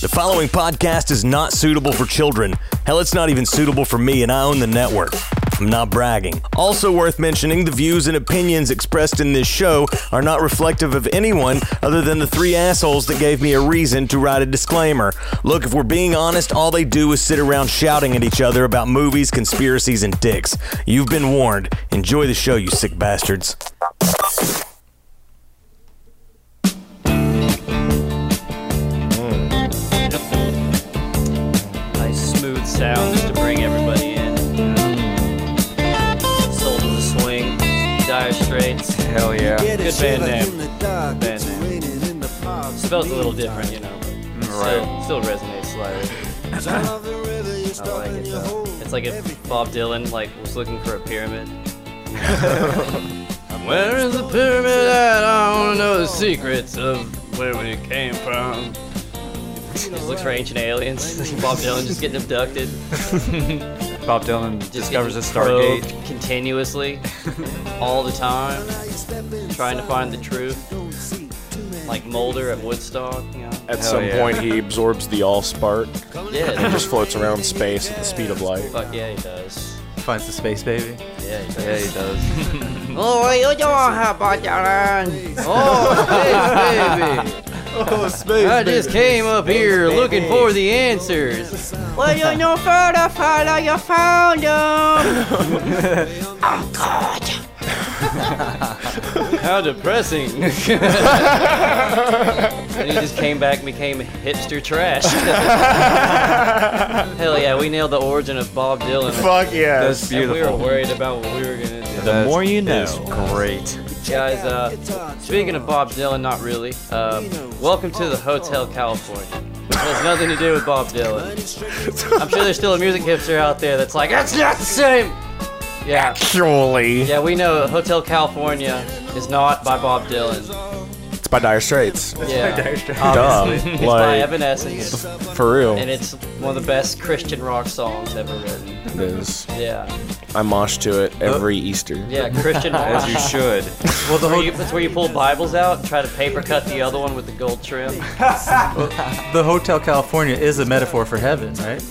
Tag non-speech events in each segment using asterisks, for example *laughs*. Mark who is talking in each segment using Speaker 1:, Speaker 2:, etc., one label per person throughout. Speaker 1: The following podcast is not suitable for children. Hell, it's not even suitable for me, and I own the network. I'm not bragging. Also worth mentioning, the views and opinions expressed in this show are not reflective of anyone other than the three assholes that gave me a reason to write a disclaimer. Look, if we're being honest, all they do is sit around shouting at each other about movies, conspiracies, and dicks. You've been warned. Enjoy the show, you sick bastards.
Speaker 2: nice smooth sounds to bring everybody in. you know. Soul to the swing, dire straits.
Speaker 3: Hell yeah.
Speaker 2: Good band name.
Speaker 4: Band
Speaker 2: Band name. Spells a little different, you know.
Speaker 3: Right.
Speaker 2: Still, still resonates slightly.
Speaker 4: I
Speaker 3: like it, though.
Speaker 2: It's like if Bob Dylan like was looking for a pyramid. *laughs* where is the pyramid at? I want to know the secrets of where we came from. He just looks for ancient aliens. *laughs* Bob Dylan just getting abducted.
Speaker 3: Bob Dylan
Speaker 2: Just
Speaker 3: discovers a
Speaker 2: getting
Speaker 3: Stargate.
Speaker 2: probed
Speaker 3: *laughs*
Speaker 2: continuously, all the time, trying to find the truth. Like Mulder at Woodstock, you know.
Speaker 5: At
Speaker 3: Hell
Speaker 5: some
Speaker 3: yeah.
Speaker 5: point, he absorbs the all spark
Speaker 2: Yeah,
Speaker 5: and just floats around space at the speed of light.
Speaker 2: fuck yeah, he does.
Speaker 6: Finds the space baby.
Speaker 2: Yeah, he does.
Speaker 3: Yeah, he does.
Speaker 2: *laughs* Oh, you don't have Oh, space baby.
Speaker 6: Oh, space
Speaker 2: I just came up here looking for the answers. Well, you know further, further you found them. oh,
Speaker 3: *laughs*
Speaker 2: God. How *laughs* depressing. and he just came back and became hipster trash. Hell yeah, we nailed the origin of Bob Dylan.
Speaker 5: Fuck yeah.
Speaker 3: That's
Speaker 2: And we were
Speaker 3: beautiful.
Speaker 2: worried about what we were going to do.
Speaker 3: The
Speaker 6: more you know.
Speaker 3: great.
Speaker 2: Guys, uh, speaking of Bob Dylan, not really. Uh, welcome to the Hotel California. It has nothing to do with Bob Dylan. I'm sure there's still a music hipster out there that's like, that's not the same. Yeah,
Speaker 5: Actually,
Speaker 2: yeah, we know Hotel California is not by Bob Dylan.
Speaker 5: it's by Dire Straits.
Speaker 2: Yeah,
Speaker 5: Duh.
Speaker 2: it's by
Speaker 5: Like,
Speaker 2: Evanescence,
Speaker 5: for real.
Speaker 2: and it's one of the best Christian rock songs ever written.
Speaker 5: It is.
Speaker 2: Yeah,
Speaker 5: I mosh to it every Easter.
Speaker 3: *laughs*
Speaker 2: yeah, Christian
Speaker 3: As
Speaker 2: rock.
Speaker 3: you should.
Speaker 2: Well, the whole, that's where you pull Bibles out and try to paper cut the other one with the gold trim.
Speaker 6: *laughs* The Hotel California is a metaphor for heaven, right?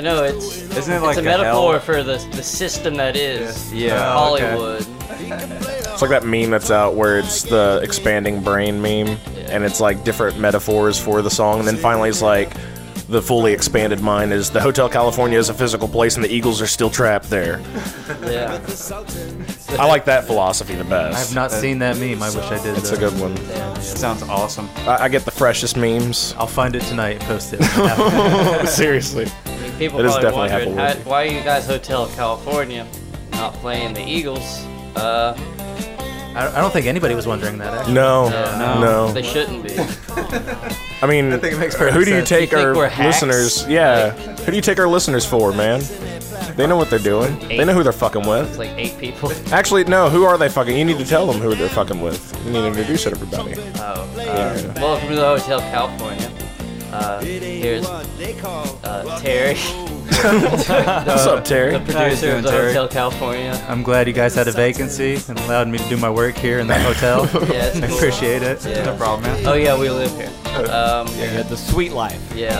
Speaker 2: No, it's
Speaker 3: Isn't it like
Speaker 2: it's a, metaphor for the, the system that is
Speaker 3: Yeah,
Speaker 2: Hollywood.
Speaker 5: It's like that meme that's out where it's the expanding brain meme, and it's like different metaphors for the song, and then finally it's like the fully expanded mind is the Hotel California is a physical place, and the Eagles are still trapped there. *laughs*
Speaker 2: Yeah.
Speaker 5: I like that philosophy the best.
Speaker 6: I have not seen that meme. I wish I did.
Speaker 5: It's
Speaker 6: though.
Speaker 5: a good one.
Speaker 3: It sounds awesome.
Speaker 5: I, I get the freshest memes.
Speaker 6: I'll find it tonight and post it.
Speaker 5: Seriously.
Speaker 2: I mean, people
Speaker 5: It is
Speaker 2: probably
Speaker 5: definitely
Speaker 2: wondering how,
Speaker 5: Applewood.
Speaker 2: why are you guys Hotel California not playing the Eagles? Uh,
Speaker 6: I, I don't think anybody was wondering that. Actually.
Speaker 5: No,
Speaker 2: Yeah.
Speaker 5: no.
Speaker 2: they shouldn't be.
Speaker 5: I mean,
Speaker 6: think it makes perfect
Speaker 5: who do you
Speaker 6: sense.
Speaker 5: take
Speaker 2: You think
Speaker 5: our
Speaker 2: we're hacks?
Speaker 5: listeners? Yeah, who do you take our listeners for, man? They know what they're doing. They know who they're fucking
Speaker 2: It's
Speaker 5: with.
Speaker 2: like
Speaker 5: *laughs*
Speaker 2: eight people.
Speaker 5: Actually, no. Who are they fucking? You need to tell them who they're fucking with. You need to introduce everybody.
Speaker 2: Oh, uh, welcome to the Hotel California. Uh, here's uh, Terry,
Speaker 5: What's up, Terry?
Speaker 2: producer
Speaker 3: doing,
Speaker 2: of the
Speaker 3: Terry?
Speaker 2: Hotel California.
Speaker 6: I'm glad you guys had a vacancy and allowed me to do my work here in that hotel.
Speaker 2: Yeah, it's
Speaker 6: I
Speaker 2: cool.
Speaker 6: appreciate it.
Speaker 2: Yeah.
Speaker 3: No problem, man.
Speaker 2: Oh yeah, we live here. Um, yeah,
Speaker 6: the sweet life.
Speaker 2: uh,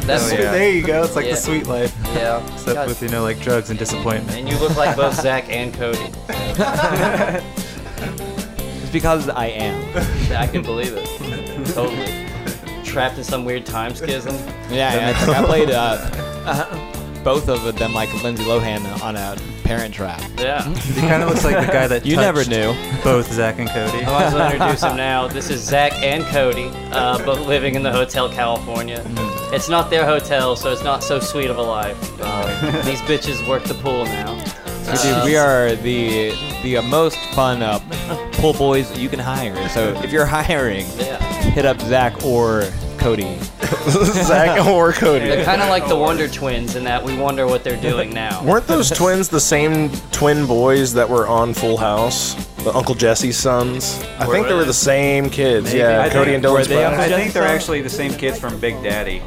Speaker 2: that's
Speaker 3: Hell Oh, yeah.
Speaker 6: There you go. It's like
Speaker 2: Yeah.
Speaker 6: the sweet life,
Speaker 2: yeah.
Speaker 6: except
Speaker 2: God,
Speaker 6: with you know like drugs and disappointment.
Speaker 2: And you look like
Speaker 3: *laughs*
Speaker 2: both Zach and Cody.
Speaker 7: It's because I am.
Speaker 2: I can believe it. Totally. Trapped in some weird time schism.
Speaker 7: Yeah, yeah, like I played uh, both of them, like Lindsay Lohan, on a Parent Trap.
Speaker 2: Yeah.
Speaker 6: He kind of looks like the guy that
Speaker 7: You never
Speaker 6: touched
Speaker 7: knew.
Speaker 6: both Zach and Cody.
Speaker 2: I might as well introduce them now. This is Zach and Cody, uh, both living in the Hotel California.
Speaker 7: Mm-hmm.
Speaker 2: It's not their hotel, so it's not so sweet of a life. Uh, these bitches work the pool now. Um,
Speaker 7: We, Oh. do- we
Speaker 2: Uh-huh.
Speaker 7: are the the most fun uh, pool boys you can hire. So if you're hiring,
Speaker 2: Yeah.
Speaker 7: hit up Zach or Cody.
Speaker 5: *laughs* Zach or Cody?
Speaker 2: They're kind of
Speaker 7: *laughs*
Speaker 2: like the Wonder Twins in that we wonder what they're doing now.
Speaker 5: Weren't those twins the same twin boys that were on Full House? The Uncle Jesse's sons. I think they were the same kids. *laughs* Yeah,
Speaker 3: I
Speaker 5: Cody and
Speaker 3: think-
Speaker 7: were
Speaker 5: Dylan's
Speaker 7: they
Speaker 5: brother.
Speaker 7: Uncle
Speaker 3: I think they're
Speaker 7: Jensen?
Speaker 3: actually the same kids from Big Daddy.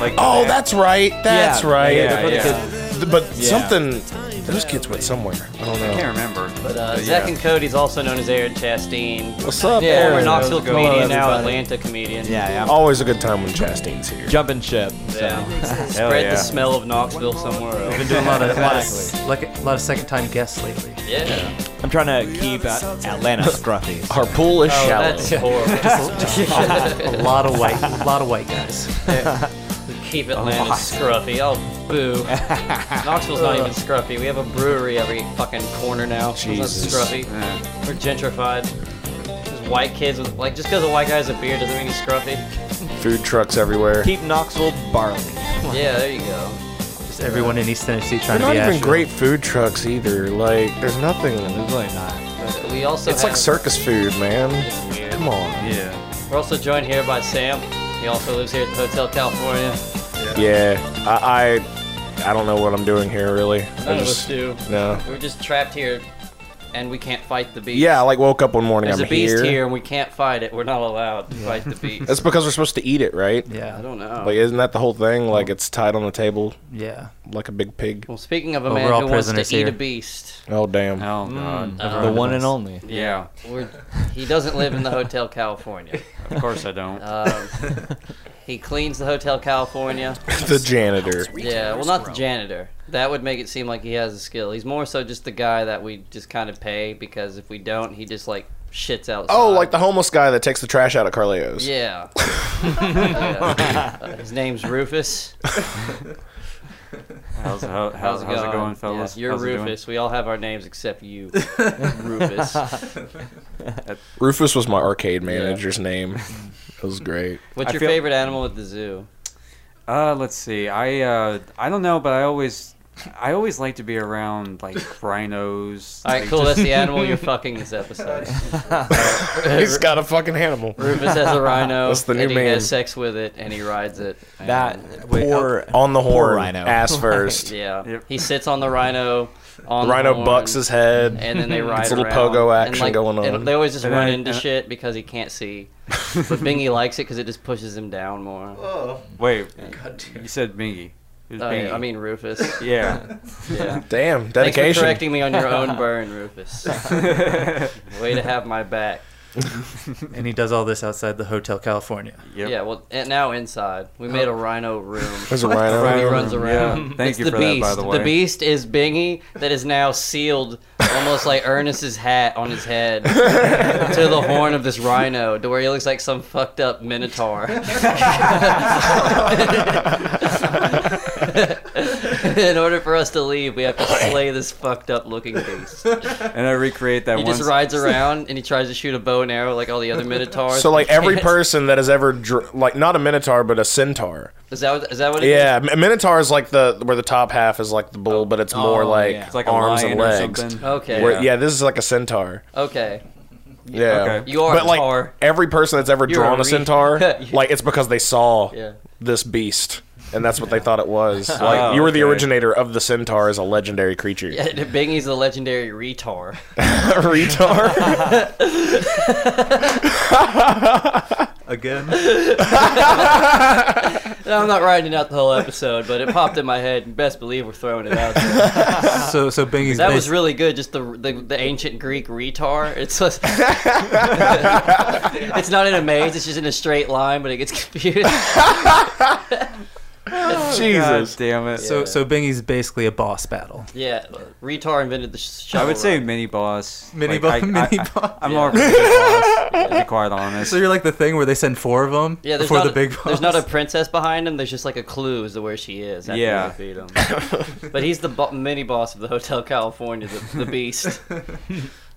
Speaker 3: Like
Speaker 5: Oh, that's right. That's
Speaker 7: Yeah,
Speaker 5: right.
Speaker 3: yeah,
Speaker 7: yeah.
Speaker 5: Th- But
Speaker 7: Yeah.
Speaker 5: something Those kids went somewhere. I don't
Speaker 3: I
Speaker 5: know.
Speaker 3: can't remember.
Speaker 2: But uh,
Speaker 3: But
Speaker 2: Zach
Speaker 3: yeah.
Speaker 2: and Cody's also known as Aaron Chastain.
Speaker 5: What's up,
Speaker 2: Yeah, former
Speaker 5: Aaron?
Speaker 2: Knoxville
Speaker 3: How's it going,
Speaker 2: comedian, now
Speaker 7: everybody?
Speaker 2: Atlanta comedian.
Speaker 7: Yeah, yeah. I'm
Speaker 5: Always a good time when Chastain's here.
Speaker 7: jumping ship.
Speaker 2: Yeah.
Speaker 3: Hell
Speaker 2: Spread
Speaker 3: yeah.
Speaker 2: the smell of Knoxville somewhere else.
Speaker 7: *laughs* Been doing a lot of
Speaker 6: *laughs* Like a lot of second time guests lately.
Speaker 2: Yeah.
Speaker 7: I'm trying to keep uh, Atlanta scruffy.
Speaker 5: Our pool is
Speaker 2: Oh,
Speaker 5: shallow.
Speaker 2: that's
Speaker 5: *laughs*
Speaker 6: *laughs*
Speaker 2: horrible.
Speaker 6: A lot of white, a lot of white guys.
Speaker 2: Keep Atlanta scruffy. Oh,
Speaker 5: *laughs*
Speaker 2: boo. Knoxville's not even scruffy. We have a brewery every fucking corner now.
Speaker 5: Jesus.
Speaker 2: It's not scruffy.
Speaker 3: Yeah.
Speaker 2: We're gentrified. Just white kids with like just because a white guy has a beard doesn't mean he's scruffy.
Speaker 5: Food trucks everywhere.
Speaker 7: Keep Knoxville barley.
Speaker 2: Yeah, there you go.
Speaker 6: Just everyone in East Tennessee
Speaker 5: They're
Speaker 6: trying to
Speaker 5: not
Speaker 6: be
Speaker 5: even
Speaker 6: Asheville.
Speaker 5: great food trucks either. Like, there's nothing.
Speaker 7: Really not.
Speaker 2: But we also
Speaker 5: It's
Speaker 2: have,
Speaker 5: like circus food, man.
Speaker 2: It's weird.
Speaker 5: Come on.
Speaker 3: Yeah.
Speaker 2: We're also joined here by Sam. He also lives here at the Hotel California.
Speaker 5: Yeah, I, I, I don't know what I'm doing here really.
Speaker 2: None
Speaker 5: I
Speaker 2: of us
Speaker 5: just
Speaker 2: do.
Speaker 5: no.
Speaker 2: We're just trapped here, and we can't fight the beast.
Speaker 5: Yeah, I like woke up one morning.
Speaker 2: There's
Speaker 5: I'm
Speaker 2: a beast here.
Speaker 5: here.
Speaker 2: and we can't fight it. We're not allowed to fight the
Speaker 5: *laughs*
Speaker 2: beast.
Speaker 5: That's because we're supposed to eat it, right?
Speaker 2: I
Speaker 6: Yeah,
Speaker 2: don't know.
Speaker 5: Like, isn't that the whole thing? Like, it's tied on the table
Speaker 6: yeah.
Speaker 5: like a big pig.
Speaker 2: well, speaking of a
Speaker 6: Well,
Speaker 2: man
Speaker 6: we're all
Speaker 2: who wants to
Speaker 6: prisoners
Speaker 2: eat
Speaker 6: here.
Speaker 2: a beast,
Speaker 5: Oh damn.
Speaker 3: Oh god.
Speaker 2: uh,
Speaker 7: The one and only.
Speaker 3: Yeah.
Speaker 2: we're, he doesn't live in the Hotel California.
Speaker 3: *laughs* Of course I don't.
Speaker 2: Um, he cleans the Hotel California.
Speaker 5: *laughs* the janitor.
Speaker 2: Yeah, well, not the janitor. That would make it seem like he has a skill. He's more so just the guy that we just kind of pay because if we don't, he just like shits out.
Speaker 5: Oh, like the homeless guy that takes the trash out of Carleo's. *laughs*
Speaker 2: Yeah. Yeah. Uh, his name's Rufus.
Speaker 5: *laughs*
Speaker 3: How's, how, how's, how's, it going, fellas?
Speaker 2: Yeah, you're
Speaker 3: How's it doing?
Speaker 2: Rufus. We all have our names except you,
Speaker 5: *laughs*
Speaker 2: Rufus.
Speaker 5: Rufus was my arcade manager's name. It was great.
Speaker 2: What's
Speaker 3: I
Speaker 2: your
Speaker 3: feel-
Speaker 2: favorite animal at the zoo?
Speaker 3: Uh, let's see. I uh, I don't know, but I always, I always like to be around like rhinos.
Speaker 2: All right,
Speaker 3: like,
Speaker 2: cool.
Speaker 3: just-
Speaker 2: That's the animal you're fucking this *laughs*
Speaker 5: *laughs*
Speaker 2: episode.
Speaker 5: He's got a fucking animal.
Speaker 2: Rufus has a rhino,
Speaker 5: That's the new
Speaker 2: and he
Speaker 5: man.
Speaker 2: has sex with it, and he rides it.
Speaker 7: That poor.
Speaker 5: On the horn,
Speaker 7: rhino.
Speaker 5: ass first.
Speaker 2: Yeah,
Speaker 3: Yep.
Speaker 2: he sits on the rhino. On the
Speaker 5: Rhino
Speaker 2: horn,
Speaker 5: bucks his head. *laughs*
Speaker 2: and then they ride
Speaker 5: It's a little
Speaker 2: around.
Speaker 5: pogo
Speaker 2: And,
Speaker 5: action going on.
Speaker 2: and uh, they always just
Speaker 3: And
Speaker 2: run
Speaker 3: I-
Speaker 2: into
Speaker 3: and I-
Speaker 2: shit because he can't *laughs* see. But Bingy likes it because it just pushes him down more.
Speaker 3: Wait, you said Bingy. It was
Speaker 2: Uh,
Speaker 3: Bingy.
Speaker 2: I mean *laughs* Rufus.
Speaker 3: yeah. *laughs*
Speaker 2: Yeah.
Speaker 5: Damn,
Speaker 2: Thanks for
Speaker 5: dedication.
Speaker 2: correcting me on your *laughs* own burn, Rufus. Way to have my back.
Speaker 6: And he does all this outside the Hotel California.
Speaker 3: Yep.
Speaker 2: Yeah, well, and now inside. We made a rhino room.
Speaker 5: There's a rhino.
Speaker 2: He runs
Speaker 3: Yeah.
Speaker 2: around.
Speaker 3: Thank
Speaker 2: it's
Speaker 3: you
Speaker 2: the
Speaker 3: for that,
Speaker 2: beast.
Speaker 3: by the way.
Speaker 2: beast is Bingy that is now sealed, almost like Ernest's hat on his head, to the horn of this rhino, to where he looks like some fucked up
Speaker 3: *laughs*
Speaker 2: minotaur. *laughs* In order for us to leave, we have to slay this fucked up looking beast.
Speaker 3: And I recreate that
Speaker 2: He
Speaker 3: one.
Speaker 2: just rides around and he tries to shoot a bow and arrow like all the
Speaker 3: *laughs*
Speaker 2: other minotaurs.
Speaker 5: So like
Speaker 2: *laughs*
Speaker 5: every person that has ever dr- like not a minotaur but a centaur.
Speaker 2: is that what, is that what it is?
Speaker 5: Yeah, a minotaur is like the where the top half is like the bull, but it's more like,
Speaker 7: yeah. It's
Speaker 3: like a
Speaker 5: arms
Speaker 3: lion
Speaker 5: and
Speaker 3: or
Speaker 5: legs.
Speaker 3: something.
Speaker 2: *laughs* Okay.
Speaker 5: Where- yeah, this is like a centaur.
Speaker 2: Okay.
Speaker 5: Yeah,
Speaker 3: Okay.
Speaker 2: You are
Speaker 5: but
Speaker 2: a
Speaker 5: like
Speaker 2: tar.
Speaker 5: every person that's ever
Speaker 2: You're
Speaker 5: drawn
Speaker 2: a
Speaker 5: a
Speaker 2: re-
Speaker 5: centaur,
Speaker 2: *laughs* Yeah.
Speaker 5: like it's because they saw
Speaker 2: Yeah.
Speaker 5: this beast, and that's what they thought it
Speaker 2: *laughs*
Speaker 5: was. Like
Speaker 3: Oh,
Speaker 5: you were the
Speaker 3: okay.
Speaker 5: originator of the centaur as a legendary creature. *laughs*
Speaker 2: Yeah, *laughs* Bingy's the legendary retar.
Speaker 5: Retar.
Speaker 2: *laughs*
Speaker 6: Again?
Speaker 2: No, I'm not writing out the whole episode, but it popped in my head. and Best believe we're throwing it out there.
Speaker 6: *laughs* So, so Bingy's
Speaker 2: That was
Speaker 6: basi-
Speaker 2: really good. Just the the, the ancient Greek retar. It's just, *laughs* it's not in a maze. It's just in a straight line, but it gets *laughs* confused.
Speaker 3: God
Speaker 5: *laughs* Jesus.
Speaker 3: damn it.
Speaker 6: So, so Bingy's basically a boss battle.
Speaker 2: Yeah, retar invented the sh-
Speaker 3: I would say
Speaker 2: shovel
Speaker 3: mini boss.
Speaker 6: Mini
Speaker 3: Like,
Speaker 6: bo-
Speaker 3: I- I-
Speaker 6: mini
Speaker 3: I-
Speaker 6: boss.
Speaker 3: I'm more of a big boss. To be quite honest.
Speaker 6: *laughs* So you're like the thing where they send four of them
Speaker 2: Yeah, there's
Speaker 6: before
Speaker 2: not
Speaker 6: the
Speaker 2: a,
Speaker 6: big boss.
Speaker 2: There's not a *laughs* princess behind him. There's just like a clue as to where she is. After
Speaker 3: Yeah.
Speaker 2: yeah. Beat him. but he's the bo- mini boss of the Hotel California, the, the Beast,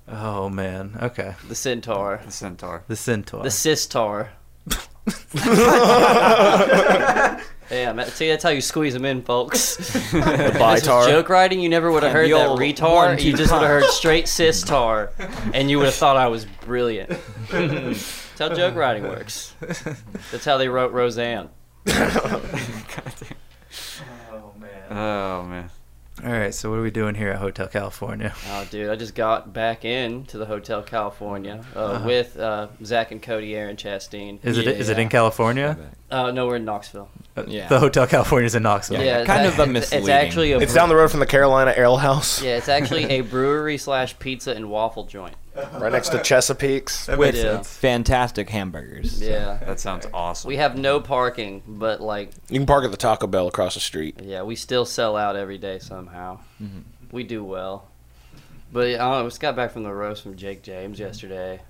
Speaker 6: Oh man. Okay.
Speaker 2: the Centaur,
Speaker 3: the centaur.
Speaker 6: The centaur.
Speaker 7: *laughs*
Speaker 2: the Sistar. yeah, man, see, that's how you squeeze them in,
Speaker 7: *laughs*
Speaker 2: folks.
Speaker 5: The
Speaker 2: This was
Speaker 5: bitar.
Speaker 2: joke writing. You never would have heard
Speaker 7: the
Speaker 2: that
Speaker 7: old
Speaker 2: retar. You just would have heard straight cis-tar, and you would have thought I was brilliant. That's how joke writing works.
Speaker 6: *laughs*
Speaker 2: That's how they wrote Roseanne.
Speaker 3: Oh man.
Speaker 6: All right, so what are we doing here at Hotel California?
Speaker 2: Oh, dude, I just got back in to the Hotel California uh,
Speaker 7: Uh-huh.
Speaker 2: with uh, Zach and Cody, Aaron Chastain.
Speaker 6: Is it is it in
Speaker 7: Yeah.
Speaker 6: California? Uh,
Speaker 2: Uh, no, we're in Knoxville.
Speaker 7: Yeah.
Speaker 6: The Hotel California's in Knoxville.
Speaker 7: Yeah. kind of a
Speaker 2: it's- It's
Speaker 7: misleading.
Speaker 2: actually
Speaker 5: *laughs*
Speaker 2: a
Speaker 5: It's down the road from the Carolina Ale House,
Speaker 2: Yeah, it's
Speaker 6: *laughs*
Speaker 2: actually a brewery slash pizza and waffle joint.
Speaker 5: right next to Chesapeake's.
Speaker 7: with
Speaker 2: makes sense.
Speaker 7: fantastic hamburgers.
Speaker 2: Yeah.
Speaker 3: That sounds awesome.
Speaker 2: We have no parking, but like,
Speaker 5: You can park at the Taco Bell across the street.
Speaker 2: yeah, we still sell out every day somehow.
Speaker 6: Mm-hmm.
Speaker 2: We do well. But yeah, I don't know, we just got back from the roast from Jake
Speaker 6: Mm-hmm.
Speaker 2: James yesterday.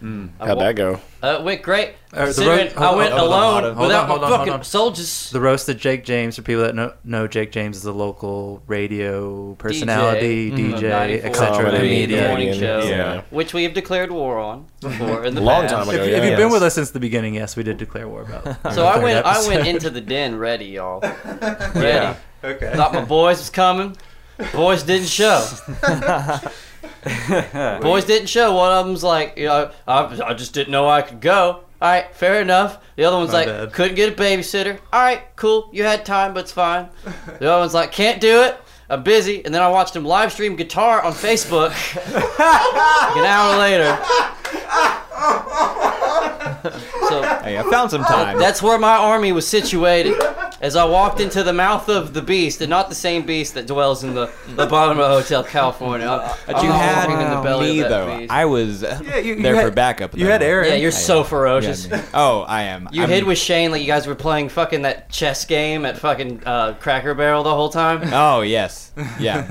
Speaker 2: I
Speaker 5: How'd
Speaker 2: wa-
Speaker 5: that go?
Speaker 2: Uh, went great.
Speaker 6: Uh, the
Speaker 2: Considering
Speaker 6: roast-
Speaker 2: I
Speaker 6: hold
Speaker 2: went
Speaker 6: on, hold on,
Speaker 2: alone
Speaker 6: hold on, hold
Speaker 2: without
Speaker 6: on, hold on,
Speaker 2: my
Speaker 6: hold
Speaker 2: fucking
Speaker 6: on.
Speaker 2: soldiers.
Speaker 6: The roast of Jake James. For people that know, know Jake James is a local radio personality,
Speaker 2: Mhm.
Speaker 6: DJ,
Speaker 2: 94
Speaker 6: etc.
Speaker 5: Comedy,
Speaker 2: The
Speaker 6: Media.
Speaker 2: morning show,
Speaker 5: Oh, Yeah.
Speaker 2: which we have declared
Speaker 6: *laughs*
Speaker 2: war on before in the
Speaker 5: Long
Speaker 2: past.
Speaker 5: time
Speaker 6: If,
Speaker 5: ago,
Speaker 6: if
Speaker 5: yeah.
Speaker 6: you've
Speaker 5: yeah.
Speaker 6: been with us since the beginning, yes, we did declare war about. it.
Speaker 2: So I
Speaker 6: Third
Speaker 2: went, I
Speaker 6: episode.
Speaker 2: went into the den ready,
Speaker 6: *laughs*
Speaker 2: y'all. Ready.
Speaker 6: Okay.
Speaker 2: Thought my boys was coming. Boys
Speaker 6: *laughs*
Speaker 2: didn't show. boys didn't show. One of them's like, you know, I, I just didn't know I could go. All right, fair enough. The other one's
Speaker 6: My
Speaker 2: like,
Speaker 6: bad.
Speaker 2: couldn't get a babysitter. All right, cool. You had time, but it's fine. The other one's like, can't do it. I'm busy. And then I watched him live stream guitar on
Speaker 6: *laughs*
Speaker 2: Facebook an hour later. so
Speaker 7: Hey, I found some time.
Speaker 2: that's where my army was situated. As I walked into the mouth of the beast, and not the same beast that dwells in the, the bottom of Hotel California. uh, But
Speaker 7: But
Speaker 6: Oh,
Speaker 7: you had
Speaker 2: in the belly
Speaker 7: me
Speaker 2: of that
Speaker 7: though.
Speaker 2: beast.
Speaker 7: I was uh, there for backup.
Speaker 6: You had Aaron.
Speaker 2: yeah, you're so ferocious.
Speaker 7: Oh, I am.
Speaker 2: You
Speaker 7: I'm-
Speaker 2: hid with Shane like you guys were playing fucking that chess game at fucking uh, Cracker Barrel the whole time.
Speaker 7: *laughs* Oh yes, yeah.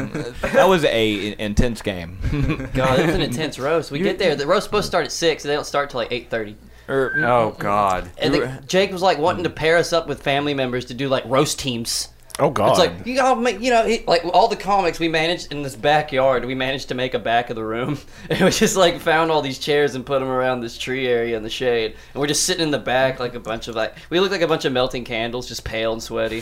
Speaker 7: that was a i- intense *laughs*
Speaker 2: *laughs*
Speaker 7: game.
Speaker 2: *laughs* God, it's an intense roast. We get there. The roast supposed to start at six, and they don't start till like eight thirty.
Speaker 7: Or-
Speaker 3: Oh God.
Speaker 2: And the, Jake was like wanting to pair us up with family members to do like roast teams.
Speaker 5: Oh God!
Speaker 2: It's like you gotta make you know he, like all the comics we managed in this backyard. We managed to make a back of the room, *laughs* and we just like found all these chairs and put them around this tree area in the shade, and we're just sitting in the back like a bunch of like we look like a bunch of melting candles, just pale
Speaker 7: *laughs*
Speaker 2: and sweaty.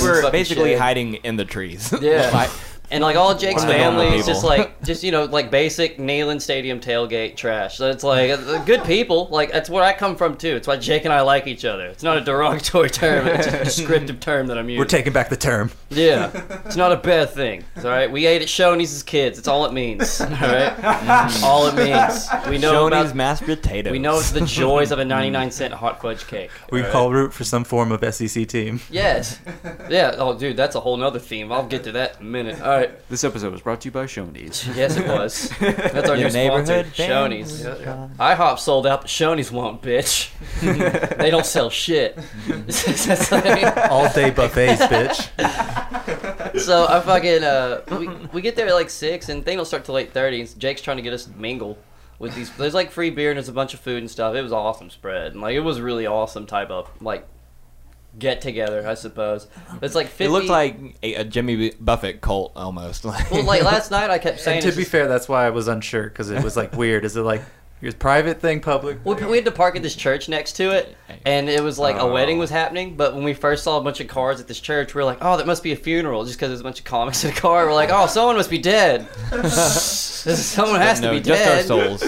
Speaker 7: we were
Speaker 2: Fucking
Speaker 7: basically
Speaker 2: shade.
Speaker 7: hiding in the trees.
Speaker 2: *laughs* Yeah.
Speaker 7: *laughs* Like,
Speaker 2: And like all Jake's
Speaker 7: Wow.
Speaker 2: family is
Speaker 7: People.
Speaker 2: just like just you know like basic Neyland Stadium tailgate trash. So it's like uh, good people. Like that's where I come from too. It's why Jake and I like each other. It's not a derogatory term. It's a descriptive term that I'm using.
Speaker 6: We're taking back the term.
Speaker 2: Yeah, it's not a bad thing. It's all right. We ate at Shoney's as kids. It's all it
Speaker 7: *laughs*
Speaker 2: means. All right, all it means. We know
Speaker 7: Mm-hmm. Shoney's
Speaker 2: about.
Speaker 7: mashed potatoes.
Speaker 2: *laughs* We know the joys
Speaker 7: *laughs*
Speaker 2: of a 99 cent hot fudge cake.
Speaker 6: *laughs* We call root for some form of SEC team.
Speaker 2: Yes. Yeah. Oh, dude, that's a whole nother theme. I'll get to that in a minute. All right.
Speaker 3: This episode was brought to you by Shoney's.
Speaker 2: Yes, it was. That's our
Speaker 7: Your
Speaker 2: new sponsor,
Speaker 7: neighborhood Oh,
Speaker 2: Shoney's.
Speaker 7: family shop.
Speaker 2: IHOP sold out, but Shoney's won't,
Speaker 7: *laughs*
Speaker 2: bitch. they don't sell shit. *laughs* That's what I mean.
Speaker 6: All day
Speaker 2: *laughs*
Speaker 6: buffets, bitch.
Speaker 2: so I fucking uh, we, we get there at like six, and thing will start till eight thirty. And Jake's trying to get us to mingle with these. There's like free beer and there's a bunch of food and stuff. It was awesome spread, and like it was really awesome type of like get together, I suppose. It's like 50,
Speaker 7: It looked like a, a Jimmy Buffett cult almost. *laughs* Like,
Speaker 2: well, like
Speaker 6: *laughs*
Speaker 2: last night I kept saying
Speaker 6: And to
Speaker 2: it's
Speaker 6: be
Speaker 2: just-
Speaker 6: fair, that's why I was unsure because it was
Speaker 2: *laughs*
Speaker 6: like weird. Is it like your private thing, public?
Speaker 2: We, we had to park at this church next to it, and it was like a
Speaker 7: Oh.
Speaker 2: wedding was happening. But when we first saw a bunch of cars at this church, we were like, "Oh, that must be a funeral," just because there's a bunch of comics in a car. We're like, "Oh, someone must be
Speaker 6: *laughs*
Speaker 2: dead. *laughs* someone has to
Speaker 7: no,
Speaker 2: be
Speaker 7: just
Speaker 2: dead."
Speaker 7: our souls.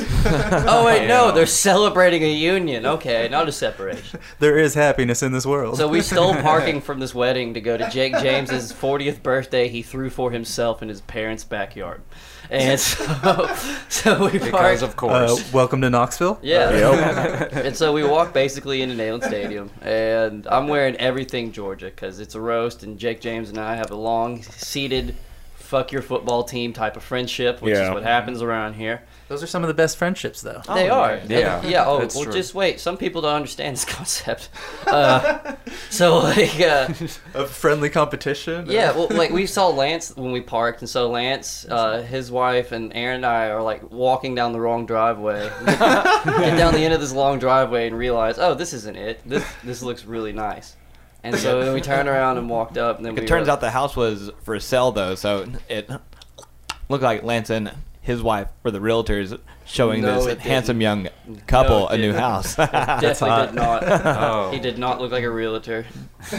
Speaker 2: Oh wait, no, they're celebrating a union. Okay, not a separation.
Speaker 6: There is happiness in this world.
Speaker 2: So we stole parking from this wedding to go to Jake James's 40th birthday he threw for himself in his parents' backyard. And so, *laughs* so we parked.
Speaker 3: Because of
Speaker 6: uh,
Speaker 3: course.
Speaker 6: welcome to Knoxville.
Speaker 2: yeah. and so we walk basically into Neyland Stadium, and I'm wearing everything Georgia because it's a roast, and Jake James and I have a long seated fuck your football team type of friendship, which is
Speaker 5: Yeah.
Speaker 2: what happens around here.
Speaker 6: Those are some of the best friendships, though.
Speaker 2: They are.
Speaker 3: yeah.
Speaker 2: And- yeah. Oh,
Speaker 3: That's
Speaker 2: well,
Speaker 3: true.
Speaker 2: just wait. Some people don't understand this *laughs* concept. Uh, so like, uh,
Speaker 3: *laughs*
Speaker 6: A friendly competition.
Speaker 2: yeah. Well, like we saw Lance when we parked, and so Lance, uh, his wife, and Aaron and I are like walking down the wrong driveway, *laughs* and down the end of this long driveway, and realize, oh, this isn't it. This this looks really nice. And so then we turned around and walked up, and then we
Speaker 7: It turns
Speaker 2: were-
Speaker 7: out the house was for sale though, so it looked like Lance and his wife were the realtors showing
Speaker 2: No, it
Speaker 7: this
Speaker 2: didn't.
Speaker 7: handsome young couple
Speaker 2: No, *laughs* it
Speaker 7: a new
Speaker 2: didn't.
Speaker 7: house. *laughs*
Speaker 2: definitely *laughs* did not.
Speaker 3: oh.
Speaker 2: *laughs* He did not look like a realtor. he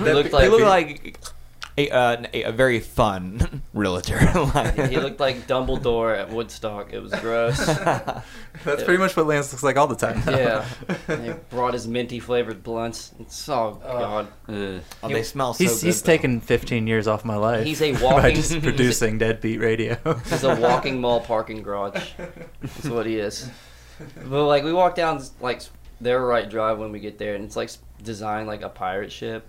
Speaker 7: They
Speaker 2: looked like
Speaker 7: look like a, uh, a, a very fun *laughs* realtor. like,
Speaker 2: He looked like Dumbledore at Woodstock. It was gross.
Speaker 3: *laughs*
Speaker 2: *laughs*
Speaker 6: That's pretty much what Lance looks like all the time. *laughs*
Speaker 2: yeah. And he brought his minty flavored blunts. It's oh god.
Speaker 3: Ugh.
Speaker 7: *laughs* oh, they smell so
Speaker 6: He's,
Speaker 7: good.
Speaker 6: he's
Speaker 7: though.
Speaker 6: taken 15 years off my life.
Speaker 2: He's
Speaker 6: *laughs*
Speaker 2: a
Speaker 6: by
Speaker 2: walking- *laughs*
Speaker 6: just producing deadbeat radio.
Speaker 2: He's a walking mall parking garage. That's what he is. But like we walk down like their right drive when we get there, and it's like designed like a pirate ship,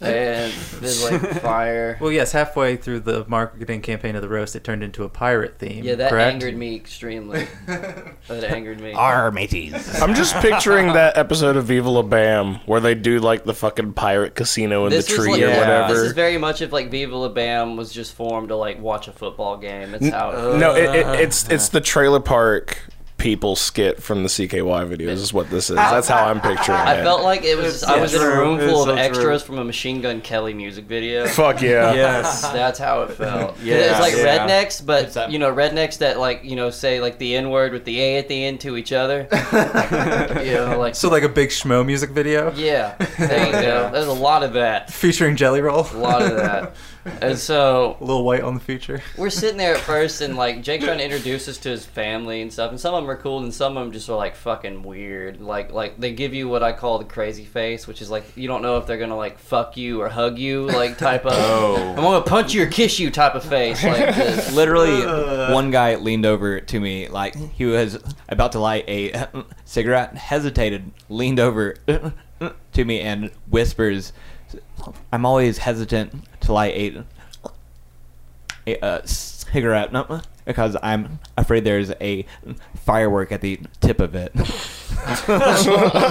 Speaker 2: and there's
Speaker 3: *laughs*
Speaker 2: like fire.
Speaker 6: *laughs* Well, yes, halfway through the marketing campaign of the roast, it turned into a pirate theme.
Speaker 2: Yeah, that
Speaker 6: correct?
Speaker 2: angered me extremely. That angered me.
Speaker 5: *laughs*
Speaker 7: Arr,
Speaker 5: *laughs*
Speaker 7: mateys.
Speaker 5: I'm just
Speaker 2: *laughs*
Speaker 5: picturing that episode of Viva La Bam where they do like the fucking pirate casino in
Speaker 2: This
Speaker 5: the
Speaker 2: was
Speaker 5: tree
Speaker 2: like,
Speaker 5: or
Speaker 7: Yeah.
Speaker 5: whatever.
Speaker 2: This is very much if like Viva La Bam was just formed to like watch a football game. That's how. it-
Speaker 5: uh, no, it, it, it's it's the trailer park people skit from the CKY videos is what this is. That's how I'm picturing it.
Speaker 2: I felt like it was. I was in a
Speaker 3: true.
Speaker 2: room
Speaker 3: It's
Speaker 2: full
Speaker 3: so
Speaker 2: of
Speaker 3: true.
Speaker 2: extras from a Machine Gun Kelly music video.
Speaker 5: Fuck yeah.
Speaker 3: Yes.
Speaker 2: That's how it felt.
Speaker 3: Yeah,
Speaker 2: it's like
Speaker 3: yeah.
Speaker 2: rednecks,
Speaker 7: It's
Speaker 2: but
Speaker 7: that-
Speaker 2: you know, rednecks that like you know say like the N word with the A at the end to each other. you know, like
Speaker 6: So, like a big schmo music video
Speaker 2: yeah, there you go. There's a lot of that.
Speaker 6: featuring Jelly Roll.
Speaker 2: A lot of that.
Speaker 6: *laughs*
Speaker 2: And so
Speaker 6: Little White on the
Speaker 5: *laughs*
Speaker 6: feature.
Speaker 2: we're sitting there at first, and like Jake's trying to introduce us to his family and stuff. And some of them are cool, and some of them just are like fucking weird. Like like they give you what I call the crazy face, which is like you don't know if they're gonna like fuck you or hug you, like type of I'm gonna punch you or kiss you type of face. Like this.
Speaker 7: Literally, one guy leaned over to me like he was about to light a *laughs* cigarette, hesitated, leaned over *laughs* to me, and whispers, "I'm always hesitant to light a, a uh, cigarette no, because I'm afraid there's a firework at the tip of it." *laughs*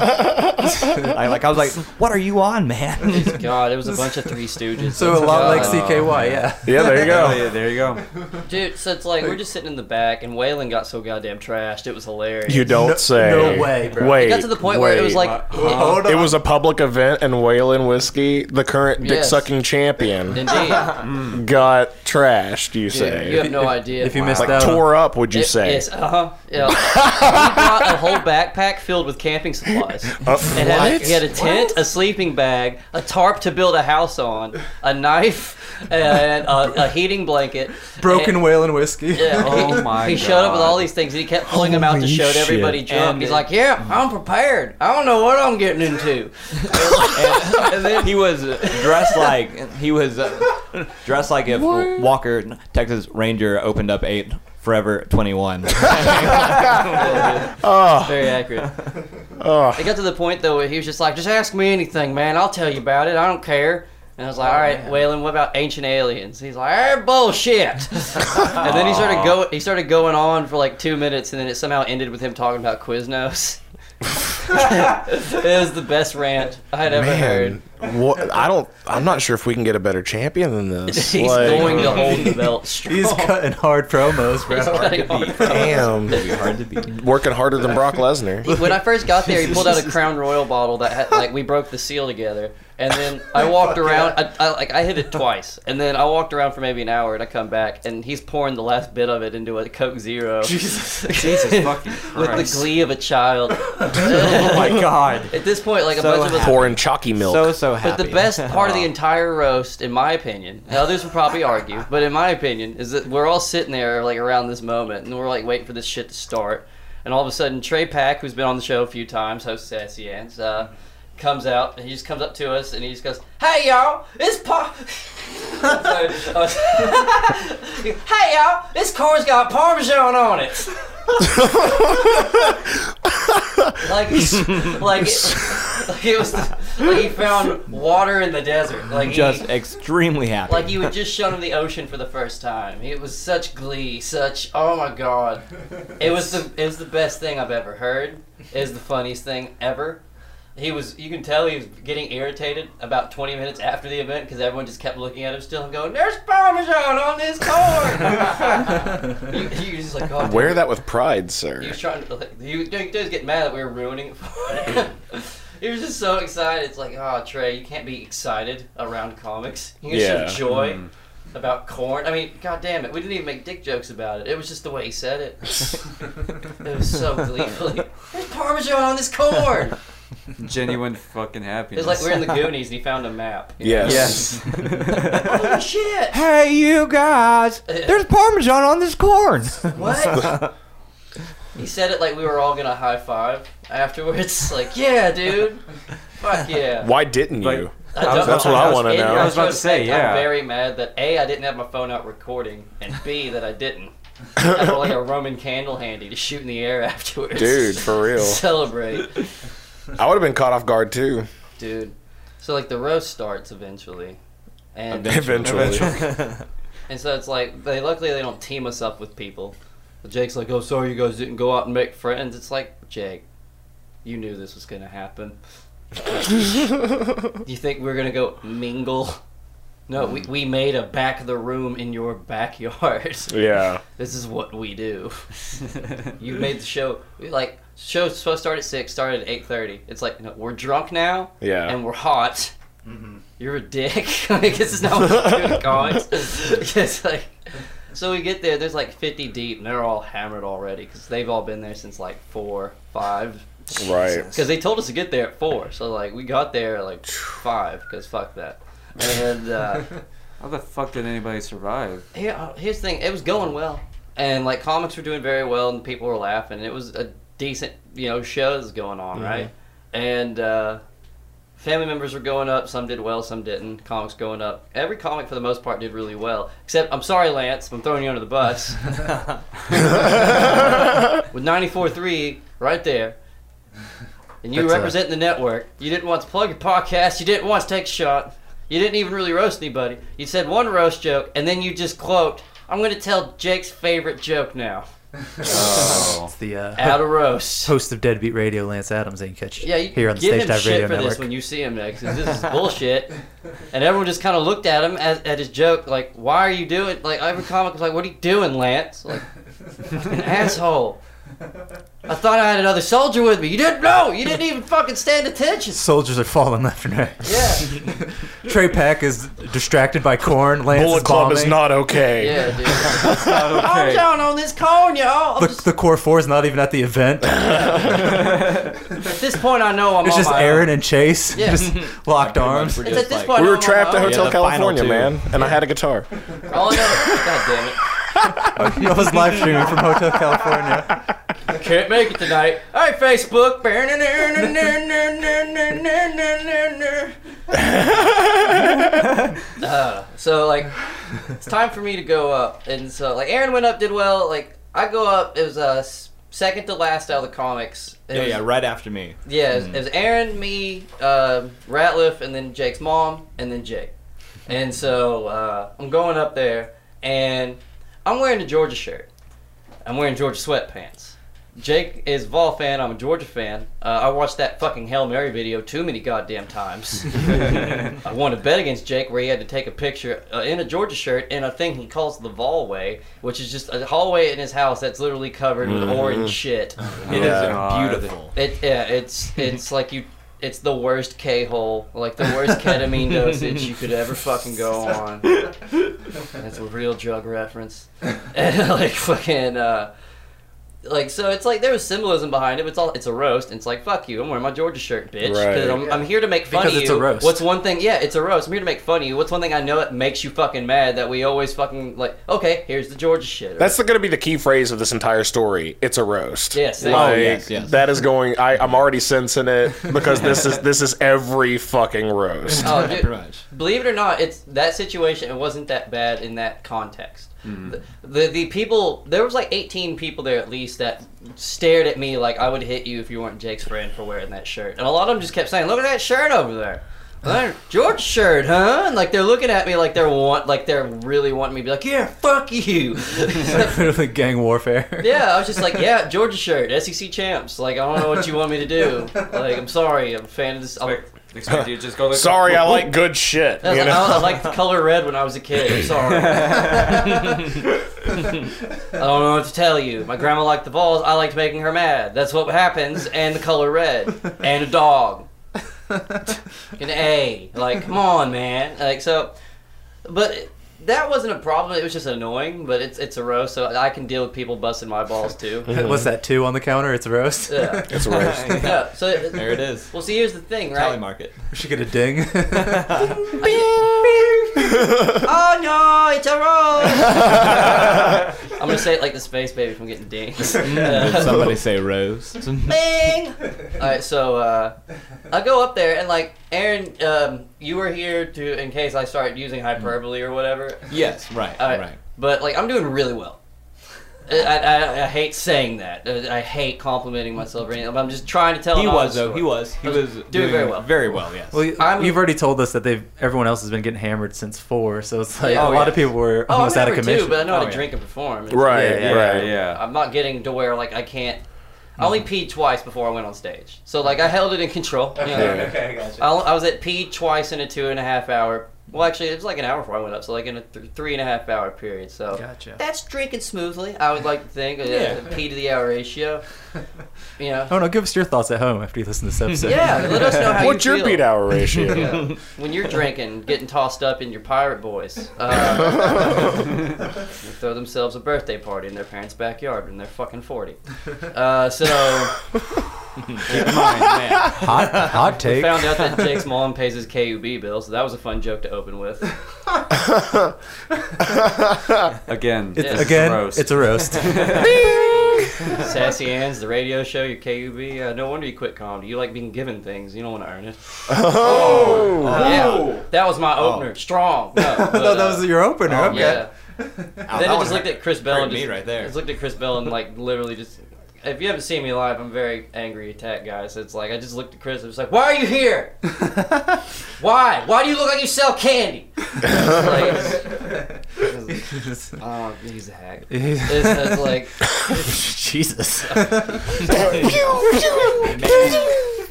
Speaker 7: I, like I was like, "What are you on, man?"
Speaker 2: God, it was a bunch of
Speaker 6: *laughs*
Speaker 2: Three Stooges.
Speaker 6: So, a lot like
Speaker 2: God.
Speaker 6: CKY, yeah.
Speaker 5: *laughs* Yeah, there you
Speaker 3: Oh,
Speaker 5: go.
Speaker 3: yeah, there you go.
Speaker 2: Dude, so it's like we're just sitting in the back, and Waylon got so goddamn trashed. It was hilarious.
Speaker 5: You don't say.
Speaker 6: no way, bro.
Speaker 5: Wait.
Speaker 2: It got to the point where it was
Speaker 5: wait.
Speaker 2: like,
Speaker 5: It was a public event, and Whalen Whiskey, the current dick
Speaker 2: Yes.
Speaker 5: sucking champion,
Speaker 2: *laughs* indeed,
Speaker 5: got trashed. You say
Speaker 2: you have no idea.
Speaker 6: If you missed
Speaker 5: like
Speaker 6: out, on-
Speaker 5: tore up? Would you
Speaker 2: It-
Speaker 5: say?
Speaker 2: Yes, uh huh.
Speaker 5: *laughs*
Speaker 2: Yeah. he brought a whole backpack filled with camping supplies.
Speaker 5: Uh,
Speaker 2: It had a,
Speaker 5: what?
Speaker 2: he had a tent, a sleeping bag, a tarp to build a house on, a knife, and a, a heating blanket.
Speaker 6: broken whale and whiskey.
Speaker 2: Yeah,
Speaker 6: *laughs*
Speaker 3: *laughs* Oh
Speaker 2: he,
Speaker 3: my
Speaker 2: He showed up with
Speaker 3: God.
Speaker 2: all these things, and he kept pulling them out to
Speaker 5: Holy
Speaker 2: show to
Speaker 5: shit.
Speaker 2: everybody. Jim,
Speaker 3: And
Speaker 2: he's
Speaker 3: it-
Speaker 2: like, "Yeah, I'm prepared. I don't know what I'm getting into." *laughs*
Speaker 7: and then he was dressed like he was uh, dressed like if Walker Texas Ranger opened up eight Forever
Speaker 5: *laughs*
Speaker 7: 21.
Speaker 2: Very accurate.
Speaker 5: Ugh.
Speaker 2: It got to the point though where he was just like, "Just ask me anything, man. I'll tell you about it. I don't care." And I was like, "All right, Waylon, what about ancient aliens?" He's like, "Ah, bullshit." and then he started go he started going on for like two minutes, and then it somehow ended with him talking about Quiznos. *laughs* it was the best rant I had ever heard. *laughs*
Speaker 5: Man, what? I don't. I'm not sure if we can get a better champion than this.
Speaker 2: *laughs* He's
Speaker 5: Like,
Speaker 2: going
Speaker 5: *laughs*
Speaker 2: to hold the belt strong. *laughs*
Speaker 6: He's cutting hard promos, bro.
Speaker 5: Damn,
Speaker 7: Hard to beat.
Speaker 5: working harder than Brock Lesnar.
Speaker 2: *laughs* when I first got there, he pulled out a Crown Royal bottle that had, like we broke the seal together, and then I walked around. I, I like I hit it twice, and then I walked around for maybe an hour, and I come back, and he's pouring the last bit of it into a Coke Zero. *laughs* Jesus, Jesus,
Speaker 3: fucking
Speaker 2: with the
Speaker 3: Christ.
Speaker 2: glee of a child.
Speaker 7: Oh my god.
Speaker 2: At this point, like a bunch of us.
Speaker 5: Pouring chalky milk.
Speaker 7: So so happy.
Speaker 2: But the best part of the entire roast, in my opinion, and others will probably argue, but in my opinion, is that we're all sitting there like around this moment, and we're like waiting for this shit to start, and all of a sudden Trey Pack, who's been on the show a few times, host of SENs, uh, comes out and he just comes up to us and he just goes, "Hey y'all, it's pa." *laughs* Sorry, I was- *laughs* hey y'all, this corn's got parmesan on it. like, like, it, like it was, like he found water in the desert. Like
Speaker 7: just
Speaker 2: he,
Speaker 7: extremely happy.
Speaker 2: like you had just shown him the ocean for the first time. It was such glee, such oh my god. It was the it was the best thing I've ever heard. It was the funniest thing ever. He was you can tell he was getting irritated about 20 minutes after the event because everyone just kept looking at him still and going, "There's parmesan on this *laughs* corn." you, you was just like, "Oh, "God,
Speaker 5: Wear
Speaker 2: dude."
Speaker 5: that with pride,
Speaker 2: He
Speaker 5: sir.
Speaker 2: was trying to. Like, he, was, he does get mad that we were ruining it for him. *laughs* he was just so excited. It's like, oh, Trey, you can't be excited around comics. You can
Speaker 5: Yeah.
Speaker 2: just enjoy about corn. I mean, god damn it, we didn't even make dick jokes about it. It was just the way he said it. it was so gleefully. There's parmesan on this corn.
Speaker 3: Genuine fucking happiness.
Speaker 2: It's like we're in the Goonies and he found a map.
Speaker 5: Yes.
Speaker 2: Holy shit!
Speaker 7: Hey, you guys! There's parmesan on this corn.
Speaker 2: *laughs* What? he said it like we were all gonna high five afterwards. *laughs* Like, yeah, dude. Fuck yeah.
Speaker 5: Why didn't
Speaker 3: Like-
Speaker 5: you?
Speaker 2: I don't-
Speaker 5: That's what I wanna
Speaker 2: in
Speaker 5: know. I
Speaker 3: was about to say,
Speaker 2: retrospect,
Speaker 3: yeah.
Speaker 2: I'm very mad that A, I didn't have my phone out recording, and B, that I didn't. I had like a Roman candle handy to shoot in the air afterwards.
Speaker 5: Dude, for real.
Speaker 2: *laughs* Celebrate,
Speaker 5: I would have been caught off guard too.
Speaker 2: dude. So like the roast starts eventually, and
Speaker 5: Eventually.
Speaker 3: *laughs*
Speaker 2: and so it's like they luckily they don't team us up with people. Jake's like, oh sorry you guys didn't go out and make friends. It's like Jake, you knew this was gonna happen. you think we're gonna go mingle? No, we, we made a back the room in your backyard. *laughs*
Speaker 5: Yeah.
Speaker 2: This is what we *laughs* do. you made the show we, like show's supposed to start at six, started at eight thirty. It's like no, we're drunk now,
Speaker 5: Yeah.
Speaker 2: and we're hot. You're a dick. *laughs* like this is not what we're doing, guys. it's like so we get there. There's like fifty deep, and they're all hammered already because they've all been there since like four, five.
Speaker 5: Right.
Speaker 2: Because they told us to get there at four, so like we got there at like five because fuck that. And uh,
Speaker 3: How the fuck did anybody survive?
Speaker 2: here, uh, here's the thing it was going well and like comics were doing very well and people were laughing and it was a decent you know show that was going on right and uh, family members were going up some did well some didn't comics going up every comic for the most part did really well except i'm sorry lance i'm throwing you under
Speaker 6: *laughs*
Speaker 2: the bus with 94.3 right there and you
Speaker 6: That's a-
Speaker 2: represent the network you didn't once plug your podcast you didn't once take a shot you didn't even really roast anybody. You said one roast joke, and then you just quote, I'm going to tell Jake's favorite joke now.
Speaker 3: Oh.
Speaker 6: It's the uh,
Speaker 2: Out
Speaker 6: *laughs*
Speaker 2: of roast.
Speaker 6: host of Deadbeat Radio, Lance Adams, and you catch
Speaker 2: Yeah, you
Speaker 6: here on the
Speaker 2: give
Speaker 6: Stage
Speaker 2: him
Speaker 6: Dive
Speaker 2: shit
Speaker 6: Radio
Speaker 2: for this when
Speaker 6: Network.
Speaker 2: you see him next. 'cause This is bullshit. and everyone just kind of looked at him at, at his joke, like, why are you doing? Like, every comic was like, what are you doing, Lance? Like,
Speaker 6: *laughs*
Speaker 2: an asshole. I thought I had another soldier with me. You didn't know. You didn't even fucking stand attention.
Speaker 6: Soldiers are falling left and right.
Speaker 2: Yeah.
Speaker 6: *laughs* Trey Peck is distracted by corn. Lance
Speaker 5: Bullet
Speaker 6: is
Speaker 5: Club is
Speaker 6: bombing.
Speaker 5: not okay.
Speaker 2: Yeah, *laughs* dude. I'm
Speaker 3: Okay.
Speaker 2: down on this corn, y'all. I'm
Speaker 6: The,
Speaker 2: just-
Speaker 6: the core four is not even at the event.
Speaker 2: *laughs* at this point, I know I'm
Speaker 6: It's
Speaker 2: on
Speaker 6: just
Speaker 2: my own.
Speaker 6: Aaron and Chase,
Speaker 2: Yeah. *laughs*
Speaker 6: just locked arms.
Speaker 7: We're
Speaker 2: It's at
Speaker 7: just
Speaker 2: this
Speaker 7: like,
Speaker 2: point
Speaker 5: We
Speaker 2: I
Speaker 5: were
Speaker 2: don't
Speaker 5: trapped
Speaker 2: know
Speaker 5: at
Speaker 2: how-
Speaker 5: Hotel
Speaker 7: the final
Speaker 5: California,
Speaker 7: two.
Speaker 5: man, and I had a guitar.
Speaker 2: All I know, God damn it.
Speaker 6: I was live streaming from Hotel California.
Speaker 2: Can't make it tonight. All right, Facebook. uh, so like, it's time for me to go up, and so like Aaron went up, did well. Like I go up, it was uh, s- second to last out of the comics. It
Speaker 7: yeah,
Speaker 2: was-
Speaker 7: yeah, right after me.
Speaker 2: Yeah, it was, it was Aaron, me, uh, Ratliff, and then Jake's mom, and then Jake. And so uh, I'm going up there, and I'm wearing a Georgia shirt. I'm wearing Georgia sweatpants. Jake is a Vol fan. I'm a Georgia fan. Uh, I watched that fucking Hail Mary video too many goddamn times. I won a bet against Jake where he had to take a picture uh, in a Georgia shirt in a thing he calls the Volway, which is just a hallway in his house that's literally covered with orange shit.
Speaker 7: It is
Speaker 3: God.
Speaker 7: beautiful.
Speaker 2: It yeah, it's it's like you it's the worst K hole, like the worst ketamine dosage you could ever fucking go on. That's a real drug reference. *laughs* And like fucking uh like so it's like there was symbolism behind it, but it's all it's a roast and it's like fuck you, I'm wearing my Georgia shirt, bitch. 'cause
Speaker 5: Right.
Speaker 2: I'm, I'm here to make fun
Speaker 6: Because
Speaker 2: of
Speaker 6: it's
Speaker 2: you.
Speaker 6: a roast.
Speaker 2: What's one thing yeah, it's a roast. I'm here to make fun of you. What's one thing I know that makes you fucking mad that we always fucking like okay, here's the Georgia shit.
Speaker 5: That's going to be the key phrase of this entire story. It's a roast.
Speaker 2: Yes, thank
Speaker 5: Like,
Speaker 2: you.
Speaker 7: yes, yes.
Speaker 5: That is going. I, I'm already sensing it because this is this is every fucking roast.
Speaker 6: *laughs*
Speaker 2: *laughs* Oh,
Speaker 7: Pretty
Speaker 2: dude.
Speaker 7: much.
Speaker 2: believe it or not, it's that situation. It wasn't that bad in that context. The, the the people there was like 18 people there at least that stared at me like I would hit you if you weren't Jake's friend for wearing that shirt, and a lot of them just kept saying, "Look at that shirt over there." George shirt, huh? And like they're looking at me like they're want, like they're really wanting me to be like, yeah, fuck you.
Speaker 6: *laughs* Literally gang warfare.
Speaker 2: Yeah, I was just like, yeah, Georgia shirt, SEC champs. Like, I don't know what you want me to do. Like, I'm sorry, I'm a fan of this. I'm,
Speaker 3: Expect, expect you to just go like,
Speaker 5: Sorry, I like good shit.
Speaker 2: I, was
Speaker 5: You
Speaker 2: like, I, I
Speaker 5: know?
Speaker 2: liked the color red when I was a kid.
Speaker 7: *laughs*
Speaker 2: I'm sorry. I don't know what to tell you. My grandma liked the balls. I liked making her mad. That's what happens. And the color red. And a dog. An A. Like, come on, man. Like, so. But that wasn't a problem. It was just annoying, but it's it's a roast, so I can deal with people busting my balls too.
Speaker 5: *laughs*
Speaker 6: *laughs* What's that? Two on the counter. It's a roast. *laughs*
Speaker 2: Yeah.
Speaker 5: It's a roast.
Speaker 2: yeah. So
Speaker 7: There it is.
Speaker 2: Well, see, here's the thing, *laughs* right?
Speaker 7: Tally market.
Speaker 6: Should get a ding. *laughs*
Speaker 2: *laughs* Oh no, it's a
Speaker 7: *laughs*
Speaker 2: roast. I'm gonna say it like the space baby from getting *laughs* dings.
Speaker 7: Did *laughs* somebody say
Speaker 2: *laughs*
Speaker 7: rose?
Speaker 2: Bing. All right, so uh, I go up there and like Aaron, um, you were here to in case I start using hyperbole or whatever.
Speaker 7: yes, right,
Speaker 2: All right,
Speaker 7: Mm. right.
Speaker 2: but like I'm doing really well. I, I, I hate saying that. Uh, I hate complimenting myself. Or anything, but I'm just trying to tell.
Speaker 7: He
Speaker 2: an
Speaker 7: was
Speaker 2: honest
Speaker 7: though. He
Speaker 2: story.
Speaker 7: was. He
Speaker 2: I
Speaker 7: was
Speaker 2: doing, very well.
Speaker 7: Very well. Yes.
Speaker 6: well, you-
Speaker 2: I'm-
Speaker 6: you've already told us that they've everyone else has been getting hammered since four, so it's like
Speaker 2: Yeah.
Speaker 6: a
Speaker 2: Oh,
Speaker 6: lot of
Speaker 2: yeah.
Speaker 6: people were
Speaker 2: Oh, I'm
Speaker 6: almost out of
Speaker 2: hammered,
Speaker 6: commission.
Speaker 2: Too, but I know how
Speaker 7: Oh,
Speaker 2: to
Speaker 7: yeah.
Speaker 2: drink and perform. It's-
Speaker 5: Right,
Speaker 6: Yeah, yeah,
Speaker 5: right.
Speaker 3: yeah.
Speaker 2: I'm not getting to where like I can't. I only peed twice before I went on stage, so like I held it in control. you know what I mean?
Speaker 8: Okay, I got
Speaker 2: I, I was at P twice in a two and a half hour. Well, actually, it was like an hour before I went up, so like in a th- three and a half hour period. So
Speaker 6: Gotcha.
Speaker 2: that's drinking smoothly. I would like to think.
Speaker 7: Yeah.
Speaker 2: Yeah. P to the hour ratio. You know.
Speaker 6: Oh no! Give us your thoughts at home after you listen to this episode.
Speaker 2: Yeah, let us know how
Speaker 5: What's
Speaker 2: you
Speaker 5: your
Speaker 2: feel.
Speaker 5: beat hour
Speaker 2: *laughs*
Speaker 5: ratio?
Speaker 2: Yeah. When you're drinking, getting tossed up in your pirate boys, uh, they throw themselves a birthday party in their parents' backyard when they're fucking forty. Uh, so
Speaker 6: *laughs* hot,
Speaker 2: *laughs*
Speaker 6: hot take.
Speaker 2: found out that Jake's mom pays his KUB bill, so that was a fun joke to open with.
Speaker 3: Again,
Speaker 6: It's,
Speaker 2: Yes.
Speaker 6: again,
Speaker 3: Roast.
Speaker 6: it's a
Speaker 2: *laughs*
Speaker 6: roast. *laughs*
Speaker 2: Sassy Ann's, the radio show, your KUB. Uh, no wonder you quit comedy. You like being given things. You don't want to earn it.
Speaker 5: Oh,
Speaker 2: Yeah, that was my opener. Strong. No, but,
Speaker 6: no, that was
Speaker 2: uh,
Speaker 6: your opener. okay. *laughs*
Speaker 2: Yeah. then I
Speaker 7: one
Speaker 2: just looked at Chris Bell and
Speaker 7: hurt me
Speaker 2: just,
Speaker 7: right there.
Speaker 2: just looked at Chris Bell and like literally just. If you haven't seen me live, I'm a very angry attack guy. So it's like I just looked at Chris. I was like, "Why are you here? Why? Why do you look like you sell candy?"
Speaker 6: *laughs*
Speaker 2: It's like, oh, he's a hack. It's, it's like
Speaker 6: *laughs* Jesus.
Speaker 2: that,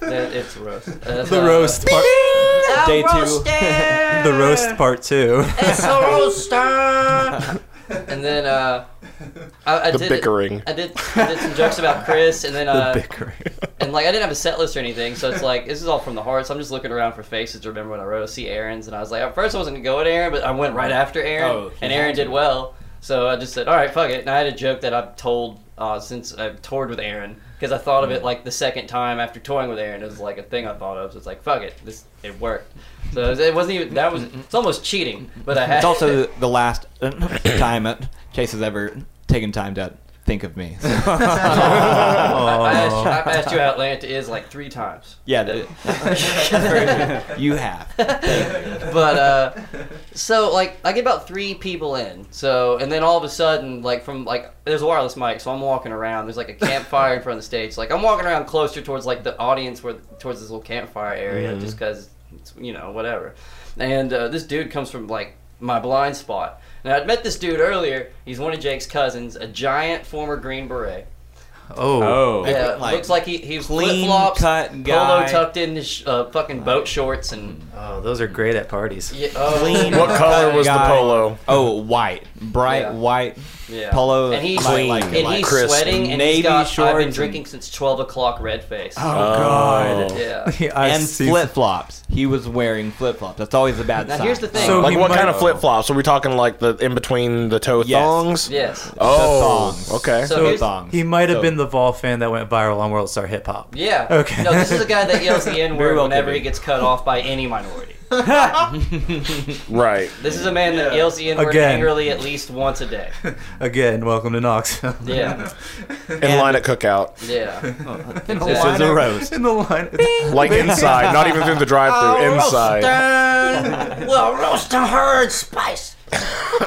Speaker 2: Uh, it's
Speaker 6: *laughs*
Speaker 2: roast.
Speaker 6: the roast part.
Speaker 7: Day two.
Speaker 6: *laughs* The roast part two.
Speaker 2: It's a roaster. and then uh, I, I
Speaker 5: the
Speaker 2: did
Speaker 5: bickering.
Speaker 2: I did, I did some jokes about Chris, and then
Speaker 6: the
Speaker 2: uh,
Speaker 6: bickering.
Speaker 2: and like I didn't have a set list or anything,
Speaker 7: *laughs*
Speaker 2: so it's like this is all from the heart. So I'm just looking around for faces to remember when I wrote. See Aaron's, and I was like, at first I wasn't gonna go at Aaron, but I went right after Aaron,
Speaker 7: Oh,
Speaker 2: and
Speaker 7: yeah.
Speaker 2: Aaron did well. So I just said, all right, fuck it. And I had a joke that I've told uh, since I've toured with Aaron because I thought of
Speaker 7: Mm.
Speaker 2: it like the second time after touring with Aaron. It was like a thing I thought of. So it's like fuck it, this it worked. So it wasn't even that was it's almost cheating, but I had *laughs*
Speaker 7: It's also the- the last time uh, Chase has ever taken time to think of
Speaker 2: *laughs*
Speaker 7: me. *laughs* So-
Speaker 2: I, I asked, you- I've asked you how Atlanta is like
Speaker 7: *laughs*
Speaker 2: three times.
Speaker 7: yeah, that- that's very true. you
Speaker 2: *laughs*
Speaker 7: have.
Speaker 2: but uh, so like I get about three people in, so and then all of a sudden like from like there's a wireless mic, so I'm walking around. There's like a campfire in front of the stage. Like I'm walking around closer towards like the audience where towards this little campfire area,
Speaker 7: Mm-hmm.
Speaker 2: just 'cause just because you know whatever. And uh, this dude comes from like my blind spot. Now I'd met this dude earlier. He's one of Jake's cousins, a giant former Green Beret.
Speaker 6: *laughs* Oh.
Speaker 3: Oh,
Speaker 7: Yeah.
Speaker 2: Yeah,
Speaker 7: like,
Speaker 2: looks like he he's flip
Speaker 7: clean
Speaker 2: flops,
Speaker 7: cut
Speaker 2: polo
Speaker 7: guy.
Speaker 2: tucked in his sh- uh, fucking boat shorts and
Speaker 6: Oh, those are great at parties. *laughs*
Speaker 2: yeah, oh.
Speaker 7: Clean
Speaker 5: What color was the
Speaker 7: Guy.
Speaker 5: polo?
Speaker 7: Oh, white, bright
Speaker 2: Yeah.
Speaker 7: white
Speaker 2: Yeah.
Speaker 7: polo,
Speaker 2: and he's
Speaker 7: like, like,
Speaker 2: and
Speaker 7: like
Speaker 2: he's
Speaker 5: crisp
Speaker 2: sweating and he's
Speaker 7: navy
Speaker 2: got, I've
Speaker 7: shorts
Speaker 2: been
Speaker 7: and-
Speaker 2: drinking since twelve o'clock. Red face.
Speaker 7: Oh god. *laughs*
Speaker 2: Yeah.
Speaker 6: I've
Speaker 7: and
Speaker 6: seen-
Speaker 7: flip flops. He was wearing flip flops. That's always a bad
Speaker 2: Now
Speaker 7: sign.
Speaker 2: here's the thing.
Speaker 6: So-
Speaker 5: Like
Speaker 6: He
Speaker 5: what
Speaker 6: might-
Speaker 5: kind of flip flops? Are we talking like the in between the toe
Speaker 7: Yes.
Speaker 5: thongs?
Speaker 2: yes.
Speaker 5: Oh,
Speaker 7: The thongs.
Speaker 5: okay.
Speaker 2: So
Speaker 7: Toe
Speaker 2: here's-
Speaker 7: thongs.
Speaker 6: He might have been the Vol fan that went viral on World Star Hip Hop.
Speaker 2: Yeah.
Speaker 6: Okay.
Speaker 2: No, this is a guy that
Speaker 7: *laughs*
Speaker 2: yells the N word
Speaker 7: well could
Speaker 2: whenever he
Speaker 7: be.
Speaker 2: gets cut off by any minority.
Speaker 5: right.
Speaker 2: This is a man that yells the N word
Speaker 6: Again.
Speaker 2: angrily at least once
Speaker 7: *laughs*
Speaker 2: a day.
Speaker 6: Again, welcome to *laughs* Knoxville.
Speaker 2: Yeah.
Speaker 5: In line at cookout,
Speaker 7: *laughs*
Speaker 2: yeah.
Speaker 7: Oh, this is a roast.
Speaker 2: *laughs*
Speaker 6: In the line. it's-
Speaker 5: like inside, not even through the drive-through, inside.
Speaker 2: Oh, well, roast and herd spice.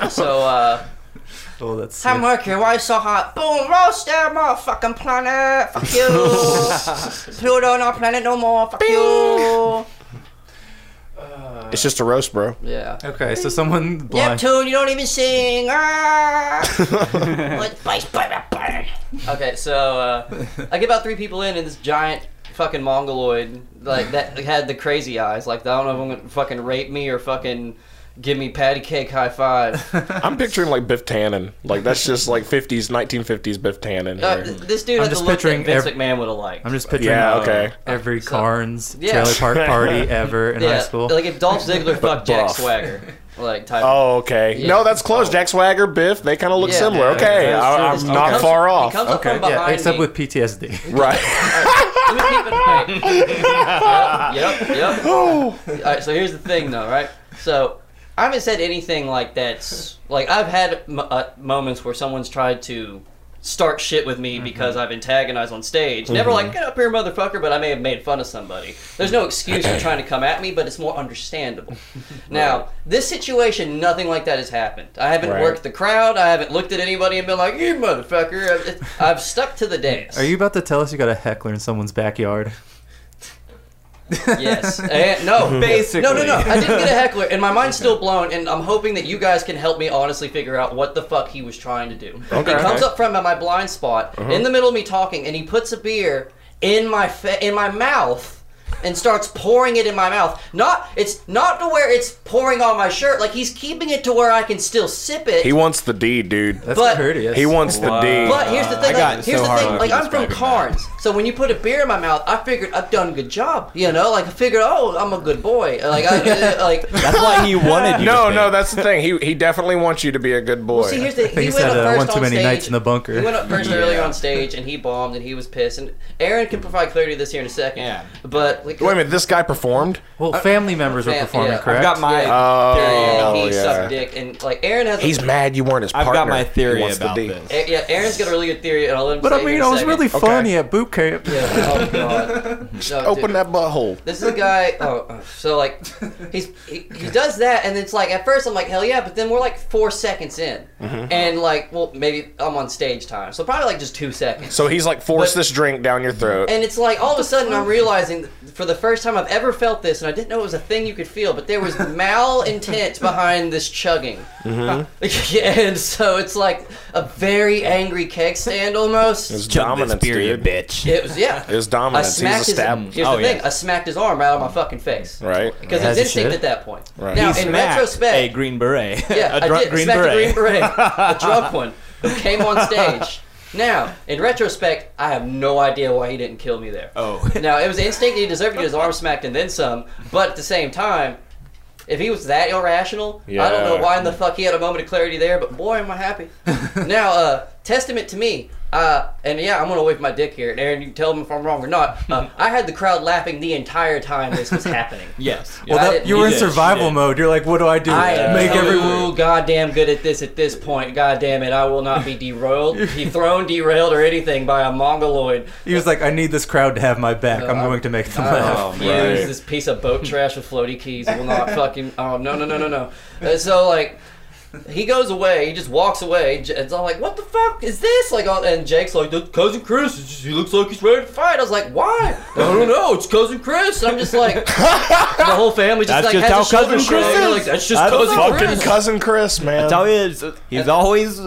Speaker 2: so uh,
Speaker 6: *laughs* oh, that's.
Speaker 2: Tom Mercury, why you so hot? Boom, roast that motherfucking planet. Fuck you. Pluto, not planet no more. Fuck you.
Speaker 5: It's just a roast, bro.
Speaker 2: Yeah.
Speaker 6: Okay, so someone blind.
Speaker 2: Neptune, you don't even sing. Ah! What- bye, bye, bye, bye. okay, so uh, I get about three people in, and this giant fucking mongoloid like that had the crazy eyes. Like I don't know if I'm gonna fucking rape me or fucking give me patty cake
Speaker 6: *laughs*
Speaker 2: high five. Uh,
Speaker 5: I'm picturing like Biff Tannen. Like that's just like 50s, 1950s Biff Tannen.
Speaker 2: Uh,
Speaker 5: here.
Speaker 2: th- this dude
Speaker 6: I'm
Speaker 2: has
Speaker 6: just
Speaker 2: the look that
Speaker 6: picturing
Speaker 2: Vince
Speaker 6: ev-
Speaker 2: McMahon would have liked.
Speaker 6: I'm just picturing
Speaker 5: Yeah,
Speaker 6: uh,
Speaker 5: okay.
Speaker 6: every
Speaker 2: So-
Speaker 6: Carnes *laughs*
Speaker 2: Yeah.
Speaker 6: trailer park party ever in
Speaker 2: yeah,
Speaker 6: high school. *laughs*
Speaker 2: like if Dolph Ziggler fucked Jack
Speaker 5: buff.
Speaker 2: Swagger. like type.
Speaker 5: Oh, okay.
Speaker 2: Yeah.
Speaker 5: No, that's close. Jack Swagger, Biff, they kind of look
Speaker 2: Yeah,
Speaker 5: similar.
Speaker 2: yeah,
Speaker 5: okay,
Speaker 3: that's
Speaker 5: I,
Speaker 3: true.
Speaker 5: I'm
Speaker 3: He
Speaker 5: not
Speaker 2: comes-
Speaker 5: far
Speaker 2: He
Speaker 5: off.
Speaker 2: comes up from behind
Speaker 6: Yeah, except
Speaker 2: me.
Speaker 6: with
Speaker 2: *laughs*
Speaker 6: PTSD.
Speaker 5: Right. *laughs*
Speaker 2: Let me keep it right. yep, yep. All right, so here's the thing, though, right? So I haven't said anything like that's like I've had m- uh, moments where someone's tried to start shit with me because I've antagonized on stage. Never like get up here, motherfucker, but I may have made fun of somebody. There's no excuse for trying to come at me, but it's more understandable. Now, this situation, nothing like that has happened. I haven't
Speaker 5: Right.
Speaker 2: worked the crowd. I haven't looked at anybody and been like, "You motherfucker." I've, I've stuck to the dance.
Speaker 6: Are you about to tell us you got a heckler in someone's backyard?
Speaker 2: *laughs* Yes. And,
Speaker 5: *laughs*
Speaker 2: Eh, no.
Speaker 3: Basically.
Speaker 2: No, no, no. I didn't get a heckler, and my mind's still blown. And I'm hoping that you guys can help me honestly figure out what the fuck he was trying to do.
Speaker 5: Okay. Uh-huh.
Speaker 2: He comes up from my blind spot in the middle of me talking, and he puts a beer in my fa- in my mouth. And starts pouring it in my mouth. Not it's not to where it's pouring on my shirt. Like he's keeping it to where I can still sip it.
Speaker 5: he wants the D, dude.
Speaker 6: That's
Speaker 2: But-
Speaker 6: courteous.
Speaker 5: He wants the D.
Speaker 2: But here's the thing.
Speaker 7: I got
Speaker 2: Like,
Speaker 7: so
Speaker 2: here's the
Speaker 7: hard
Speaker 2: thing.
Speaker 7: on
Speaker 2: Like I'm from
Speaker 7: describing that.
Speaker 2: Carnes, so when you put a beer in my mouth, I figured I've done a good job. You know, like I figured, oh, I'm a good boy.
Speaker 6: *laughs*
Speaker 2: Like I uh, like.
Speaker 7: *laughs* That's why he wanted you.
Speaker 5: No,
Speaker 7: to
Speaker 5: no, that's the thing. He he definitely wants you to be a good boy.
Speaker 2: See, here's the
Speaker 6: I think
Speaker 2: he
Speaker 6: he's
Speaker 2: went
Speaker 6: had
Speaker 2: up
Speaker 6: uh, one
Speaker 2: first
Speaker 6: too
Speaker 2: on
Speaker 6: many
Speaker 2: stage.
Speaker 6: nights in the bunker.
Speaker 2: He went up
Speaker 6: *laughs*
Speaker 2: first earlier on stage and he bombed and he was pissed. And Aaron can provide clarity to this here in a second.
Speaker 7: Yeah.
Speaker 2: But like,
Speaker 5: Wait a minute, this guy performed.
Speaker 6: well, family members were
Speaker 2: fam-
Speaker 6: performing,
Speaker 2: yeah. I've
Speaker 7: I've
Speaker 6: correct?
Speaker 7: got my
Speaker 5: Oh,
Speaker 7: theory
Speaker 2: and
Speaker 7: about
Speaker 2: he
Speaker 5: yeah.
Speaker 2: sucked dick and like Aaron has.
Speaker 5: He's mad you weren't his
Speaker 7: I've
Speaker 5: partner.
Speaker 7: got my
Speaker 5: He
Speaker 7: theory
Speaker 5: wants the
Speaker 7: about
Speaker 5: D.
Speaker 7: this.
Speaker 2: A- yeah, Aaron's got a really good theory, and I'll let him.
Speaker 6: but
Speaker 2: say
Speaker 6: I
Speaker 2: it
Speaker 6: mean,
Speaker 2: in
Speaker 6: I
Speaker 2: a
Speaker 6: was
Speaker 2: second.
Speaker 6: really funny at boot camp.
Speaker 2: Yeah, *laughs* oh
Speaker 6: *laughs*
Speaker 2: god. No, dude.
Speaker 5: Open that butthole.
Speaker 2: This is a guy. Oh, oh, so like, he's he, he does that, and it's like at first I'm like hell yeah, but then we're like four seconds in, and like well maybe I'm on stage time, so probably like just two seconds.
Speaker 5: So he's like, force
Speaker 2: But-
Speaker 5: this drink down your throat.
Speaker 2: And it's like all of a sudden I'm realizing for the first time I've ever felt this, and I didn't know it was a thing you could feel, but there was malintent behind this chugging. *laughs* yeah, and so it's like a very angry keg
Speaker 5: His
Speaker 2: stand almost.
Speaker 5: dominance, dude.
Speaker 7: bitch.
Speaker 2: It was yeah.
Speaker 5: His
Speaker 2: I
Speaker 5: dominance.
Speaker 2: smacked
Speaker 5: He's a
Speaker 2: his.
Speaker 5: stab.
Speaker 2: Here's
Speaker 7: Oh,
Speaker 2: the thing.
Speaker 7: yeah.
Speaker 2: I smacked his arm right out of my fucking face.
Speaker 5: Right.
Speaker 2: Because
Speaker 6: As
Speaker 2: it's
Speaker 6: he
Speaker 2: instinct
Speaker 6: should.
Speaker 2: at that point.
Speaker 5: Right.
Speaker 2: Now,
Speaker 7: He
Speaker 2: in
Speaker 7: smacked
Speaker 2: retrospect,
Speaker 7: a green beret. *laughs*
Speaker 2: yeah,
Speaker 7: a
Speaker 2: I
Speaker 7: drunk
Speaker 2: did
Speaker 7: green
Speaker 2: smack
Speaker 7: beret.
Speaker 2: a green beret, a drunk one, who came on stage. Now, in retrospect, I have no idea why he didn't kill me there.
Speaker 7: Oh.
Speaker 2: *laughs* Now, it was instinct. He deserved to get his arm smacked and then some. But at the same time, if he was that irrational, I don't know
Speaker 5: Yeah.
Speaker 2: why in the fuck he had a moment of clarity there. But boy, am I happy. *laughs* now, uh, testament to me. Uh, and yeah, I'm gonna wave my dick here, and Aaron, you can tell me if I'm wrong or not. Uh, I had the crowd laughing the entire time this was happening.
Speaker 7: Yes.
Speaker 2: I
Speaker 6: Well, that,
Speaker 2: didn't
Speaker 6: you were in
Speaker 7: do that.
Speaker 6: survival
Speaker 7: Shit.
Speaker 6: mode. You're like, what do I do?
Speaker 2: I am
Speaker 6: Make
Speaker 2: so
Speaker 6: everyone.
Speaker 2: goddamn good at this at this point. Goddamn it, I will not
Speaker 6: *laughs*
Speaker 2: be derailed, thrown, derailed, or anything by a mongoloid.
Speaker 6: He was like, I need this crowd to have my back. I'm going to make them laugh.
Speaker 7: Oh,
Speaker 2: I refuse
Speaker 5: Right.
Speaker 2: this piece of boat trash with floaty keys.
Speaker 6: *laughs*
Speaker 2: Will not fucking. Oh no no no no no. Uh, so like, he goes away. He just walks away. J- It's all like, what the fuck is this? Like, all- and Jake's like, "That's cousin Chris. It's just- he looks like he's ready to fight. I was like, why? I don't know. It's cousin Chris. I'm just
Speaker 7: *laughs*
Speaker 2: like, the whole family just
Speaker 7: That's
Speaker 2: like
Speaker 7: just how
Speaker 2: has a shoulder
Speaker 7: Cousin Chris
Speaker 2: shrug. They're
Speaker 7: is.
Speaker 2: Like, that's just
Speaker 7: That's
Speaker 2: cousin
Speaker 5: Fucking
Speaker 2: Chris.
Speaker 5: cousin Chris, man.
Speaker 7: That's
Speaker 6: Um,
Speaker 7: how he is. He's always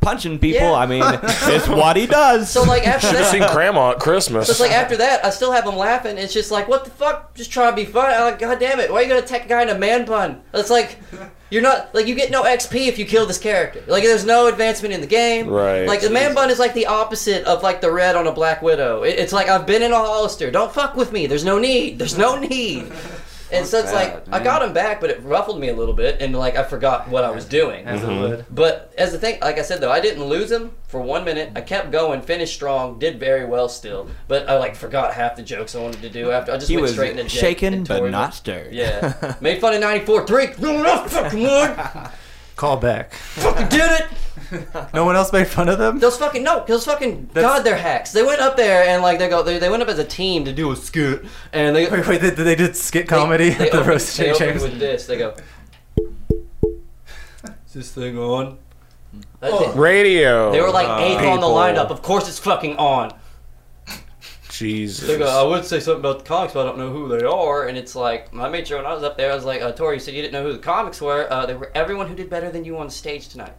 Speaker 7: punching people.
Speaker 2: Yeah.
Speaker 7: I
Speaker 2: *laughs*
Speaker 7: mean, it's what he does.
Speaker 2: So like after
Speaker 7: *laughs*
Speaker 5: Should have
Speaker 2: that,
Speaker 5: seen Grandma at Christmas.
Speaker 2: It's like after that, I still have him laughing. It's just like, what the fuck? Just trying to be fun. I'm like, god damn it, why are you gonna attack a guy in a man bun? It's like, you're not like you get no XP if you kill this character. Like, there's no advancement in the game.
Speaker 5: Right.
Speaker 2: Like the man bun is like the opposite of like the red on a black widow. It, it's like I've been in a Hollister. Don't fuck with me. There's no need. There's no need. And so it's like I got him back, but it ruffled me a little bit, and like I forgot what I was doing.
Speaker 7: Mm-hmm.
Speaker 2: But as the thing, like I said though, I didn't lose him for one minute. I kept going, finished strong, did very well still. But I like forgot half the jokes I wanted to do after. I just
Speaker 7: he
Speaker 2: went
Speaker 7: was
Speaker 2: straight into Jake
Speaker 7: shaken
Speaker 2: and
Speaker 7: but
Speaker 2: Tori.
Speaker 7: not stirred. *laughs*
Speaker 2: Yeah, made fun of '94 three. *laughs* No, no, fucking one.
Speaker 6: Call back.
Speaker 2: Fucking did it.
Speaker 6: No one else made fun of them?
Speaker 2: Those fucking no. Those fucking god, they're hacks. They went up there and like they go. They, they went up as a team to do a skit, and they
Speaker 6: Wait, wait, they, they did skit comedy
Speaker 2: They, they
Speaker 6: at the
Speaker 2: opened-
Speaker 6: Roast
Speaker 2: they
Speaker 6: Jay
Speaker 2: opened
Speaker 6: James?
Speaker 2: with this. They go. Is this thing on? Oh.
Speaker 5: Radio.
Speaker 2: They were like eighth on the
Speaker 5: people.
Speaker 2: lineup. Of course, it's fucking on.
Speaker 5: Jesus.
Speaker 2: They go, I would say something about the comics, but I don't know who they are. And it's like, I made sure when I was up there, I was like, uh, Tori, you said you didn't know who the comics were. Uh, they were everyone who did better than you on stage tonight.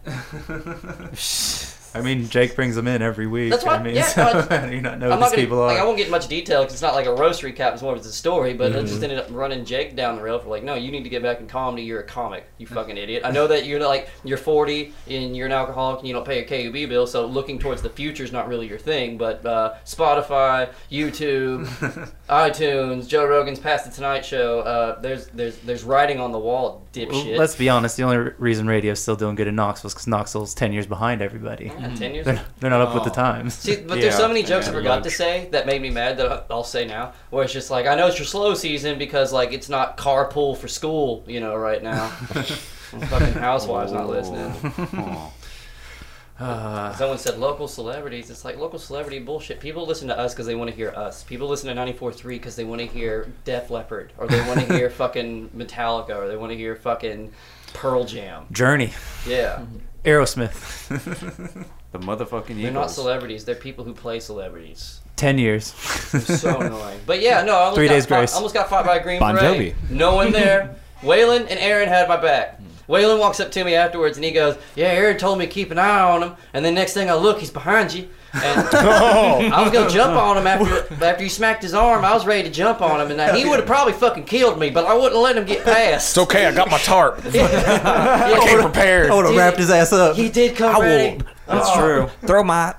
Speaker 6: I mean, Jake brings them in every week.
Speaker 2: That's why-
Speaker 6: I mean,
Speaker 2: yeah,
Speaker 6: so,
Speaker 2: no,
Speaker 6: *laughs*
Speaker 2: it's-
Speaker 6: you not know who these
Speaker 2: I'm not gonna,
Speaker 6: people
Speaker 2: like I
Speaker 6: are.
Speaker 2: won't get much detail because it's not like a roast recap. It's more of the story, but I just
Speaker 6: Mm-hmm.
Speaker 2: ended up running Jake down the rail for like, no, you need to get back in comedy. You're a comic, you fucking idiot. I know that you're like you're 40 and you're an alcoholic and you don't pay your KUB bill, so looking towards the future is not really your thing. But uh, Spotify, YouTube, iTunes, Joe Rogan's Past the Tonight Show. Uh, there's there's there's writing on the wall,
Speaker 6: Well,
Speaker 2: dipshit.
Speaker 6: Let's be honest. The only re- reason radio's still doing good in Knoxville is because Knoxville's ten years behind everybody.
Speaker 2: Yeah,
Speaker 6: *laughs*
Speaker 2: ten years.
Speaker 6: They're, they're not up with the
Speaker 7: Oh.
Speaker 6: times.
Speaker 2: See, but
Speaker 3: Yeah,
Speaker 2: there's so many
Speaker 3: I
Speaker 2: jokes I
Speaker 3: know.
Speaker 2: forgot to say that made me mad that I- I'll say now. Where it's just like, I know it's your slow season because like it's not carpool for school, you know, right
Speaker 3: *laughs*
Speaker 2: now. fucking housewives not listening.
Speaker 3: Oh.
Speaker 2: Someone said local celebrities. It's like local celebrity bullshit. People listen to us because they want to hear us. People listen to 94.3 because they want to hear Def Leppard or they want
Speaker 3: *laughs*
Speaker 2: to hear fucking Metallica or they want to hear fucking Pearl Jam.
Speaker 6: Journey,
Speaker 3: *laughs*
Speaker 2: Yeah,
Speaker 6: Aerosmith,
Speaker 3: The motherfucking Eagles.
Speaker 2: they're not celebrities. They're people who play celebrities.
Speaker 6: ten years. *laughs*
Speaker 2: so annoying. But yeah, no, I almost
Speaker 6: Three
Speaker 2: got
Speaker 6: days
Speaker 2: fought,
Speaker 6: grace.
Speaker 2: Almost got fought by a green
Speaker 7: Bon
Speaker 2: beret.
Speaker 7: Jovi.
Speaker 2: No one there. Waylon and Aaron had my back. Waylon walks up to me afterwards and he goes, "Yeah, Aaron told me to keep an eye on him." And then next thing I look, he's behind you.
Speaker 5: *laughs*
Speaker 2: And
Speaker 5: Oh.
Speaker 2: *laughs* I was gonna jump on him after after he smacked his arm. I was ready to jump on him, and I- he would have probably fucking killed me, but I wouldn't let him get past.
Speaker 5: It's okay. I got my tarp.
Speaker 2: *laughs* Yeah,
Speaker 5: Came prepared.
Speaker 6: I would have
Speaker 2: Dude,
Speaker 6: wrapped his ass up.
Speaker 2: he did come
Speaker 7: I
Speaker 2: ready. Oh,
Speaker 7: will
Speaker 3: That's true.
Speaker 7: throw my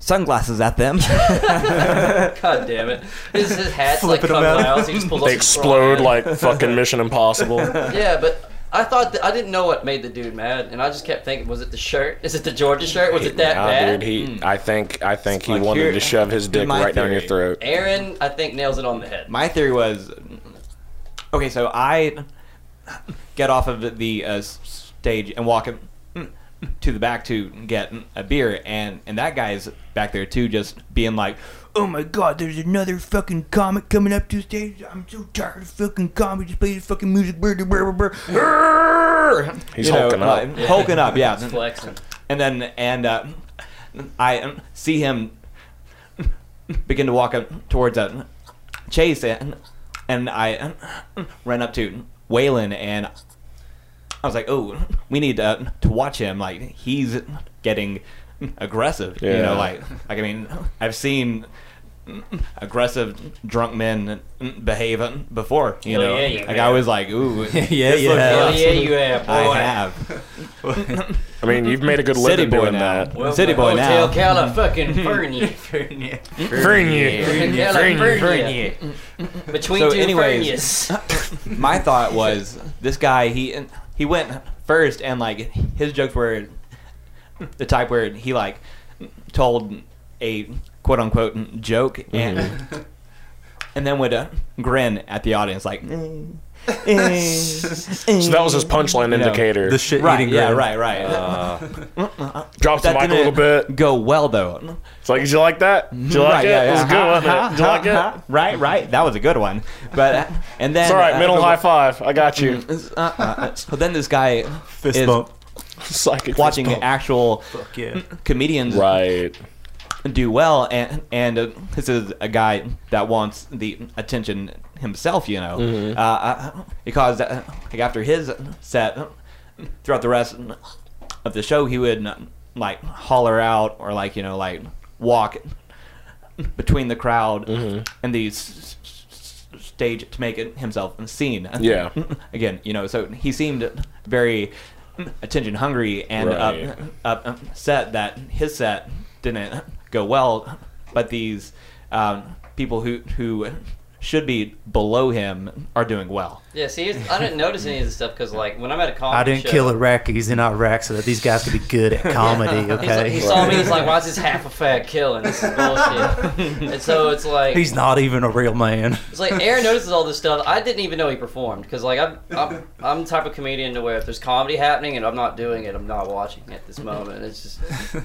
Speaker 7: sunglasses at them.
Speaker 2: *laughs* God damn it! His, his hat's like
Speaker 6: Flipping
Speaker 2: come
Speaker 6: 'em out.
Speaker 2: out. He just pulls off
Speaker 5: They
Speaker 2: his straw
Speaker 5: explode
Speaker 2: hat.
Speaker 5: like fucking Mission Impossible.
Speaker 2: Yeah, but I thought that, I didn't know what made the dude mad, and I just kept thinking, was it the shirt? Is it the Georgia shirt? Was it that
Speaker 5: Nah,
Speaker 2: bad? Hmm.
Speaker 5: dude, he. I think. I think he
Speaker 7: Like,
Speaker 5: wanted
Speaker 7: here-
Speaker 5: to shove his dick
Speaker 7: my
Speaker 5: right down your
Speaker 7: theory.
Speaker 5: throat.
Speaker 2: Aaron, I think nails it on the head.
Speaker 7: My theory was okay, so I get off of the uh, s- stage and walk to the back to get a beer, and, and that guy's back there too, just being like, Oh my god, there's another fucking comic coming up to stage. I'm so tired of fucking comedy. Just play this fucking music. Brr, brr, brr, brr, brr."
Speaker 5: He's hulking up.
Speaker 7: like, hulking up, yeah.
Speaker 2: Flexing.
Speaker 7: And then, and uh, I um, see him begin to walk up towards uh, Chase, and, and I um, ran up to Waylon, and I was like, "Oh, we need uh, to watch him. Like he's getting aggressive. You
Speaker 5: Yeah.
Speaker 7: know, like, like I mean, I've seen." Aggressive drunk men behave before, you
Speaker 2: Oh,
Speaker 7: know.
Speaker 2: yeah, you
Speaker 7: like I
Speaker 2: have.
Speaker 7: was like,
Speaker 2: *laughs*
Speaker 7: ooh,
Speaker 6: yeah,
Speaker 7: this
Speaker 6: you
Speaker 7: looks
Speaker 6: have.
Speaker 2: Hell
Speaker 7: rough.
Speaker 2: yeah, you have, boy.
Speaker 7: Oh, I have.
Speaker 5: I mean, you've made a good
Speaker 7: City
Speaker 5: living
Speaker 7: boy
Speaker 5: doing
Speaker 7: now.
Speaker 5: that.
Speaker 2: Well,
Speaker 7: City boy
Speaker 2: Hotel
Speaker 7: now. *laughs*
Speaker 2: California. California. California. Between
Speaker 7: So
Speaker 2: two
Speaker 7: anyways- *laughs*
Speaker 2: Fernias.
Speaker 7: my thought was this guy he he went first and like his jokes were the type where he like told a quote unquote joke
Speaker 5: Mm-hmm.
Speaker 7: and and then would uh, grin at the audience like "Mm,
Speaker 5: *laughs* So that was his punchline
Speaker 7: know,
Speaker 5: indicator.
Speaker 6: The shit
Speaker 7: right
Speaker 6: eating.
Speaker 7: yeah
Speaker 6: grin.
Speaker 7: right right
Speaker 5: Drops the
Speaker 7: that
Speaker 5: mic Uh, a little
Speaker 7: didn't
Speaker 5: bit.
Speaker 7: go well though
Speaker 5: It's like, did you like that? Did you like
Speaker 7: right
Speaker 5: it?
Speaker 7: yeah, yeah.
Speaker 5: It was a good, wasn't it?
Speaker 7: *laughs*
Speaker 5: Did you like it?
Speaker 7: right right that was a good one but and then
Speaker 5: It's all right.
Speaker 7: uh,
Speaker 5: Middle high five. I got you. *laughs*
Speaker 7: uh, uh, uh, so then this guy
Speaker 6: Fist
Speaker 7: is
Speaker 6: bump.
Speaker 5: Psychic.
Speaker 7: watching actual
Speaker 6: Fuck yeah.
Speaker 7: comedians
Speaker 5: Right.
Speaker 7: do well and and uh, this is a guy that wants the attention himself you know uh, uh, because uh, like after his set throughout the rest of the show he would like holler out or like you know like walk between the crowd and the s- s- s- stage to make it himself seen
Speaker 5: Yeah.
Speaker 7: *laughs* again you know so he seemed very attention hungry and
Speaker 5: Right.
Speaker 7: up, upset that his set didn't go well, but these um, people who who should be below him are doing well.
Speaker 2: Yeah, see, it's- I didn't notice any of this stuff because, like, when I'm at a comedy
Speaker 6: I didn't
Speaker 2: show,
Speaker 6: kill Iraqis in Iraq so that these guys could be good
Speaker 2: *laughs*
Speaker 6: at comedy.
Speaker 2: He's like,
Speaker 6: Okay.
Speaker 2: he saw me. He's like, "Why is this half a fat killing? This
Speaker 7: *laughs*
Speaker 2: is bullshit." and so it's like
Speaker 6: He's not even a real man.
Speaker 2: It's like Aaron notices all this stuff. I didn't even know he performed because like I'm, I'm I'm the type of comedian to where if there's comedy happening and I'm not doing it, I'm not watching at this moment. It's just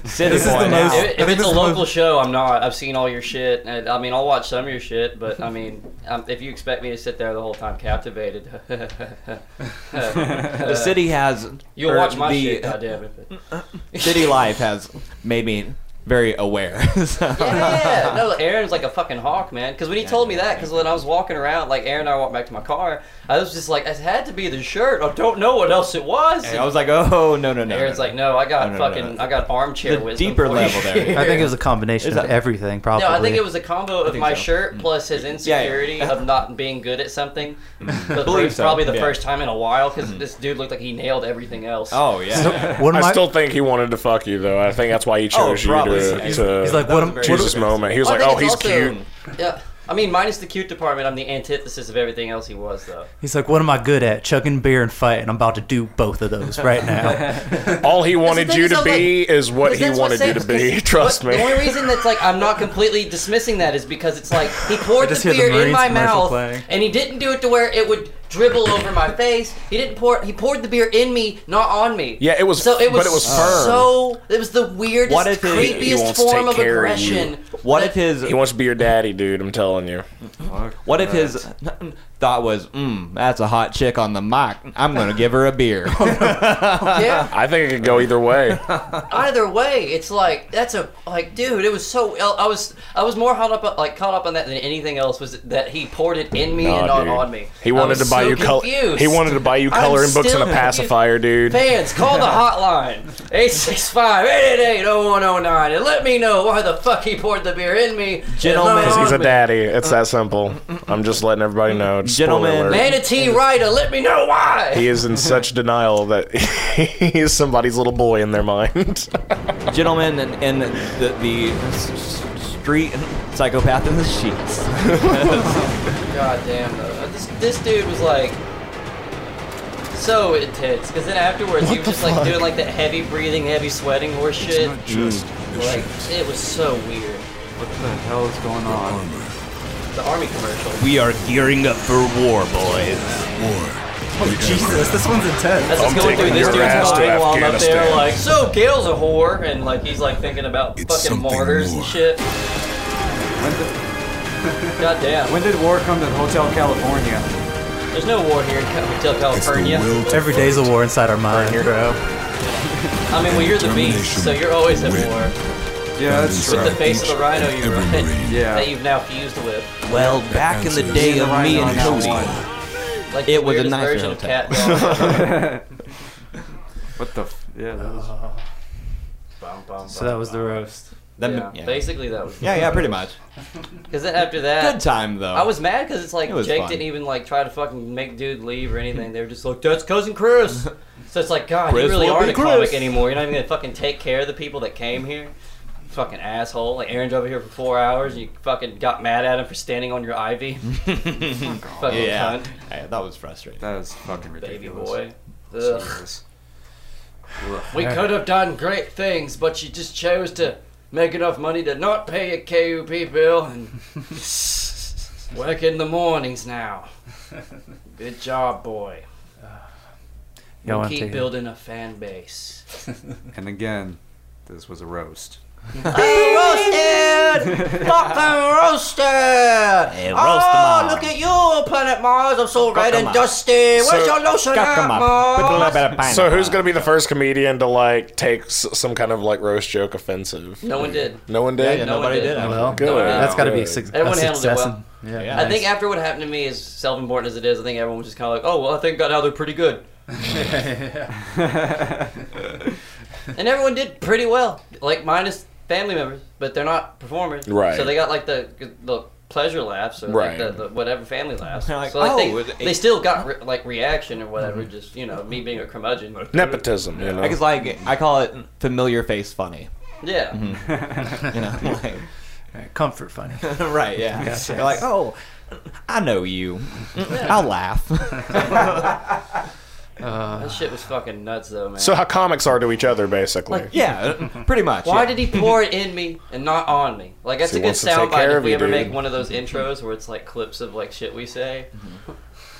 Speaker 7: City
Speaker 6: This is
Speaker 7: boy
Speaker 6: the
Speaker 7: now.
Speaker 6: most- I
Speaker 2: if,
Speaker 6: think
Speaker 2: if it's
Speaker 6: this
Speaker 2: a
Speaker 6: is the
Speaker 2: local
Speaker 6: most-
Speaker 2: show, I'm not. I've seen all your shit. And, I mean, I'll watch some of your shit, but I mean, um, if you expect me to sit there the whole time captivated, *laughs*
Speaker 6: *laughs*
Speaker 7: the city has
Speaker 2: you'll
Speaker 7: or
Speaker 2: watch my
Speaker 7: the uh,
Speaker 2: *laughs* shit. God damn it!
Speaker 7: city life has made me very aware. *laughs* so.
Speaker 2: Yeah, no, Aaron's like a fucking hawk, man. Because when he told me that, because when I was walking around, like Aaron and I walked back to my car, I was just like, it had to be the shirt. I don't know what else it was.
Speaker 7: I was like, oh no no no.
Speaker 2: Aaron's like, no, I got
Speaker 7: No, no, no, no.
Speaker 2: fucking, I got armchair
Speaker 7: The
Speaker 2: wisdom.
Speaker 7: deeper
Speaker 2: for
Speaker 7: level
Speaker 2: you. *laughs*
Speaker 7: there.
Speaker 6: I think it was a combination
Speaker 7: Is
Speaker 6: of
Speaker 7: that-
Speaker 6: everything, probably.
Speaker 2: No, I think it was a combo of
Speaker 7: think
Speaker 2: my
Speaker 7: so.
Speaker 2: shirt plus
Speaker 7: *laughs*
Speaker 2: his insecurity of not being good at something. But
Speaker 7: Mm-hmm. Believe
Speaker 2: it's
Speaker 7: so,
Speaker 2: probably the
Speaker 7: yeah. Mm-hmm.
Speaker 2: first time in a while because this dude looked like he nailed everything else.
Speaker 7: oh yeah.
Speaker 6: One of
Speaker 5: I
Speaker 6: my,
Speaker 5: still think he wanted to fuck you, though. I think that's why he
Speaker 7: Oh,
Speaker 5: chose you
Speaker 7: probably.
Speaker 5: to,
Speaker 7: He's-
Speaker 5: to
Speaker 6: he's like, what am-
Speaker 7: very
Speaker 5: choose
Speaker 7: what
Speaker 5: this
Speaker 7: am-
Speaker 5: moment. He was
Speaker 2: I
Speaker 5: like, oh,
Speaker 2: think it's
Speaker 5: he's
Speaker 2: also-
Speaker 5: cute.
Speaker 2: Yeah. I mean, minus the cute department, I'm the antithesis of everything else he was, though.
Speaker 6: he's like, what am I good at? Chugging beer and fighting. I'm about to do both of those right *laughs* now.
Speaker 5: All he wanted
Speaker 2: thing,
Speaker 5: you
Speaker 2: so,
Speaker 5: to be is what
Speaker 2: But
Speaker 5: he
Speaker 2: that's
Speaker 5: wanted you
Speaker 2: Sam-
Speaker 5: to be. *laughs*
Speaker 2: 'cause-
Speaker 5: Trust
Speaker 2: but The
Speaker 5: me.
Speaker 2: only reason that's like I'm not completely dismissing that is because it's like he poured
Speaker 6: just
Speaker 2: the
Speaker 6: hear the
Speaker 2: beer in
Speaker 6: Marines
Speaker 2: my
Speaker 6: commercial
Speaker 2: mouth,
Speaker 6: playing.
Speaker 2: and he didn't do it to where it would dribble over my face. He didn't pour. He poured the beer in me, not on me.
Speaker 5: Yeah, it was-
Speaker 2: So it was.
Speaker 5: but it was firm.
Speaker 2: So it was the weirdest,
Speaker 7: What if he-
Speaker 5: he
Speaker 2: creepiest
Speaker 5: wants to
Speaker 2: form
Speaker 5: take
Speaker 2: of
Speaker 5: care of you?
Speaker 2: aggression.
Speaker 7: What if his
Speaker 5: He wants to be your daddy, dude. I'm telling you.
Speaker 7: What if his thought was, mm, "That's a hot chick on the mic. I'm gonna give her
Speaker 6: *laughs*
Speaker 7: a beer." *laughs*
Speaker 2: Yeah.
Speaker 5: I think it could go either
Speaker 2: *laughs*
Speaker 5: way.
Speaker 2: Either way, it's like that's a like, dude. It was so. I was I was more caught up like caught up on that than anything else. Was that he poured it in me and
Speaker 5: Nah,
Speaker 2: not
Speaker 5: dude.
Speaker 2: on me?
Speaker 5: He
Speaker 2: I
Speaker 5: wanted
Speaker 2: was
Speaker 5: to buy
Speaker 2: so
Speaker 5: you color.
Speaker 2: confused.
Speaker 5: He wanted to buy you
Speaker 2: I'm
Speaker 5: coloring books and
Speaker 2: still
Speaker 5: a pacifier, dude. *laughs*
Speaker 2: Fans, call the hotline 865-888-0109 and let me know why the fuck he poured the beer in me.
Speaker 7: Gentlemen.
Speaker 2: It's
Speaker 5: 'Cause
Speaker 2: not
Speaker 5: He's a
Speaker 2: on me.
Speaker 5: daddy. It's that simple. I'm just letting everybody know. It's spoiler
Speaker 7: Gentlemen.
Speaker 5: alert. *laughs*
Speaker 2: Manatee Ryder, let me know why.
Speaker 5: He is in such denial that *laughs* he is somebody's little boy in their mind.
Speaker 7: Gentlemen, and, and the, the s- s- street psychopath in the sheets. *laughs*
Speaker 2: God damn though. This, this dude was like so intense. Cause then afterwards he was just like doing like that heavy breathing, heavy sweating horse shit. like it was so weird.
Speaker 3: What the hell is going on?
Speaker 2: The army commercial.
Speaker 8: We are gearing up for war, boys.
Speaker 6: oh, Jesus, this one's intense.
Speaker 2: That's just
Speaker 5: I'm
Speaker 2: going through
Speaker 5: taking
Speaker 2: this
Speaker 5: your
Speaker 2: dude's
Speaker 5: ass to
Speaker 2: mind while I'm up there
Speaker 5: Afghanistan.
Speaker 2: like, so Gail's a whore, and like he's like thinking about fucking mortars and shit.
Speaker 3: When did,
Speaker 2: God damn.
Speaker 3: when did war come to Hotel California?
Speaker 2: There's no war here in Hotel California.
Speaker 6: Every day's a war inside our mind, bro.
Speaker 2: I mean, well, you're the beast, so you're always at war.
Speaker 3: Yeah, that's
Speaker 2: With
Speaker 3: true.
Speaker 2: the face of the rhino you ride,
Speaker 3: Yeah.
Speaker 2: that you've now fused with.
Speaker 8: Well,
Speaker 7: Back in the day of me and Cody.
Speaker 6: *laughs*
Speaker 2: Like
Speaker 7: It
Speaker 2: the
Speaker 7: was a
Speaker 2: weirdest
Speaker 7: nicer
Speaker 2: version of
Speaker 7: hotel.
Speaker 2: cat.
Speaker 3: *laughs*
Speaker 2: dog.
Speaker 3: What the? F- yeah, that was.
Speaker 2: Bum, bum,
Speaker 6: So that was the roast.
Speaker 7: That- *laughs*
Speaker 3: Yeah.
Speaker 7: yeah. yeah,
Speaker 2: Basically, that was.
Speaker 7: yeah, pretty much.
Speaker 2: Because then after that,
Speaker 7: Good time though.
Speaker 2: Uh, I was mad because it's like
Speaker 7: It was
Speaker 2: Jake
Speaker 7: fun.
Speaker 2: didn't even like try to fucking make dude leave or anything. They were just like, "That's
Speaker 7: *laughs*
Speaker 2: cousin Chris." So it's like, God,
Speaker 7: Chris
Speaker 2: you really
Speaker 7: will be
Speaker 2: aren't a
Speaker 7: Chris.
Speaker 2: comic anymore. You're not even gonna fucking take care of the people that came here. Fucking asshole! Like Aaron's over here for four hours, and you fucking got mad at him for standing on your
Speaker 7: *laughs*
Speaker 2: ivy. fucking
Speaker 7: yeah.
Speaker 2: cunt,
Speaker 7: Yeah, that was frustrating.
Speaker 3: That is fucking
Speaker 2: baby
Speaker 3: ridiculous.
Speaker 2: boy. Ugh.
Speaker 3: Jesus.
Speaker 2: We could have done great things, but you just chose to make enough money to not pay your KUP bill *laughs* and work in the mornings *laughs* now. Good job, boy.
Speaker 6: Y'all
Speaker 2: We'll
Speaker 6: want to
Speaker 2: keep
Speaker 6: take it?
Speaker 2: building a fan base.
Speaker 3: And again, this was
Speaker 2: *laughs*
Speaker 3: a roast.
Speaker 2: roasted! Fucking roasted!
Speaker 7: Oh,
Speaker 8: Hey, roast 'em up.
Speaker 2: Oh, at you, Planet Mars. I'm so red and dusty.
Speaker 5: So-
Speaker 2: lotion at,
Speaker 5: so who's gonna be the first comedian to like take s- some kind of like roast joke offensive?
Speaker 2: No one did.
Speaker 5: No one did.
Speaker 7: yeah,
Speaker 2: No one
Speaker 7: nobody
Speaker 2: did.
Speaker 7: did. actually.
Speaker 6: Well,
Speaker 5: Good.
Speaker 6: that's got to be a,
Speaker 5: Good.
Speaker 6: suc- a
Speaker 2: Everyone handled it
Speaker 6: success.
Speaker 2: well.
Speaker 6: and- yeah.
Speaker 7: Yeah.
Speaker 2: I think after what happened to me, as self-important as it is, I think everyone was just kind of like, "Oh, well, I think God, how they're
Speaker 7: *laughs*
Speaker 2: pretty good," and everyone did pretty well, like minus family members, but they're not performers,
Speaker 5: Right.
Speaker 2: So they got like the the pleasure laughs or
Speaker 5: Right.
Speaker 2: like the, the whatever family
Speaker 7: *laughs*
Speaker 2: laughs.
Speaker 7: They're like,
Speaker 2: so like
Speaker 7: "Oh,
Speaker 2: they,
Speaker 7: it- Mm-hmm.
Speaker 2: they still got re- like reaction or whatever, just you know me being
Speaker 7: *laughs*
Speaker 2: a curmudgeon.
Speaker 5: Nepotism, you know.
Speaker 7: I guess like I call it familiar face funny.
Speaker 2: Yeah,
Speaker 7: Mm-hmm. You *laughs* know, like,
Speaker 6: Comfort funny.
Speaker 7: right? Yeah. You're like, oh, I know you. I'll laugh. *laughs*
Speaker 2: that shit was fucking nuts though, man.
Speaker 5: so how comics are to each other, basically.
Speaker 7: Yeah, pretty much.
Speaker 2: Why
Speaker 7: yeah.
Speaker 2: did he pour it in me and not on me? Like that's
Speaker 5: So
Speaker 2: a
Speaker 5: he
Speaker 2: good
Speaker 5: wants to take care
Speaker 2: soundbite if
Speaker 5: of
Speaker 2: we
Speaker 5: you,
Speaker 2: ever
Speaker 5: dude.
Speaker 2: make one of those intros where it's like clips of like shit we say.
Speaker 5: Mm-hmm.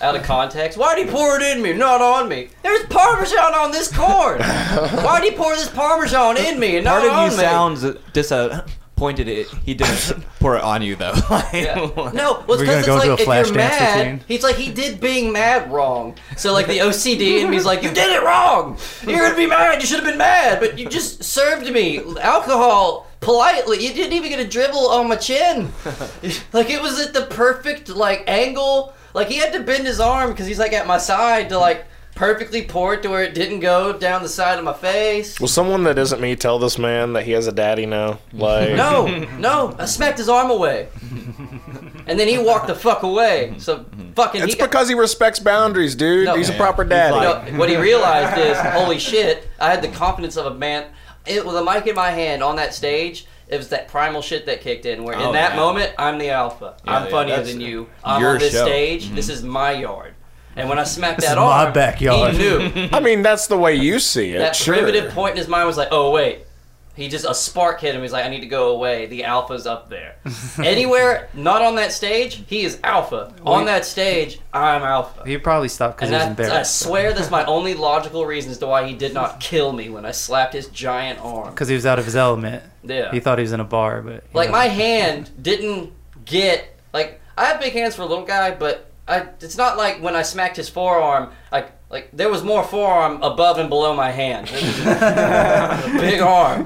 Speaker 2: Out of context. Why'd he pour it in me, not on me? There's parmesan on this
Speaker 5: *laughs*
Speaker 2: corn. Why'd he pour this parmesan in me and not
Speaker 7: Part of
Speaker 2: on
Speaker 7: you
Speaker 2: me?
Speaker 7: sounds disappointed. It, he
Speaker 2: *laughs*
Speaker 7: didn't pour it on you though. *laughs* Like,
Speaker 2: Yeah. No, well,
Speaker 6: We're
Speaker 2: because
Speaker 6: gonna
Speaker 2: it's
Speaker 6: go
Speaker 2: like
Speaker 6: into a
Speaker 2: if
Speaker 6: flash
Speaker 2: you're
Speaker 6: dance
Speaker 2: mad,
Speaker 6: routine.
Speaker 2: he's like he did being mad wrong. So like the OCD in me's like you did it wrong. You're gonna be mad. You should have been mad, but you just served me alcohol politely. You didn't even get a dribble on my chin. like it was at the perfect like angle. Like he had to bend his arm because he's like at my side to like perfectly pour it to where it didn't go down the side of my face.
Speaker 5: Will someone that isn't me tell this man that he has a daddy now? Like,
Speaker 2: No,
Speaker 7: *laughs*
Speaker 2: no, I smacked his arm away, and then he walked the fuck away. So fucking.
Speaker 5: it's
Speaker 2: he got-
Speaker 5: because he respects boundaries, dude.
Speaker 2: No.
Speaker 5: He's a proper daddy.
Speaker 2: You know, what he realized is, holy shit, I had the confidence of a man. It with a mic in my hand on that stage. It was that primal shit that kicked in. Where in
Speaker 7: Oh,
Speaker 2: that
Speaker 7: yeah.
Speaker 2: moment, I'm the alpha.
Speaker 7: Yeah,
Speaker 2: I'm
Speaker 7: yeah,
Speaker 2: funnier
Speaker 7: that's
Speaker 2: than you. I'm
Speaker 7: your
Speaker 2: on this
Speaker 7: show. Mm-hmm.
Speaker 2: stage. This is my yard. And when I smacked
Speaker 6: This
Speaker 2: that
Speaker 6: is my
Speaker 2: arm,
Speaker 6: backyard. *laughs*
Speaker 2: he knew
Speaker 5: *laughs* I mean, that's the way you see it.
Speaker 2: that
Speaker 5: sure.
Speaker 2: primitive point in his mind was like, oh wait. He just a spark hit him. He's like, I need to go away. The alpha's
Speaker 6: *laughs*
Speaker 2: up there. Anywhere not on that stage, he is alpha. on that stage, I'm alpha.
Speaker 6: *laughs* He probably stopped because
Speaker 2: And
Speaker 6: he was
Speaker 2: I, I
Speaker 6: embarrassed.
Speaker 2: swear that's my only logical reason as to why he did not kill me when I slapped his giant
Speaker 6: *laughs*
Speaker 2: arm.
Speaker 6: Because he was out of his element.
Speaker 2: Yeah.
Speaker 6: He thought he was in a bar, but he
Speaker 2: like,
Speaker 6: wasn't.
Speaker 2: my hand didn't get. Like, I have big hands for a little guy, but I, it's not like when I smacked his forearm, like, like there was more forearm above and below my hand. It was a big arm.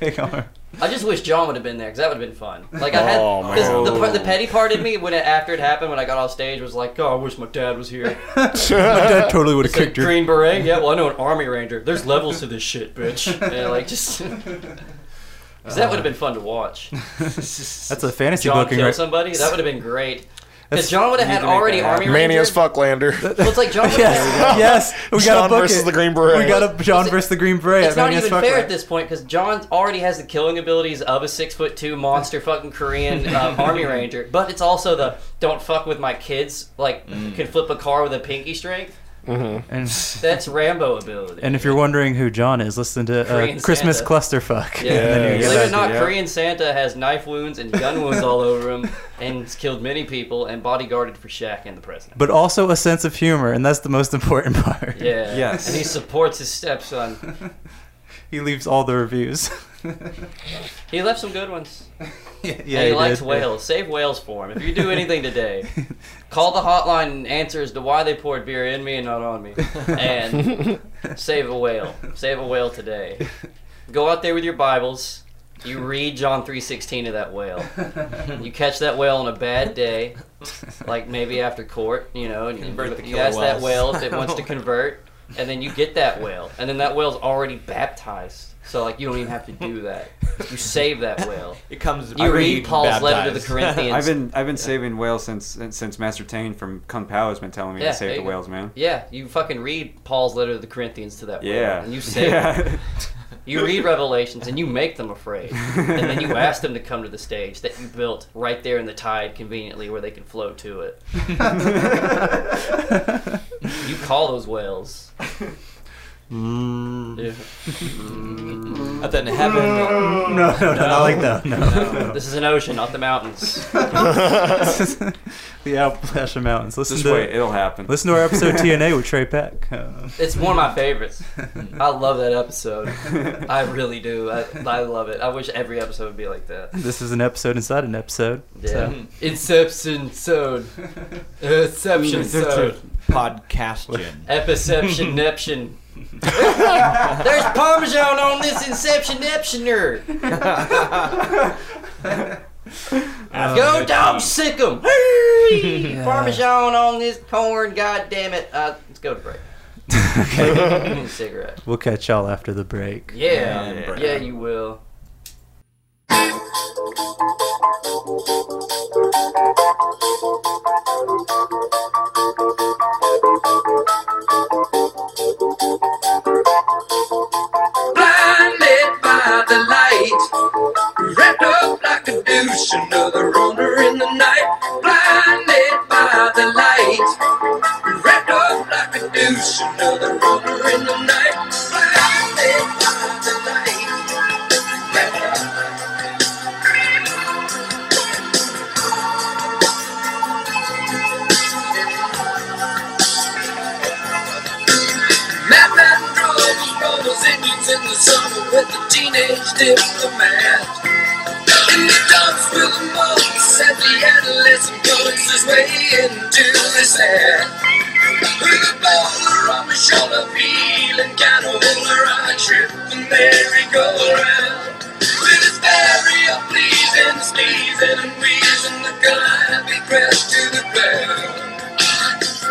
Speaker 6: big arm.
Speaker 2: I just wish John would have been there because that would have been fun. Like I had,
Speaker 5: Oh,
Speaker 2: because
Speaker 5: man.
Speaker 2: the, part- the petty part of me when it, after it happened, when I got off stage, was like, oh, I wish my dad was here.
Speaker 6: That totally would have
Speaker 2: It's like
Speaker 6: kicked your.
Speaker 2: Green Beret? Yeah, well, I know an Army Ranger. There's levels to this shit, bitch. Yeah, like, just. *laughs* 'Cause that would have been fun to watch.
Speaker 6: That's a fantasy
Speaker 2: John
Speaker 6: booking,
Speaker 2: kill
Speaker 6: right?
Speaker 2: somebody? That would have been great.
Speaker 6: That's-
Speaker 2: Because John would have
Speaker 3: you
Speaker 2: had
Speaker 3: can make
Speaker 2: already
Speaker 3: that happen.
Speaker 2: Army
Speaker 5: Manny
Speaker 2: Ranger.
Speaker 5: as fucklander. *laughs*
Speaker 2: *laughs* Well, it's
Speaker 6: *laughs*
Speaker 2: like John would
Speaker 6: Yes,
Speaker 2: have.
Speaker 6: yes. We got
Speaker 5: John
Speaker 6: to book
Speaker 5: versus
Speaker 6: it.
Speaker 5: the Green Beret.
Speaker 6: We got to John versus the Green Beret.
Speaker 2: It's
Speaker 6: I
Speaker 2: not
Speaker 6: mean,
Speaker 2: even
Speaker 6: fuck
Speaker 2: fair
Speaker 6: right.
Speaker 2: at this point because John already has the killing abilities of a six foot two monster fucking Korean
Speaker 6: *laughs*
Speaker 2: um, army ranger, but it's also the don't fuck with my kids like can flip a car with a pinky strength.
Speaker 5: Mm-hmm.
Speaker 6: And,
Speaker 2: That's Rambo ability.
Speaker 6: and if you're wondering who John is, listen to
Speaker 2: Korean
Speaker 6: uh, Christmas
Speaker 2: Santa.
Speaker 6: Clusterfuck. *laughs* And
Speaker 2: Yeah.
Speaker 6: then you
Speaker 5: Yeah.
Speaker 6: get
Speaker 2: Believe it or
Speaker 6: that.
Speaker 2: not,
Speaker 5: yeah.
Speaker 2: Korean Santa has knife wounds and gun wounds all over
Speaker 6: *laughs*
Speaker 2: him, and has killed many people and bodyguarded for Shaq and the president.
Speaker 6: But also a sense of humor, and that's the most important *laughs* part.
Speaker 2: Yeah.
Speaker 3: Yes.
Speaker 2: And he supports his stepson.
Speaker 6: He leaves all the
Speaker 2: *laughs*
Speaker 6: reviews.
Speaker 2: He left some good ones.
Speaker 6: *laughs* yeah,
Speaker 2: and he, likes
Speaker 6: did.
Speaker 2: whales. Save whales for him. If you do anything
Speaker 6: *laughs*
Speaker 2: today, call the hotline and answer as to why they poured beer in me and not on
Speaker 6: *laughs*
Speaker 2: me. And save a whale. Save a whale today. Go out there with your Bibles. You read John 3:16 to that whale. You catch that whale on a bad day, like maybe after court, you know, and
Speaker 7: Convert the
Speaker 2: you, you
Speaker 7: killer
Speaker 2: ask that
Speaker 7: whales.
Speaker 2: whale if it wants to convert, and then you get that whale, and then that whale's already baptized. So like you don't even have to do that. You save that whale.
Speaker 7: It comes.
Speaker 2: You read Paul's letter to the
Speaker 7: baptized. *laughs*
Speaker 2: Corinthians.
Speaker 3: I've been I've been saving whales since since Master Tane from Kung Pao has been telling me
Speaker 2: Yeah,
Speaker 3: to
Speaker 2: there
Speaker 3: save
Speaker 2: you
Speaker 3: the
Speaker 2: go.
Speaker 3: whales, man.
Speaker 2: yeah, you fucking read Paul's letter to the Corinthians to that
Speaker 3: Yeah.
Speaker 2: whale, and you save
Speaker 3: *laughs*
Speaker 2: it.
Speaker 3: yeah.
Speaker 2: *laughs* You read Revelations, and you make them afraid, and then you ask them to come to the stage that you built right there in the tide, conveniently where they can float to it. *laughs* You call those whales.
Speaker 3: Mm.
Speaker 2: Yeah.
Speaker 7: That doesn't happen.
Speaker 6: No, no, no, not like that. No.
Speaker 2: This is an ocean, not the mountains.
Speaker 5: *laughs*
Speaker 6: the Appalachian Mountains. Listen
Speaker 3: Just
Speaker 6: to
Speaker 3: wait, it'll happen.
Speaker 6: listen to our
Speaker 2: *laughs*
Speaker 6: episode TNA with Trey Peck. Uh,
Speaker 2: It's one of my favorites. I love that episode. I really do. I, I love it. I wish every episode would be like that.
Speaker 6: this is an episode inside an episode.
Speaker 2: Yeah. *laughs* Inception zone. Inception zone.
Speaker 7: Podcastion.
Speaker 2: Epiception neption. There's Parmesan on this Inception neptioner. Go dog sick 'em. Hey! Parmesan on this corn. God damn it. Uh, let's go to break. I need a cigarette.
Speaker 6: We'll catch y'all after the break.
Speaker 2: Yeah.
Speaker 7: Yeah.
Speaker 2: Yeah, you will.
Speaker 9: blinded by the light. Wrapped up like a douche, another runner in the night. Blinded by the light. Wrapped up like a douche, another runner in the night. Blinded by the light. Wrapped up Mad men, drugs, robbers, Indians in the summer with the teenage diplomat. In the dumps with the monks and the adolescent poets his way into his head. With a bowler on my shoulder, peeling kind of roller, I trip the merry-go-round. With his back crash to the ground.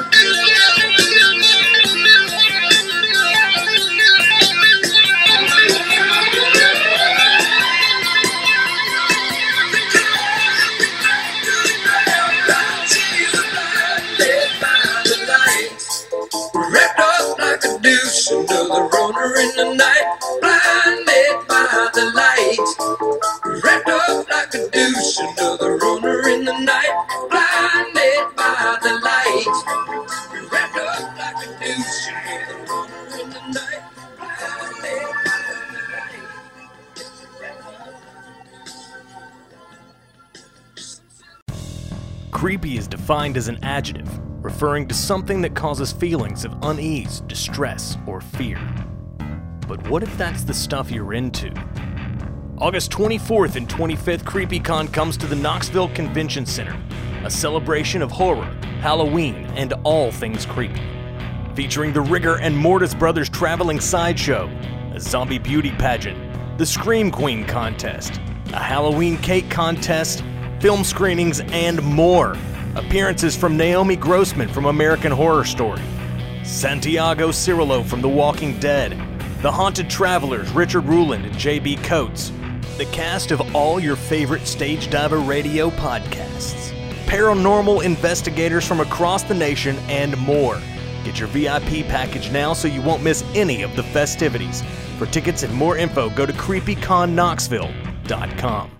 Speaker 9: Wrapped up like a douche, another runner in the night, blinded by the light. Wrapped up like a douche, another runner in the night, blinded by the light. Wrapped up like a douche, another runner in the night, blinded by the light.
Speaker 1: Creepy is defined as an adjective, referring to something that causes feelings of unease, distress, or fear. But what if that's the stuff you're into? August 24th and 25th, CreepyCon comes to the Knoxville Convention Center, a celebration of horror, Halloween, and all things creepy. Featuring the Rigger and Mortis Brothers traveling sideshow, a zombie beauty pageant, the Scream Queen contest, a Halloween cake contest, film screenings, and more. Appearances from Naomi Grossman from American Horror Story, Santiago Cirillo from The Walking Dead, The Haunted Travelers, Richard Ruland and J.B. Coates, the cast of all your favorite Stage Diver radio podcasts, paranormal investigators from across the nation, and more. Get your VIP package now so you won't miss any of the festivities. For tickets and more info, go to creepyconknoxville.com.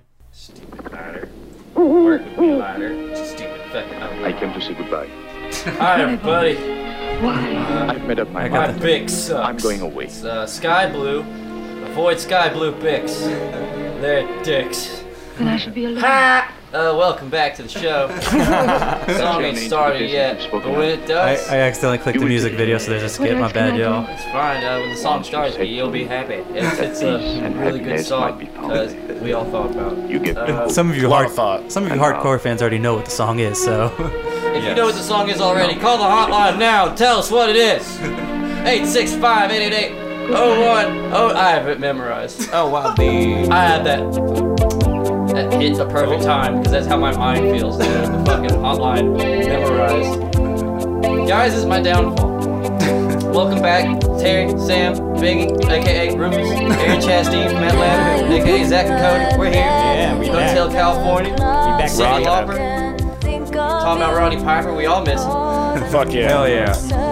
Speaker 2: Where could we ladder? Stupid fucking.
Speaker 10: I came to say goodbye.
Speaker 2: Alright, everybody.
Speaker 10: I've made up my
Speaker 2: My
Speaker 10: mind.
Speaker 2: Bix sucks.
Speaker 10: I'm going away.
Speaker 2: It's uh, sky blue. Avoid sky blue Bix. They're dicks.
Speaker 11: Then I should be alone.
Speaker 2: Uh, welcome back to the show. Song ain't started yet, but when it
Speaker 6: I,
Speaker 2: does,
Speaker 6: I accidentally clicked the music video, so there's a skip. My bad, y'all.
Speaker 2: It's fine. Uh, when the song starts, you'll
Speaker 10: *laughs*
Speaker 2: be happy. It's, it's a really good song because we all thought about. it. Uh,
Speaker 6: Some of you hard Some of you hardcore fans already know what the song is, so.
Speaker 2: If you know what the song is already, call the hotline now. and Tell us what it is.
Speaker 10: *laughs*
Speaker 2: 865-888-01. Oh, I have it memorized. Oh *laughs* wow, the I had that. That hit the perfect time because that's how my mind feels. dude. The fucking hotline memorized. Guys, this is my *laughs* downfall. Welcome back, Terry, Sam, Biggie, aka Rufus, Aaron *laughs* Chastain, Matt Lambert, aka Zach and Cody. We're here. Yeah, we Hotel California.
Speaker 7: back
Speaker 2: Cindy
Speaker 7: rocking it.
Speaker 2: Lauper. Talking about Ronnie Piper, we all miss him.
Speaker 5: Fuck yeah.
Speaker 2: Oh,
Speaker 6: Hell yeah.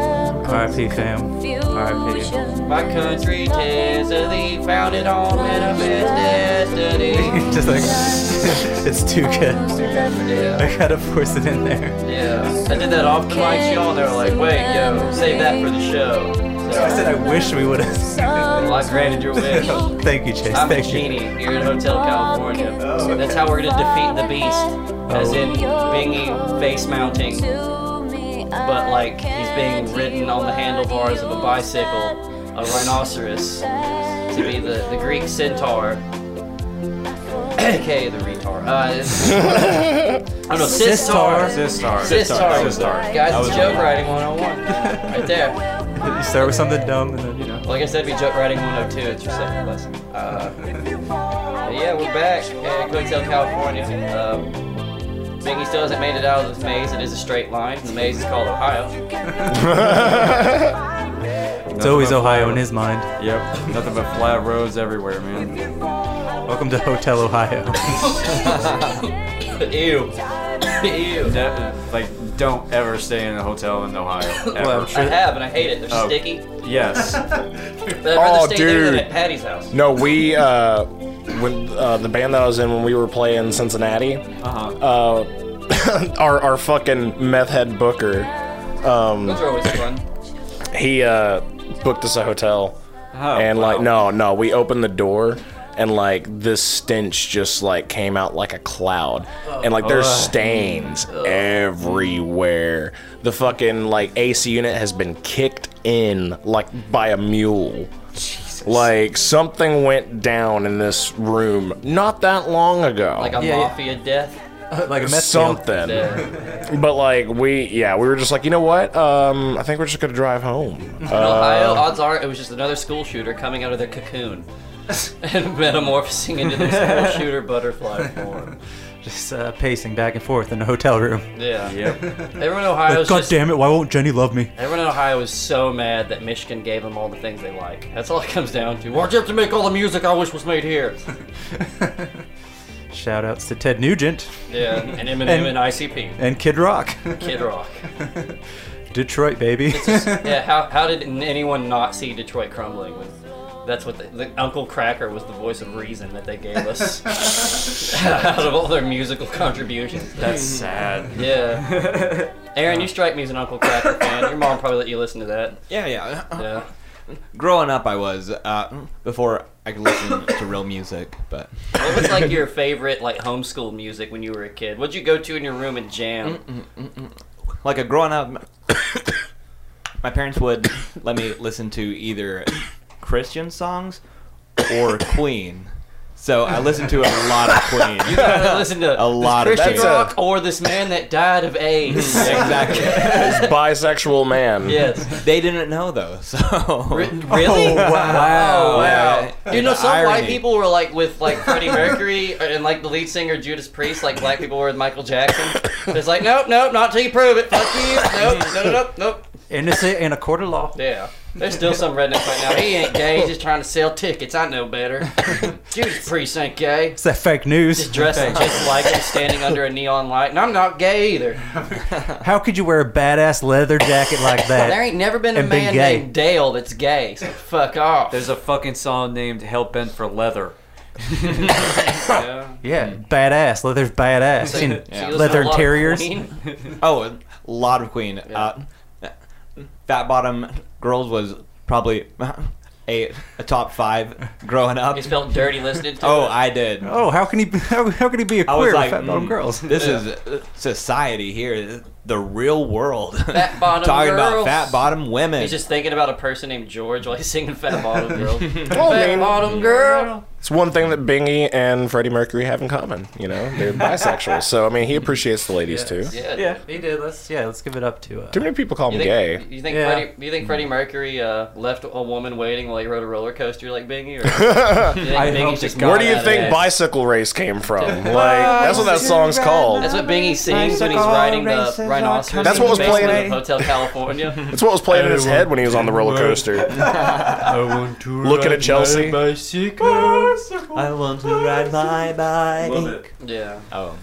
Speaker 6: RIP fam. RIP.
Speaker 2: My country tis a thee founded on manifest destiny. *laughs*
Speaker 6: Just like *laughs* it's too good. I gotta force it in there.
Speaker 2: Yeah, I did that off the mic, y'all. They were like, wait, yo, save that for the show. So
Speaker 6: I said I wish we would
Speaker 2: Well, I
Speaker 6: have.
Speaker 2: granted your *laughs* wish.
Speaker 6: Thank you, Chase.
Speaker 2: I'm a
Speaker 6: Thank you.
Speaker 2: genie here in Hotel California. That's how we're gonna defeat the beast. As in Bingy face mounting. But like he's being ridden on the handlebars of a bicycle, a rhinoceros, to be the, the Greek centaur. *coughs* AKA the retard. Uh, *laughs* it's- oh no, Sistar.
Speaker 3: Sistar.
Speaker 2: Sistar. Guys,
Speaker 3: Sistar. That
Speaker 2: it's
Speaker 3: was
Speaker 2: joke
Speaker 3: one.
Speaker 2: writing 101. Right there.
Speaker 6: You start with something dumb and then you know.
Speaker 2: Like I said, we joke writing 102. It's your second lesson. Uh, but yeah, we're back at Coattail, California. Um, Biggie still hasn't made it out of this maze. It is a straight line. The maze is called Ohio. *laughs*
Speaker 6: It's always Ohio in his mind.
Speaker 3: Yep. Nothing but flat roads everywhere, man.
Speaker 6: Welcome to Hotel
Speaker 7: *laughs*
Speaker 6: Ohio.
Speaker 2: Ew. Ew.
Speaker 3: Ne- like, don't ever stay in a hotel
Speaker 2: *laughs*
Speaker 3: in Ohio. Ever.
Speaker 6: Well, I'm
Speaker 2: I
Speaker 6: sure.
Speaker 2: have, and I hate it. They're
Speaker 3: Oh.
Speaker 2: sticky. *laughs*
Speaker 3: Yes.
Speaker 2: But I'd rather
Speaker 5: Oh,
Speaker 2: stay there than
Speaker 5: dude.
Speaker 2: at Patty's house.
Speaker 5: No, we uh, when uh, the band that I was in when we were playing Cincinnati,
Speaker 3: Uh-huh.
Speaker 5: uh, *laughs* our our fucking meth head booker, um,
Speaker 2: Those are always fun.
Speaker 5: he uh, booked us a hotel,
Speaker 3: Oh,
Speaker 5: and like no
Speaker 3: wow.
Speaker 5: no we opened the door. And like this stench just like came out like a cloud, and like there's stains everywhere. The fucking like AC unit has been kicked in like by a mule. Like something went down in this room not that long ago.
Speaker 2: Like a
Speaker 6: Yeah, yeah.
Speaker 2: mafia death.
Speaker 6: like a mess deal.
Speaker 5: something.
Speaker 2: Yeah.
Speaker 5: *laughs* But like we yeah, we were just like, you know what? Um I think we're just gonna drive home.
Speaker 2: In
Speaker 5: Uh,
Speaker 2: Ohio, odds are it was just another school shooter coming out of their *laughs* cocoon and metamorphosing into the school shooter butterfly form.
Speaker 6: just uh, pacing back and forth in a hotel room.
Speaker 2: Yeah. Everyone in Ohio.
Speaker 6: Like, God damn it! Why won't Jenny love me?
Speaker 2: Everyone in Ohio is so mad that Michigan gave them all the things they like. That's all it comes down to. Why'd you have to make all the music I wish was made here?
Speaker 6: Shout outs to Ted Nugent.
Speaker 2: Yeah, and Eminem and ICP.
Speaker 6: And Kid Rock. *laughs*
Speaker 2: Kid Rock.
Speaker 6: Detroit, baby.
Speaker 2: yeah, how, how did n- anyone not see Detroit crumbling? When that's what the, the Uncle Cracker was the voice of reason that they gave us *laughs* out of all their musical contributions.
Speaker 3: That's sad.
Speaker 7: *laughs*
Speaker 2: Yeah. Aaron, you strike me as an Uncle Cracker fan. Your mom probably let you listen to that.
Speaker 7: Yeah, yeah.
Speaker 2: Yeah.
Speaker 7: Growing up, I was uh, before I could listen to real music, but
Speaker 2: What was like your favorite like homeschool music when you were a kid? What'd you go to in your room and
Speaker 7: Mm.
Speaker 2: jam?
Speaker 7: *laughs* like a growing up, *coughs* my parents would let me listen to either Christian songs or Queen. So I listened to a lot of Queen.
Speaker 2: *laughs* You gotta listen
Speaker 7: *laughs*
Speaker 2: to
Speaker 7: a lot
Speaker 2: this Christian
Speaker 7: of Queen.
Speaker 2: rock or this man that died of AIDS.
Speaker 7: *laughs* exactly.
Speaker 2: *laughs*
Speaker 5: This bisexual man.
Speaker 2: Yes.
Speaker 7: They didn't know though, *laughs* so
Speaker 2: Really?
Speaker 7: *laughs* Oh, wow.
Speaker 2: wow. You know,
Speaker 7: The
Speaker 2: some
Speaker 7: irony.
Speaker 2: white people were like
Speaker 6: *laughs*
Speaker 2: with like Freddie Mercury and like the lead singer Judas Priest, like black people were with Michael Jackson. It's
Speaker 6: *coughs*
Speaker 2: like, nope, nope, not till you prove it. Fuck you. Nope, no, no, nope, nope.
Speaker 6: *laughs* Innocent in a court of law.
Speaker 2: Yeah. There's still some redneck right now. He ain't gay. He's just trying to sell tickets. I
Speaker 6: *laughs*
Speaker 2: know better. Judas Priest ain't gay.
Speaker 6: It's that fake news.
Speaker 2: Just dressing just like him, standing under a neon light. And I'm not gay either.
Speaker 6: How could you wear a badass leather jacket like that?
Speaker 2: There ain't never been a
Speaker 6: and been
Speaker 2: man
Speaker 6: gay.
Speaker 2: named Dale that's gay. So fuck off.
Speaker 3: There's a fucking song named "Hell Bent for Leather."
Speaker 6: *laughs*
Speaker 7: *laughs*
Speaker 6: yeah, Mm. badass. Leather's badass. and
Speaker 3: So- so you listen to
Speaker 6: leather
Speaker 7: a lot of
Speaker 6: interiors.
Speaker 7: oh, a lot of Queen. Uh, Fat Bottom Girls was probably *laughs* a, a top five growing up.
Speaker 2: You spelled dirty listening to
Speaker 7: Oh,
Speaker 2: it.
Speaker 7: I did.
Speaker 6: Oh, how can he? *laughs* How, how can he be a
Speaker 7: I was
Speaker 6: queer
Speaker 7: like,
Speaker 6: with fat bottom
Speaker 7: mm,
Speaker 6: girls?
Speaker 7: *laughs* This is uh, society here, the real world.
Speaker 2: Fat bottom
Speaker 7: *laughs* Talking
Speaker 2: girls.
Speaker 7: about fat bottom women.
Speaker 2: He's just thinking about a person named George while he's singing
Speaker 3: *laughs*
Speaker 2: Fat Bottom Girl.
Speaker 5: Well, I
Speaker 2: Fat
Speaker 5: mean-
Speaker 2: Bottom Girl.
Speaker 5: It's one thing that Bingy and Freddie Mercury have in common. You know,
Speaker 6: *laughs*
Speaker 5: they're bisexual. So I mean, he appreciates the ladies too.
Speaker 2: Yeah.
Speaker 6: he did. Let's yeah, let's give it up to. Uh,
Speaker 5: Too many people call him
Speaker 2: You think,
Speaker 5: gay.
Speaker 2: you think
Speaker 6: Yeah.
Speaker 2: Freddie, you think Freddie Mercury uh, left a woman waiting while he rode a roller coaster like
Speaker 7: *laughs*
Speaker 2: Bingy? Or you think
Speaker 3: I hope
Speaker 2: Bingy's
Speaker 3: to
Speaker 2: just
Speaker 3: God
Speaker 5: Where do you
Speaker 2: badass?
Speaker 5: think bicycle race came from? Like that's what that song's called.
Speaker 2: That's what Bingy sings when he's riding the rhinoceros.
Speaker 5: That's what
Speaker 2: in the
Speaker 5: was
Speaker 2: basement
Speaker 5: playing-
Speaker 2: of Hotel
Speaker 3: *laughs*
Speaker 2: California.
Speaker 5: That's what was playing in his head when he was on the roller coaster,
Speaker 3: I want to
Speaker 5: looking at Chelsea.
Speaker 7: I want to ride my bike.
Speaker 2: yeah.
Speaker 7: Oh,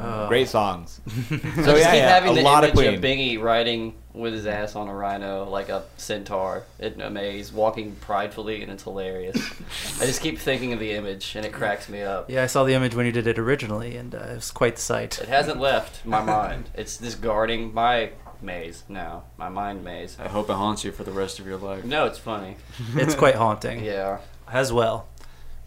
Speaker 6: uh,
Speaker 7: great songs.
Speaker 2: So,
Speaker 7: So
Speaker 2: just
Speaker 7: Oh, yeah,
Speaker 2: keep
Speaker 7: yeah,
Speaker 2: having
Speaker 7: a
Speaker 2: the
Speaker 7: lot of
Speaker 2: image of,
Speaker 7: Queen.
Speaker 2: Bingy riding with his ass on a rhino like a centaur in a maze, walking pridefully, and it's
Speaker 7: *laughs*
Speaker 2: hilarious. I just keep thinking of the image, and it cracks me up.
Speaker 6: Yeah, I saw the image when you did it originally, and uh, it was quite the sight.
Speaker 2: It hasn't left my mind. *laughs* It's just guarding my maze now, my mind maze.
Speaker 3: I hope it haunts you for the rest of your life.
Speaker 2: No, it's funny.
Speaker 6: It's
Speaker 7: *laughs*
Speaker 6: quite haunting
Speaker 2: Yeah.
Speaker 6: as well,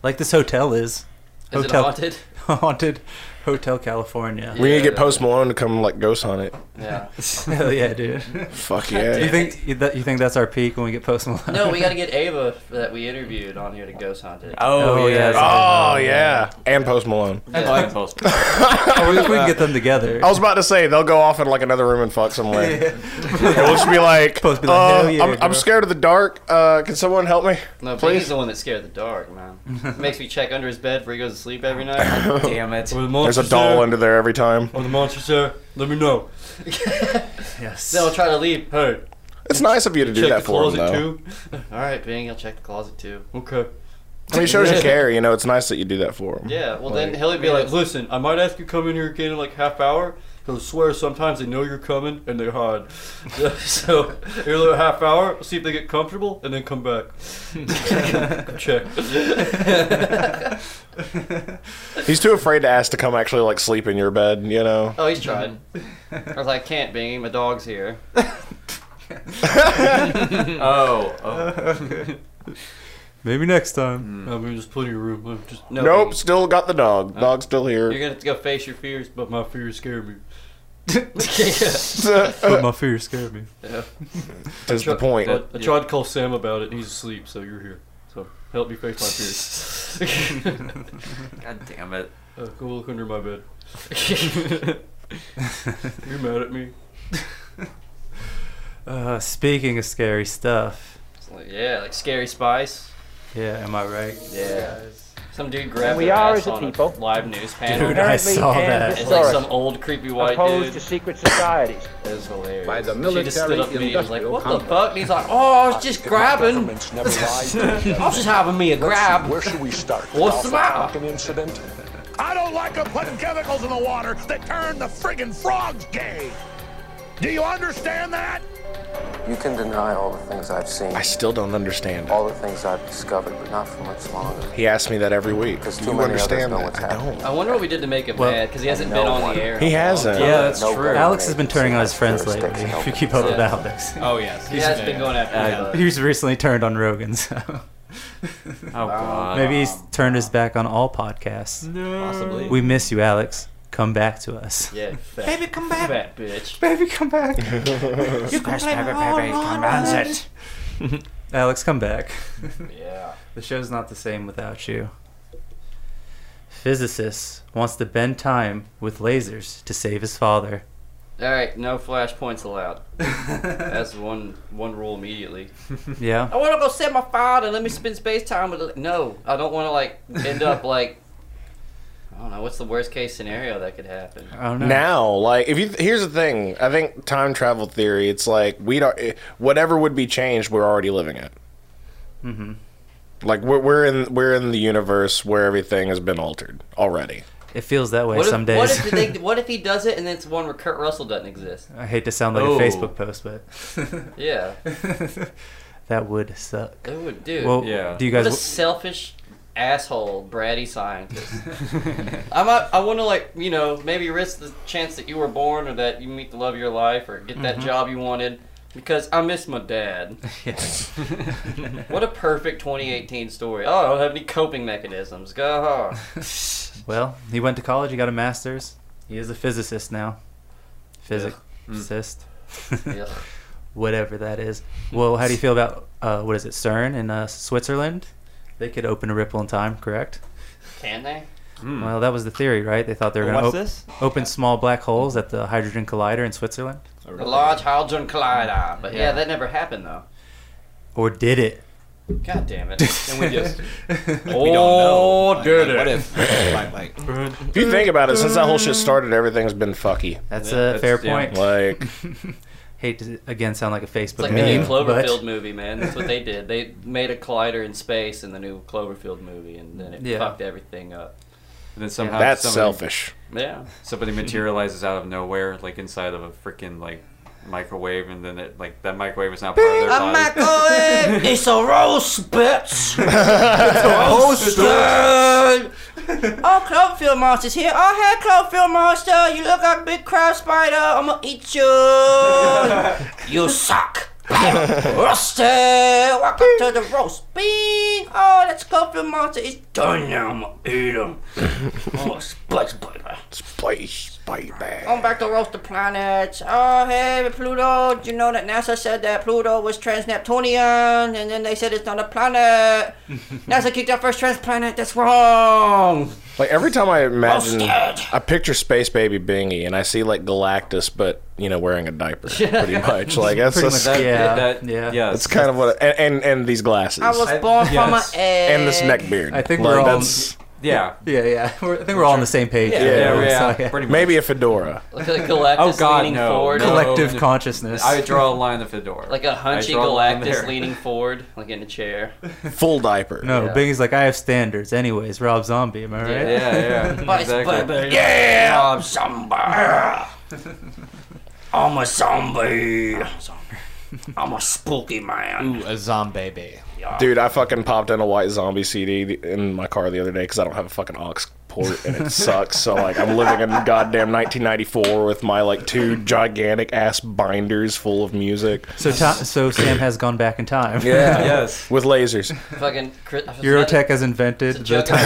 Speaker 6: like this hotel is.
Speaker 2: Is
Speaker 6: hotel
Speaker 2: it
Speaker 3: *laughs*
Speaker 2: haunted?
Speaker 6: *laughs* haunted Hotel California.
Speaker 5: We need to get Post Malone to come like ghost hunt it.
Speaker 2: Yeah.
Speaker 6: *laughs* Hell yeah, dude.
Speaker 5: Fuck
Speaker 6: You
Speaker 5: yeah.
Speaker 6: think you, that, you think that's our peak when we get Post Malone?
Speaker 2: *laughs* No, we gotta get Ava that we interviewed on here to ghost hunt it.
Speaker 6: Oh, yeah.
Speaker 5: Oh yeah, and Post Malone. *laughs*
Speaker 3: I like Post.
Speaker 6: *laughs*
Speaker 3: *laughs*
Speaker 6: Or we, we can get them together.
Speaker 5: I
Speaker 2: Oh,
Speaker 5: was about to say they'll go off in like another room and fuck somewhere. And we'll just be like,
Speaker 6: Post be like,
Speaker 5: uh,
Speaker 6: "Hell yeah,
Speaker 5: I'm, I'm
Speaker 6: girl."
Speaker 5: scared of the dark. Uh, can someone help me?
Speaker 2: No, Please.
Speaker 5: Please?
Speaker 2: He's the one that scared the dark,
Speaker 5: *laughs*
Speaker 2: man. Makes me check under his bed before he goes to sleep every night.
Speaker 3: *laughs* Damn it.
Speaker 5: There's a doll under there every time.
Speaker 2: the monsters there. Let me
Speaker 3: *laughs*
Speaker 2: know.
Speaker 6: *laughs* Yes.
Speaker 2: Then I'll try to leave. Hey,
Speaker 5: It's nice of you to do that for him, though.
Speaker 2: *laughs* All right, Bing, I'll check the closet too.
Speaker 3: Okay.
Speaker 5: I mean, it shows you care. You know, it's nice that you do that for him.
Speaker 2: Yeah, well then he'll be like, "Listen, I might ask you to come in here again in like half hour." He'll swear sometimes they know you're coming and they hide. *laughs* so here in a half hour, see if they get comfortable, and then come back. check.
Speaker 5: He's too afraid to ask to come actually like sleep in your bed. You know.
Speaker 2: oh, he's tried. I was like, "Can't, Bingy, my dog's here."
Speaker 3: Oh. oh.
Speaker 6: Maybe next time.
Speaker 2: I mean, just put in your room. Just no.
Speaker 5: Nope, still got the dog. Dog's still *laughs*
Speaker 2: Oh. You're
Speaker 5: here.
Speaker 2: gonna have to go face your fears, but my fears scare me.
Speaker 6: But *laughs* my fear scared me.
Speaker 5: Is the point.
Speaker 2: I tried to call Sam about it, and he's asleep, so you're here. So help me face my fears.
Speaker 3: God damn *laughs* it.
Speaker 2: uh, go look under my *laughs* bed. you're mad at me?
Speaker 6: Uh, speaking of scary stuff,
Speaker 2: yeah, like Scary Spice.
Speaker 6: yeah, am I right?
Speaker 2: Yeah. Some dude grabbed
Speaker 11: And we
Speaker 2: her
Speaker 11: are
Speaker 2: ass
Speaker 11: as a
Speaker 2: on
Speaker 11: people
Speaker 2: live news panel.
Speaker 11: Dude, I saw Apparently, that. and
Speaker 2: It's like some
Speaker 11: historic.
Speaker 2: old creepy white
Speaker 11: opposed
Speaker 2: dude.
Speaker 11: to secret societies.
Speaker 2: It was hilarious.
Speaker 11: By the
Speaker 2: she just stood up to me and was like,
Speaker 11: military-industrial
Speaker 2: "What the
Speaker 11: complex.
Speaker 2: fuck?" And he's like, "Oh, I was just grabbing. I *laughs* was just having me a grab."
Speaker 12: Where should we
Speaker 2: *laughs*
Speaker 12: start?
Speaker 2: What's
Speaker 12: Alpha
Speaker 2: the matter?
Speaker 12: Falcon incident. I don't like them putting chemicals in the water that turn the friggin' frogs gay. Do you understand that?
Speaker 13: You can deny all the things I've seen.
Speaker 5: I still don't understand.
Speaker 13: all the things I've discovered, but not for much longer.
Speaker 5: He asks me that every week. Do
Speaker 13: too
Speaker 5: you
Speaker 13: many others
Speaker 5: understand
Speaker 13: know
Speaker 5: that?
Speaker 13: what's
Speaker 5: I don't.
Speaker 2: I wonder what we did to make him
Speaker 5: Well,
Speaker 2: mad because he hasn't
Speaker 5: no
Speaker 2: been on
Speaker 5: one.
Speaker 2: the air.
Speaker 5: He
Speaker 2: in a long
Speaker 5: hasn't.
Speaker 2: time.
Speaker 5: Yeah, that's No true.
Speaker 6: Alex has been turning on his friends lately. If you keep up with
Speaker 2: Yeah.
Speaker 6: Alex,
Speaker 2: *laughs* Oh yes, he has been going after.
Speaker 6: uh,
Speaker 2: Alex.
Speaker 6: he was recently turned on Rogan. So
Speaker 2: Oh,
Speaker 3: God.
Speaker 6: maybe he's turned his back on all podcasts.
Speaker 2: No. Possibly.
Speaker 6: We miss you, Alex. Come back to us.
Speaker 2: Yeah, fat,
Speaker 6: Baby, come back.
Speaker 2: fat bitch.
Speaker 6: Baby, come
Speaker 2: *laughs*
Speaker 6: back.
Speaker 2: You can play my own
Speaker 6: commands it. *laughs* Alex, come back.
Speaker 2: Yeah.
Speaker 6: *laughs* The show's not the same without you. Physicist wants to bend time with lasers to save his
Speaker 2: *laughs*
Speaker 6: father.
Speaker 2: All right, no flashpoints allowed. That's one one rule immediately.
Speaker 6: Yeah.
Speaker 2: I want to go set my fire and let me spend space time with. it. No, I don't want to like end *laughs* up like. I don't know. What's the worst case scenario that could happen?
Speaker 5: Now, like, if you here's the thing, I think time travel theory. It's like we don't. eh, Whatever would be changed, we're already living it.
Speaker 6: Mm-hmm.
Speaker 5: Like we're we're in we're in the universe where everything has been altered already.
Speaker 6: It feels that way
Speaker 2: What if,
Speaker 6: some
Speaker 2: what
Speaker 6: days. *laughs*
Speaker 2: if they, what if he does it and it's one where Kurt Russell doesn't exist?
Speaker 6: I hate to sound like
Speaker 2: Oh.
Speaker 6: a Facebook post, but
Speaker 2: Yeah.
Speaker 6: that would suck.
Speaker 2: It would, dude.
Speaker 6: Well, Do you guys?
Speaker 2: What a selfish asshole, bratty scientist. I'm. Not, I want to like you know maybe risk the chance that you were born or that you meet the love of your life or get that
Speaker 6: Mhm.
Speaker 2: job you wanted because I miss my dad. what a perfect 2018 story. Oh, I don't have any coping mechanisms. Go
Speaker 6: Well, he went to college. He got a master's. He is a physicist now. Physicist.
Speaker 2: Ugh.
Speaker 6: *laughs* Whatever that is. Well, how do you feel about uh, what is it, CERN in uh, Switzerland? They could open a ripple in time, correct?
Speaker 2: Can they?
Speaker 6: Well, that was the theory, right? They thought they were
Speaker 7: Oh,
Speaker 6: going to
Speaker 2: What's this?
Speaker 6: open small black holes at the Hydrogen Collider in Switzerland,
Speaker 2: The large hydrogen collider. But yeah.
Speaker 6: Yeah.
Speaker 2: that never happened though.
Speaker 6: or did it?
Speaker 2: God damn it. And we just.
Speaker 7: know.
Speaker 2: oh,
Speaker 7: Like,
Speaker 2: did
Speaker 7: like,
Speaker 2: it?
Speaker 7: what *laughs* if- like, like-
Speaker 5: If you think about it, since that whole shit started, everything's been fucky.
Speaker 6: That's a fair point. *laughs*
Speaker 5: Like,
Speaker 6: Hate to again sound like a Facebook
Speaker 2: It's like the
Speaker 6: meme,
Speaker 2: new
Speaker 6: but-
Speaker 2: Cloverfield movie, man. That's what they did. They made a collider in space in the new Cloverfield movie, and then it
Speaker 6: Yeah.
Speaker 2: fucked everything up.
Speaker 3: And then somehow
Speaker 5: That's
Speaker 3: somebody-
Speaker 5: selfish.
Speaker 2: Yeah.
Speaker 3: Somebody materializes out of nowhere, like inside of a freaking like microwave, and then it like that microwave is not part of their body.
Speaker 2: microwave. it's a roast, bitch.
Speaker 3: It's a
Speaker 2: roast. oh, Cloverfield monster's here. Oh, hey, Cloverfield monster. You look like a big crab spider. I'm gonna eat you. you suck. Roasted. Welcome to the roast bean. Oh, that's Cloverfield monster. It's done now. I'm gonna eat him. oh, spice spider.
Speaker 5: Spice spider.
Speaker 2: I'm back to roast the planets. Oh, hey, Pluto. Did you know that NASA said that Pluto was trans-Neptunian, and then they said it's not a
Speaker 5: *laughs*
Speaker 2: planet. NASA kicked out first trans-planet. That's wrong.
Speaker 5: Like every time I imagine,
Speaker 2: Roasted.
Speaker 5: I picture Space Baby Bingy, and I see like Galactus, but you know, wearing a
Speaker 2: *laughs*
Speaker 5: diaper, pretty much. Like that's
Speaker 3: Pretty
Speaker 5: that's,
Speaker 3: much that-
Speaker 6: yeah,
Speaker 3: that-
Speaker 6: yeah.
Speaker 3: yes.
Speaker 5: that's kind of what. I, and, and and these glasses.
Speaker 2: I was born from an egg.
Speaker 5: and this neck beard.
Speaker 6: I think
Speaker 5: Like,
Speaker 6: we're all.
Speaker 5: that's-
Speaker 3: Yeah.
Speaker 6: Yeah, yeah. *laughs* We're, I think we're all on the same page.
Speaker 5: Yeah,
Speaker 3: yeah,
Speaker 6: So,
Speaker 3: pretty much.
Speaker 5: Maybe a fedora.
Speaker 2: Like a Galactus
Speaker 3: oh God,
Speaker 2: leaning
Speaker 3: no,
Speaker 2: forward.
Speaker 3: no.
Speaker 6: Collective consciousness.
Speaker 3: I draw a line at the door.
Speaker 2: Like a hunchy
Speaker 3: I draw a line
Speaker 2: Galactus
Speaker 3: there.
Speaker 2: leaning forward, like in a *laughs* chair.
Speaker 5: Full diaper.
Speaker 6: No,
Speaker 2: Yeah.
Speaker 6: Biggie's like, I have standards. Anyways, Rob Zombie, am I right?
Speaker 3: Yeah, yeah.
Speaker 2: *laughs* Vice
Speaker 3: exactly.
Speaker 2: Baby.
Speaker 5: Yeah.
Speaker 2: Rob Zombie. I'm a zombie. I'm a spooky man.
Speaker 7: Ooh, a zombie baby.
Speaker 5: Dude, I fucking popped in a white zombie CD in my car the other day because I don't have a fucking aux port and it sucks. So like, I'm living in goddamn 1994 with my like two gigantic ass binders full of music.
Speaker 6: So, Tom, so Sam has gone back in time.
Speaker 3: Yes.
Speaker 5: with lasers.
Speaker 2: Fucking Chris, I was
Speaker 6: *laughs* Eurotech has invented the
Speaker 2: joke. *laughs*
Speaker 6: time.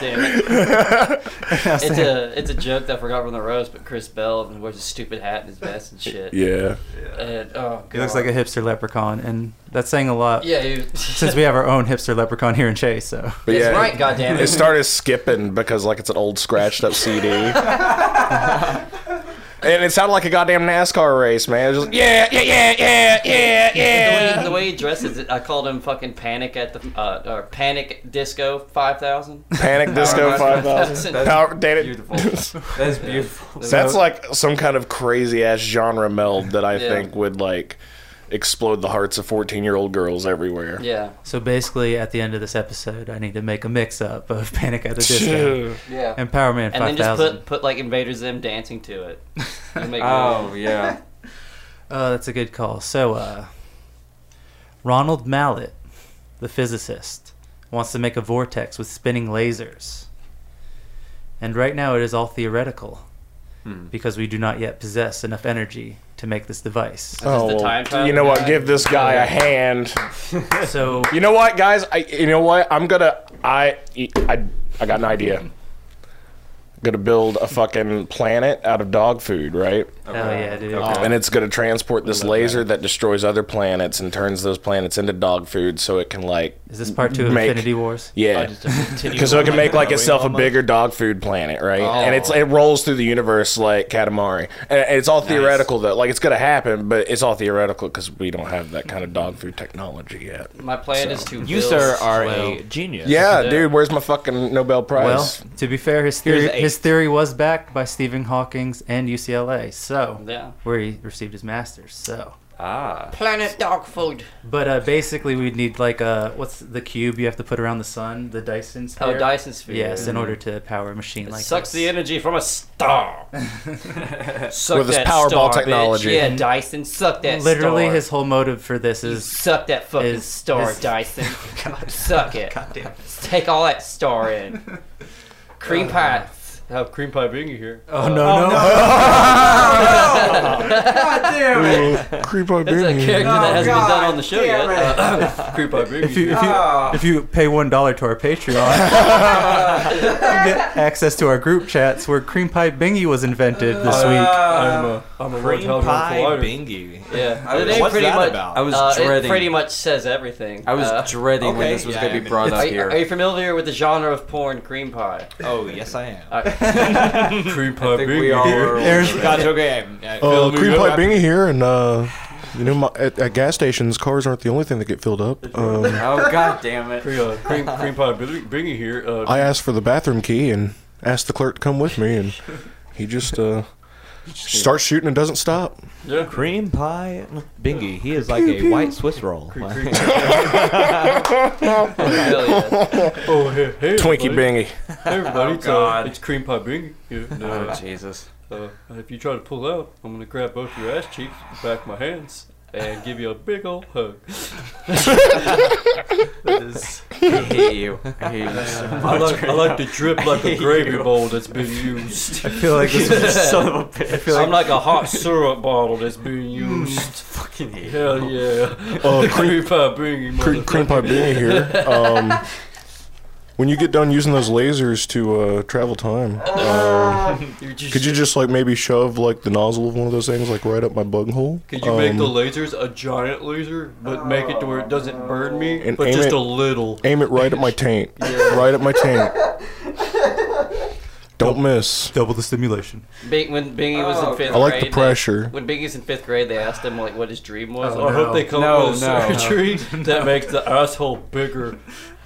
Speaker 6: *laughs*
Speaker 2: Damn it. it's a it's a joke that I forgot from the roast, but Chris Bell wears a stupid hat and his vest and shit.
Speaker 5: Yeah.
Speaker 2: And, oh, God.
Speaker 6: He looks like a hipster leprechaun, and that's saying a lot.
Speaker 2: Yeah, he-
Speaker 6: *laughs* since we have our own hipster leprechaun here in Chase,
Speaker 2: *laughs*
Speaker 6: so
Speaker 5: But
Speaker 2: That's
Speaker 5: yeah,
Speaker 2: right,
Speaker 5: it-
Speaker 2: goddammit.
Speaker 5: It started skipping because like it's an old scratched up CD. and it sounded like a goddamn NASCAR race, man. It was just, yeah, yeah, yeah, yeah, yeah,
Speaker 2: The way,
Speaker 5: yeah.
Speaker 2: the way *laughs* he dresses, it, I called him fucking Panic at the uh, or Panic Disco Five Thousand.
Speaker 5: Panic Disco 5000. Power, dated. *laughs*
Speaker 3: That's beautiful.
Speaker 5: That's like some kind of crazy ass genre meld that I
Speaker 2: Yeah.
Speaker 5: think would like explode the hearts of 14 year old girls everywhere.
Speaker 2: Yeah.
Speaker 6: So basically, at the end of this episode, I need to make a mix-up of Panic at the Disco,
Speaker 2: Yeah.
Speaker 6: and Power Man
Speaker 2: And then
Speaker 6: Five
Speaker 2: just
Speaker 6: Thousand.
Speaker 2: put put like Invader Zim dancing
Speaker 6: *laughs*
Speaker 2: to it. It'll make
Speaker 3: Oh,
Speaker 2: it-
Speaker 3: yeah.
Speaker 6: Oh, that's a good call. So, uh, Ronald Mallet, the physicist, wants to make a vortex with spinning lasers, and right now it is all theoretical
Speaker 3: Hmm.
Speaker 6: because we do not yet possess enough energy to make this device.
Speaker 5: Oh, well, you know what? Give this guy a hand.
Speaker 6: so
Speaker 5: you know what, guys? I you know what? I'm gonna I I I got an idea. gonna build a fucking planet out of dog food, right?
Speaker 6: Oh, yeah, dude.
Speaker 5: And it's going to transport this laser that. destroys other planets and turns those planets into dog food, so it can like.
Speaker 6: Is this part two of
Speaker 5: make-
Speaker 6: Infinity Wars?
Speaker 7: Oh,
Speaker 5: Yeah, because so it can make like itself a bigger dog food planet, right? And it's it rolls through the universe like Katamari, and it's all theoretical though. Like it's going to happen, but it's all theoretical because we don't have that kind of dog food technology yet.
Speaker 2: My plan is to.
Speaker 7: *laughs* You,
Speaker 2: build-
Speaker 7: sir, are
Speaker 2: Well,
Speaker 7: a genius.
Speaker 5: Yeah, dude, where's my fucking Nobel
Speaker 6: Well,
Speaker 5: Prize?
Speaker 6: to be fair, his
Speaker 5: Here's
Speaker 6: theory,
Speaker 5: eight.
Speaker 6: his theory was backed by Stephen Hawking's and UCLA, so
Speaker 2: Yeah.
Speaker 6: where he received his master's. So
Speaker 3: *laughs* ah,
Speaker 2: Planet Dog Food.
Speaker 6: but uh, basically we'd need like a what's the cube you have to put around the sun, the Dyson
Speaker 2: Oh,
Speaker 6: sphere.
Speaker 2: Dyson sphere.
Speaker 6: Yes, in order to power a machine
Speaker 2: It
Speaker 6: like
Speaker 2: sucks
Speaker 6: this.
Speaker 2: the energy from a star. suck
Speaker 6: With this
Speaker 2: that
Speaker 6: Powerball
Speaker 2: star, bitch.
Speaker 6: technology.
Speaker 2: Yeah, Dyson, suck that.
Speaker 6: Literally,
Speaker 2: star.
Speaker 6: his whole motive for this is
Speaker 2: suck that fucking
Speaker 6: is-
Speaker 2: star,
Speaker 6: is-
Speaker 2: Dyson. *laughs* suck it. Take all that star in. Cream pie. Have cream pie being here.
Speaker 6: Oh, no, no.
Speaker 2: God damn
Speaker 6: it.
Speaker 5: Creepo
Speaker 2: That's a character that hasn't been done on the show yet. Uh, Creepo Boogie.
Speaker 6: If you if you, if you pay one dollar to our Patreon, you get access to our group chats where cream pie bingy was invented this week.
Speaker 2: I'm
Speaker 7: a Cream Rotel pie Rotel bingy.
Speaker 2: Yeah,
Speaker 7: I was-
Speaker 2: The name
Speaker 7: What's
Speaker 2: pretty
Speaker 7: that
Speaker 2: much,
Speaker 7: about?
Speaker 2: I
Speaker 7: I
Speaker 2: was
Speaker 7: was
Speaker 2: uh, It
Speaker 7: dreading-
Speaker 2: pretty much says everything.
Speaker 3: I was
Speaker 2: Uh,
Speaker 3: dreading when
Speaker 7: okay,
Speaker 3: this was
Speaker 7: yeah,
Speaker 3: going to
Speaker 7: I
Speaker 3: be
Speaker 7: mean,
Speaker 3: brought
Speaker 2: are,
Speaker 3: up
Speaker 2: you-
Speaker 3: here.
Speaker 2: are you familiar with the genre of porn, cream *laughs* pie?
Speaker 7: Oh, yes, I am.
Speaker 2: cream
Speaker 3: pie I think we bingy. all are. There's-
Speaker 7: God's okay. I'm- I
Speaker 5: Uh,
Speaker 7: feel
Speaker 5: cream
Speaker 7: moved
Speaker 5: pie
Speaker 7: up.
Speaker 5: being here, and uh, you know, my, at, at gas stations, cars aren't the only thing that get filled up.
Speaker 3: *laughs*
Speaker 5: Um,
Speaker 3: *laughs* oh god damn it!
Speaker 2: cream, cream *laughs* pie bingy here. Uh,
Speaker 5: I asked for the bathroom key and asked the clerk to come with me, and he just uh, starts shooting and doesn't stop.
Speaker 7: Uh, Cream pie bingy. He is like
Speaker 5: Pew,
Speaker 7: a
Speaker 5: pew.
Speaker 7: white Swiss roll.
Speaker 2: *laughs* oh, hey, hey,
Speaker 5: Twinkie
Speaker 2: everybody.
Speaker 5: Bingy.
Speaker 2: Hey, everybody.
Speaker 3: Oh,
Speaker 2: it's,
Speaker 3: God.
Speaker 2: Uh, it's cream pie bingy. here. And,
Speaker 3: Oh,
Speaker 2: uh,
Speaker 3: *laughs* Jesus.
Speaker 2: Uh, if you try to pull out, I'm going to grab both your ass cheeks, with the back of my hands, and give you a big old hug.
Speaker 3: I hate you. I hate you *laughs* so much.
Speaker 2: I like, I
Speaker 3: right
Speaker 2: like to
Speaker 3: now.
Speaker 2: drip
Speaker 3: I
Speaker 2: like a *laughs*
Speaker 3: hate
Speaker 2: gravy
Speaker 3: you.
Speaker 2: bowl that's been used.
Speaker 6: I feel
Speaker 7: *laughs*
Speaker 6: like this is a son of a bitch. I feel like-
Speaker 2: *laughs* I'm like a hot syrup bottle that's been used.
Speaker 3: Fucking hate
Speaker 2: Hell
Speaker 3: you.
Speaker 2: yeah.
Speaker 5: Uh,
Speaker 2: *laughs*
Speaker 5: cream-
Speaker 2: pie bingy.
Speaker 5: Cream, cream pie
Speaker 2: motherfucker.
Speaker 5: being here.
Speaker 2: *laughs*
Speaker 5: Um, when you get done using those lasers to uh, travel time, um,
Speaker 2: You're just-
Speaker 5: could you just like maybe shove like the nozzle of one of those things like right up my bug hole?
Speaker 2: Could you make the
Speaker 5: Um,
Speaker 2: lasers a giant laser, but make it to where it doesn't burn me,
Speaker 5: and
Speaker 2: but
Speaker 5: aim
Speaker 2: just
Speaker 5: it,
Speaker 2: a little?
Speaker 5: Aim it right at my
Speaker 2: *laughs*
Speaker 5: taint. Right at my taint. Don't miss.
Speaker 6: Double the stimulation.
Speaker 2: Bing, when Bingy was
Speaker 6: Oh,
Speaker 2: in fifth
Speaker 5: I like the
Speaker 2: grade, they-
Speaker 5: pressure.
Speaker 2: when Bingy's in fifth grade, they asked him like what his dream was.
Speaker 6: Oh,
Speaker 2: I hope
Speaker 6: no.
Speaker 2: they come
Speaker 6: No,
Speaker 2: up with a
Speaker 6: no, no.
Speaker 2: surgery that makes the asshole bigger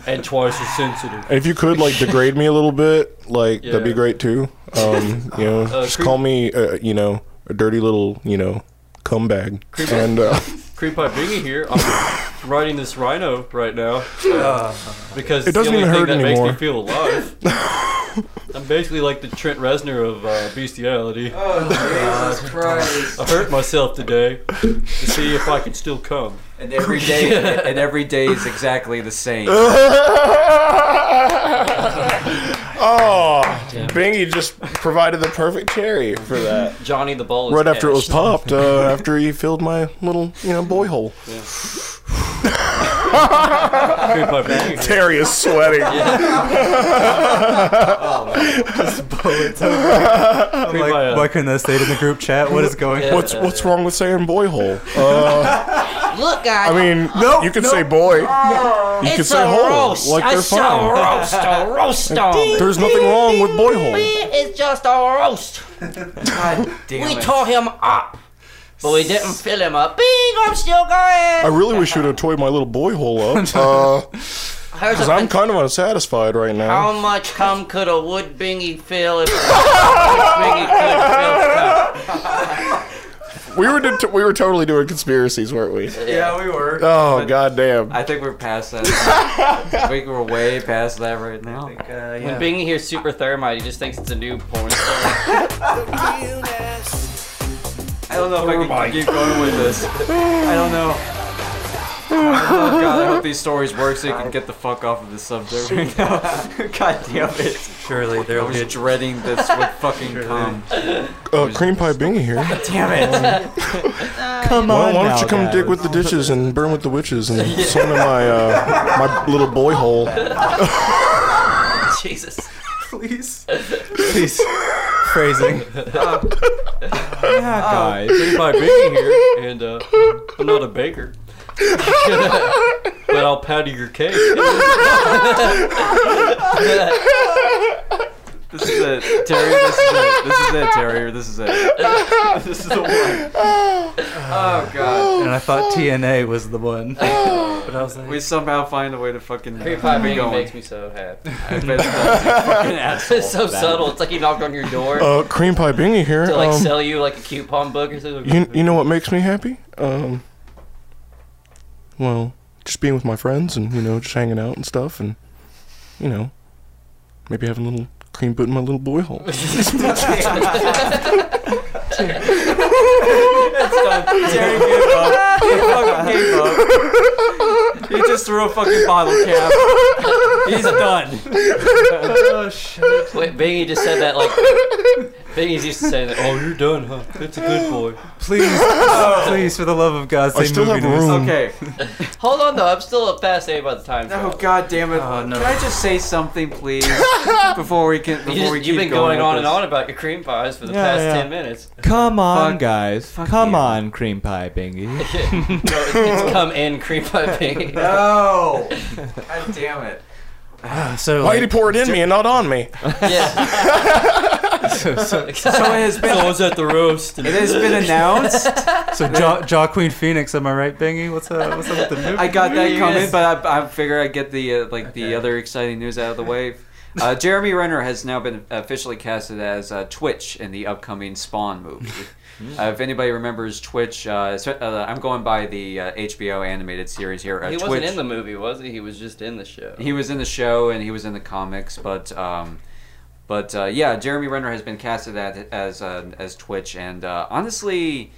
Speaker 2: and twice as sensitive.
Speaker 5: If you could like degrade me a little bit, like that'd be
Speaker 2: Yeah.
Speaker 5: great too.
Speaker 2: *laughs*
Speaker 5: Um, you know,
Speaker 2: Uh,
Speaker 5: just
Speaker 2: creep-
Speaker 5: call me, uh, you know, a dirty little, you know, cum bag. And uh,
Speaker 2: Cream Pie Bingy here.
Speaker 3: *laughs*
Speaker 2: I'm riding this rhino right now uh, because
Speaker 5: It
Speaker 2: it's the
Speaker 5: doesn't
Speaker 2: only
Speaker 5: even
Speaker 2: thing
Speaker 5: hurt
Speaker 2: that
Speaker 5: anymore.
Speaker 2: makes me feel
Speaker 5: *laughs*
Speaker 2: alive. I'm basically like the Trent Reznor of uh, bestiality.
Speaker 3: Oh,
Speaker 2: *laughs*
Speaker 3: Jesus Christ.
Speaker 2: I hurt myself today to see if I can still come.
Speaker 3: And every *laughs* day, and every day is exactly the same.
Speaker 5: oh, Bingy just provided the perfect cherry for that.
Speaker 2: Johnny the ball. Is
Speaker 5: Right after it was
Speaker 2: cashed.
Speaker 5: popped, uh, after he filled my little, you know, boy hole. Terry is sweating.
Speaker 6: I'm like, why couldn't I say it in the group chat? What is going on?
Speaker 5: What's what's wrong with saying boy hole? Uh,
Speaker 2: Look, guys.
Speaker 5: I mean, you can say boy. You can
Speaker 2: It's
Speaker 5: say
Speaker 2: a
Speaker 5: hole.
Speaker 2: roast.
Speaker 5: Like they're
Speaker 2: It's a
Speaker 5: fine.
Speaker 2: roast, a
Speaker 5: *laughs*
Speaker 2: roast on.
Speaker 5: There's nothing wrong with boy hole.
Speaker 2: It's just a
Speaker 3: *laughs*
Speaker 2: roast. we tore him up, but we didn't fill him up. Bing, I'm still
Speaker 5: I
Speaker 2: going.
Speaker 5: really wish you'd have toyed my little boy hole up. Because I'm kind of unsatisfied right
Speaker 2: How
Speaker 5: now.
Speaker 2: much cum could a wood bingy
Speaker 3: *laughs*
Speaker 2: fill if a bingy could fill cum?
Speaker 5: We were did we were totally doing conspiracies, weren't we?
Speaker 3: Yeah, we were.
Speaker 5: Oh goddamn!
Speaker 3: I think we're
Speaker 5: *laughs*
Speaker 3: past that. I think we're way past that right now.
Speaker 2: When Bingy hears super thermite, he just thinks it's a new porn star.
Speaker 3: *laughs* I don't know if I can keep going with this. I don't
Speaker 5: *laughs*
Speaker 3: know. Oh god, I hope these stories work so you can get the fuck off of this subject *laughs* right now. god damn it.
Speaker 6: Surely there
Speaker 3: I *laughs* was dreading this *laughs* would fucking come.
Speaker 5: Uh, cream pie bingy here.
Speaker 3: Damn it.
Speaker 6: Come
Speaker 5: Why,
Speaker 6: on
Speaker 5: why don't
Speaker 6: now,
Speaker 5: you come dig with the ditches and burn with the witches and *laughs* summon my uh, my little boy hole? *laughs*
Speaker 2: Jesus.
Speaker 6: Please. Please. Phrasing.
Speaker 7: Oh.
Speaker 2: God.
Speaker 7: Cream
Speaker 2: by being here, and uh, I'm not a baker. but I'll powder your cake.
Speaker 3: This is it. Terry, this is it. This is it, Terry. This is it. *laughs* This is the one. Oh god.
Speaker 6: And I thought TNA was the one. But I was like,
Speaker 3: We somehow find a way to fucking *laughs*
Speaker 2: Cream pie
Speaker 3: keep it
Speaker 2: Bingy
Speaker 3: going.
Speaker 2: makes me so
Speaker 3: *laughs*
Speaker 2: happy.
Speaker 3: I bet it does, you fucking asshole.
Speaker 2: it's so subtle. It's like he knocked on your door
Speaker 5: Uh, cream pie bingy here.
Speaker 2: to like
Speaker 5: um,
Speaker 2: sell you like a coupon book or something.
Speaker 5: you you know what makes me happy? Um, well, just being with my friends and you know just hanging out and stuff and you know maybe having a little cream put in my little boy hole.
Speaker 3: It's done. Terry gave up. He fucking gave up. He just threw a fucking bottle cap. He's *laughs* done.
Speaker 2: oh shit. Wait, Bingy just said that like. Bingy's used to saying that. Oh, you're done, huh? It's a good boy.
Speaker 7: *laughs*
Speaker 6: please,
Speaker 7: Oh.
Speaker 6: please, for the love of God, say movie news.
Speaker 3: *laughs* Okay.
Speaker 2: Hold on though, I'm still up past eight by the time.
Speaker 3: Oh god damn it. Can I just say something *laughs* please before we can before
Speaker 2: You
Speaker 3: we
Speaker 2: just,
Speaker 3: keep
Speaker 2: you've been
Speaker 3: going,
Speaker 2: going, on
Speaker 3: with
Speaker 2: and
Speaker 3: this?
Speaker 2: on about your cream pies for the
Speaker 3: Yeah,
Speaker 2: past
Speaker 3: yeah.
Speaker 2: ten minutes.
Speaker 7: Come on,
Speaker 3: Fuck-
Speaker 7: guys. Come on, cream pie *laughs* bingy.
Speaker 2: no, it's come in cream pie
Speaker 3: *laughs*
Speaker 2: Bingy.
Speaker 3: No. God damn it.
Speaker 6: so,
Speaker 5: Why
Speaker 6: like,
Speaker 5: did he pour it in me and not on me?
Speaker 2: *laughs*
Speaker 6: so, so,
Speaker 3: *laughs* So it has been
Speaker 2: I was at the roast.
Speaker 3: it has *laughs* been announced.
Speaker 6: so Jaw, Jaw Queen Phoenix, am I right, Bingy? What's up? What's up with the movie?
Speaker 3: I got that
Speaker 2: Yes.
Speaker 3: comment, but I, I figure I get the uh, like the other exciting news out of the way. Uh, Jeremy Renner has now been officially casted as uh, Twitch in the upcoming Spawn movie. Uh, if anybody remembers Twitch, uh, so- uh, I'm going by the uh, HBO animated series here. Uh,
Speaker 2: he
Speaker 3: Twitch,
Speaker 2: wasn't in the movie, was he? He was just in the show.
Speaker 3: he was in the show and he was in the comics, but um, but uh, yeah, Jeremy Renner has been casted at, as uh, as Twitch, and uh, honestly,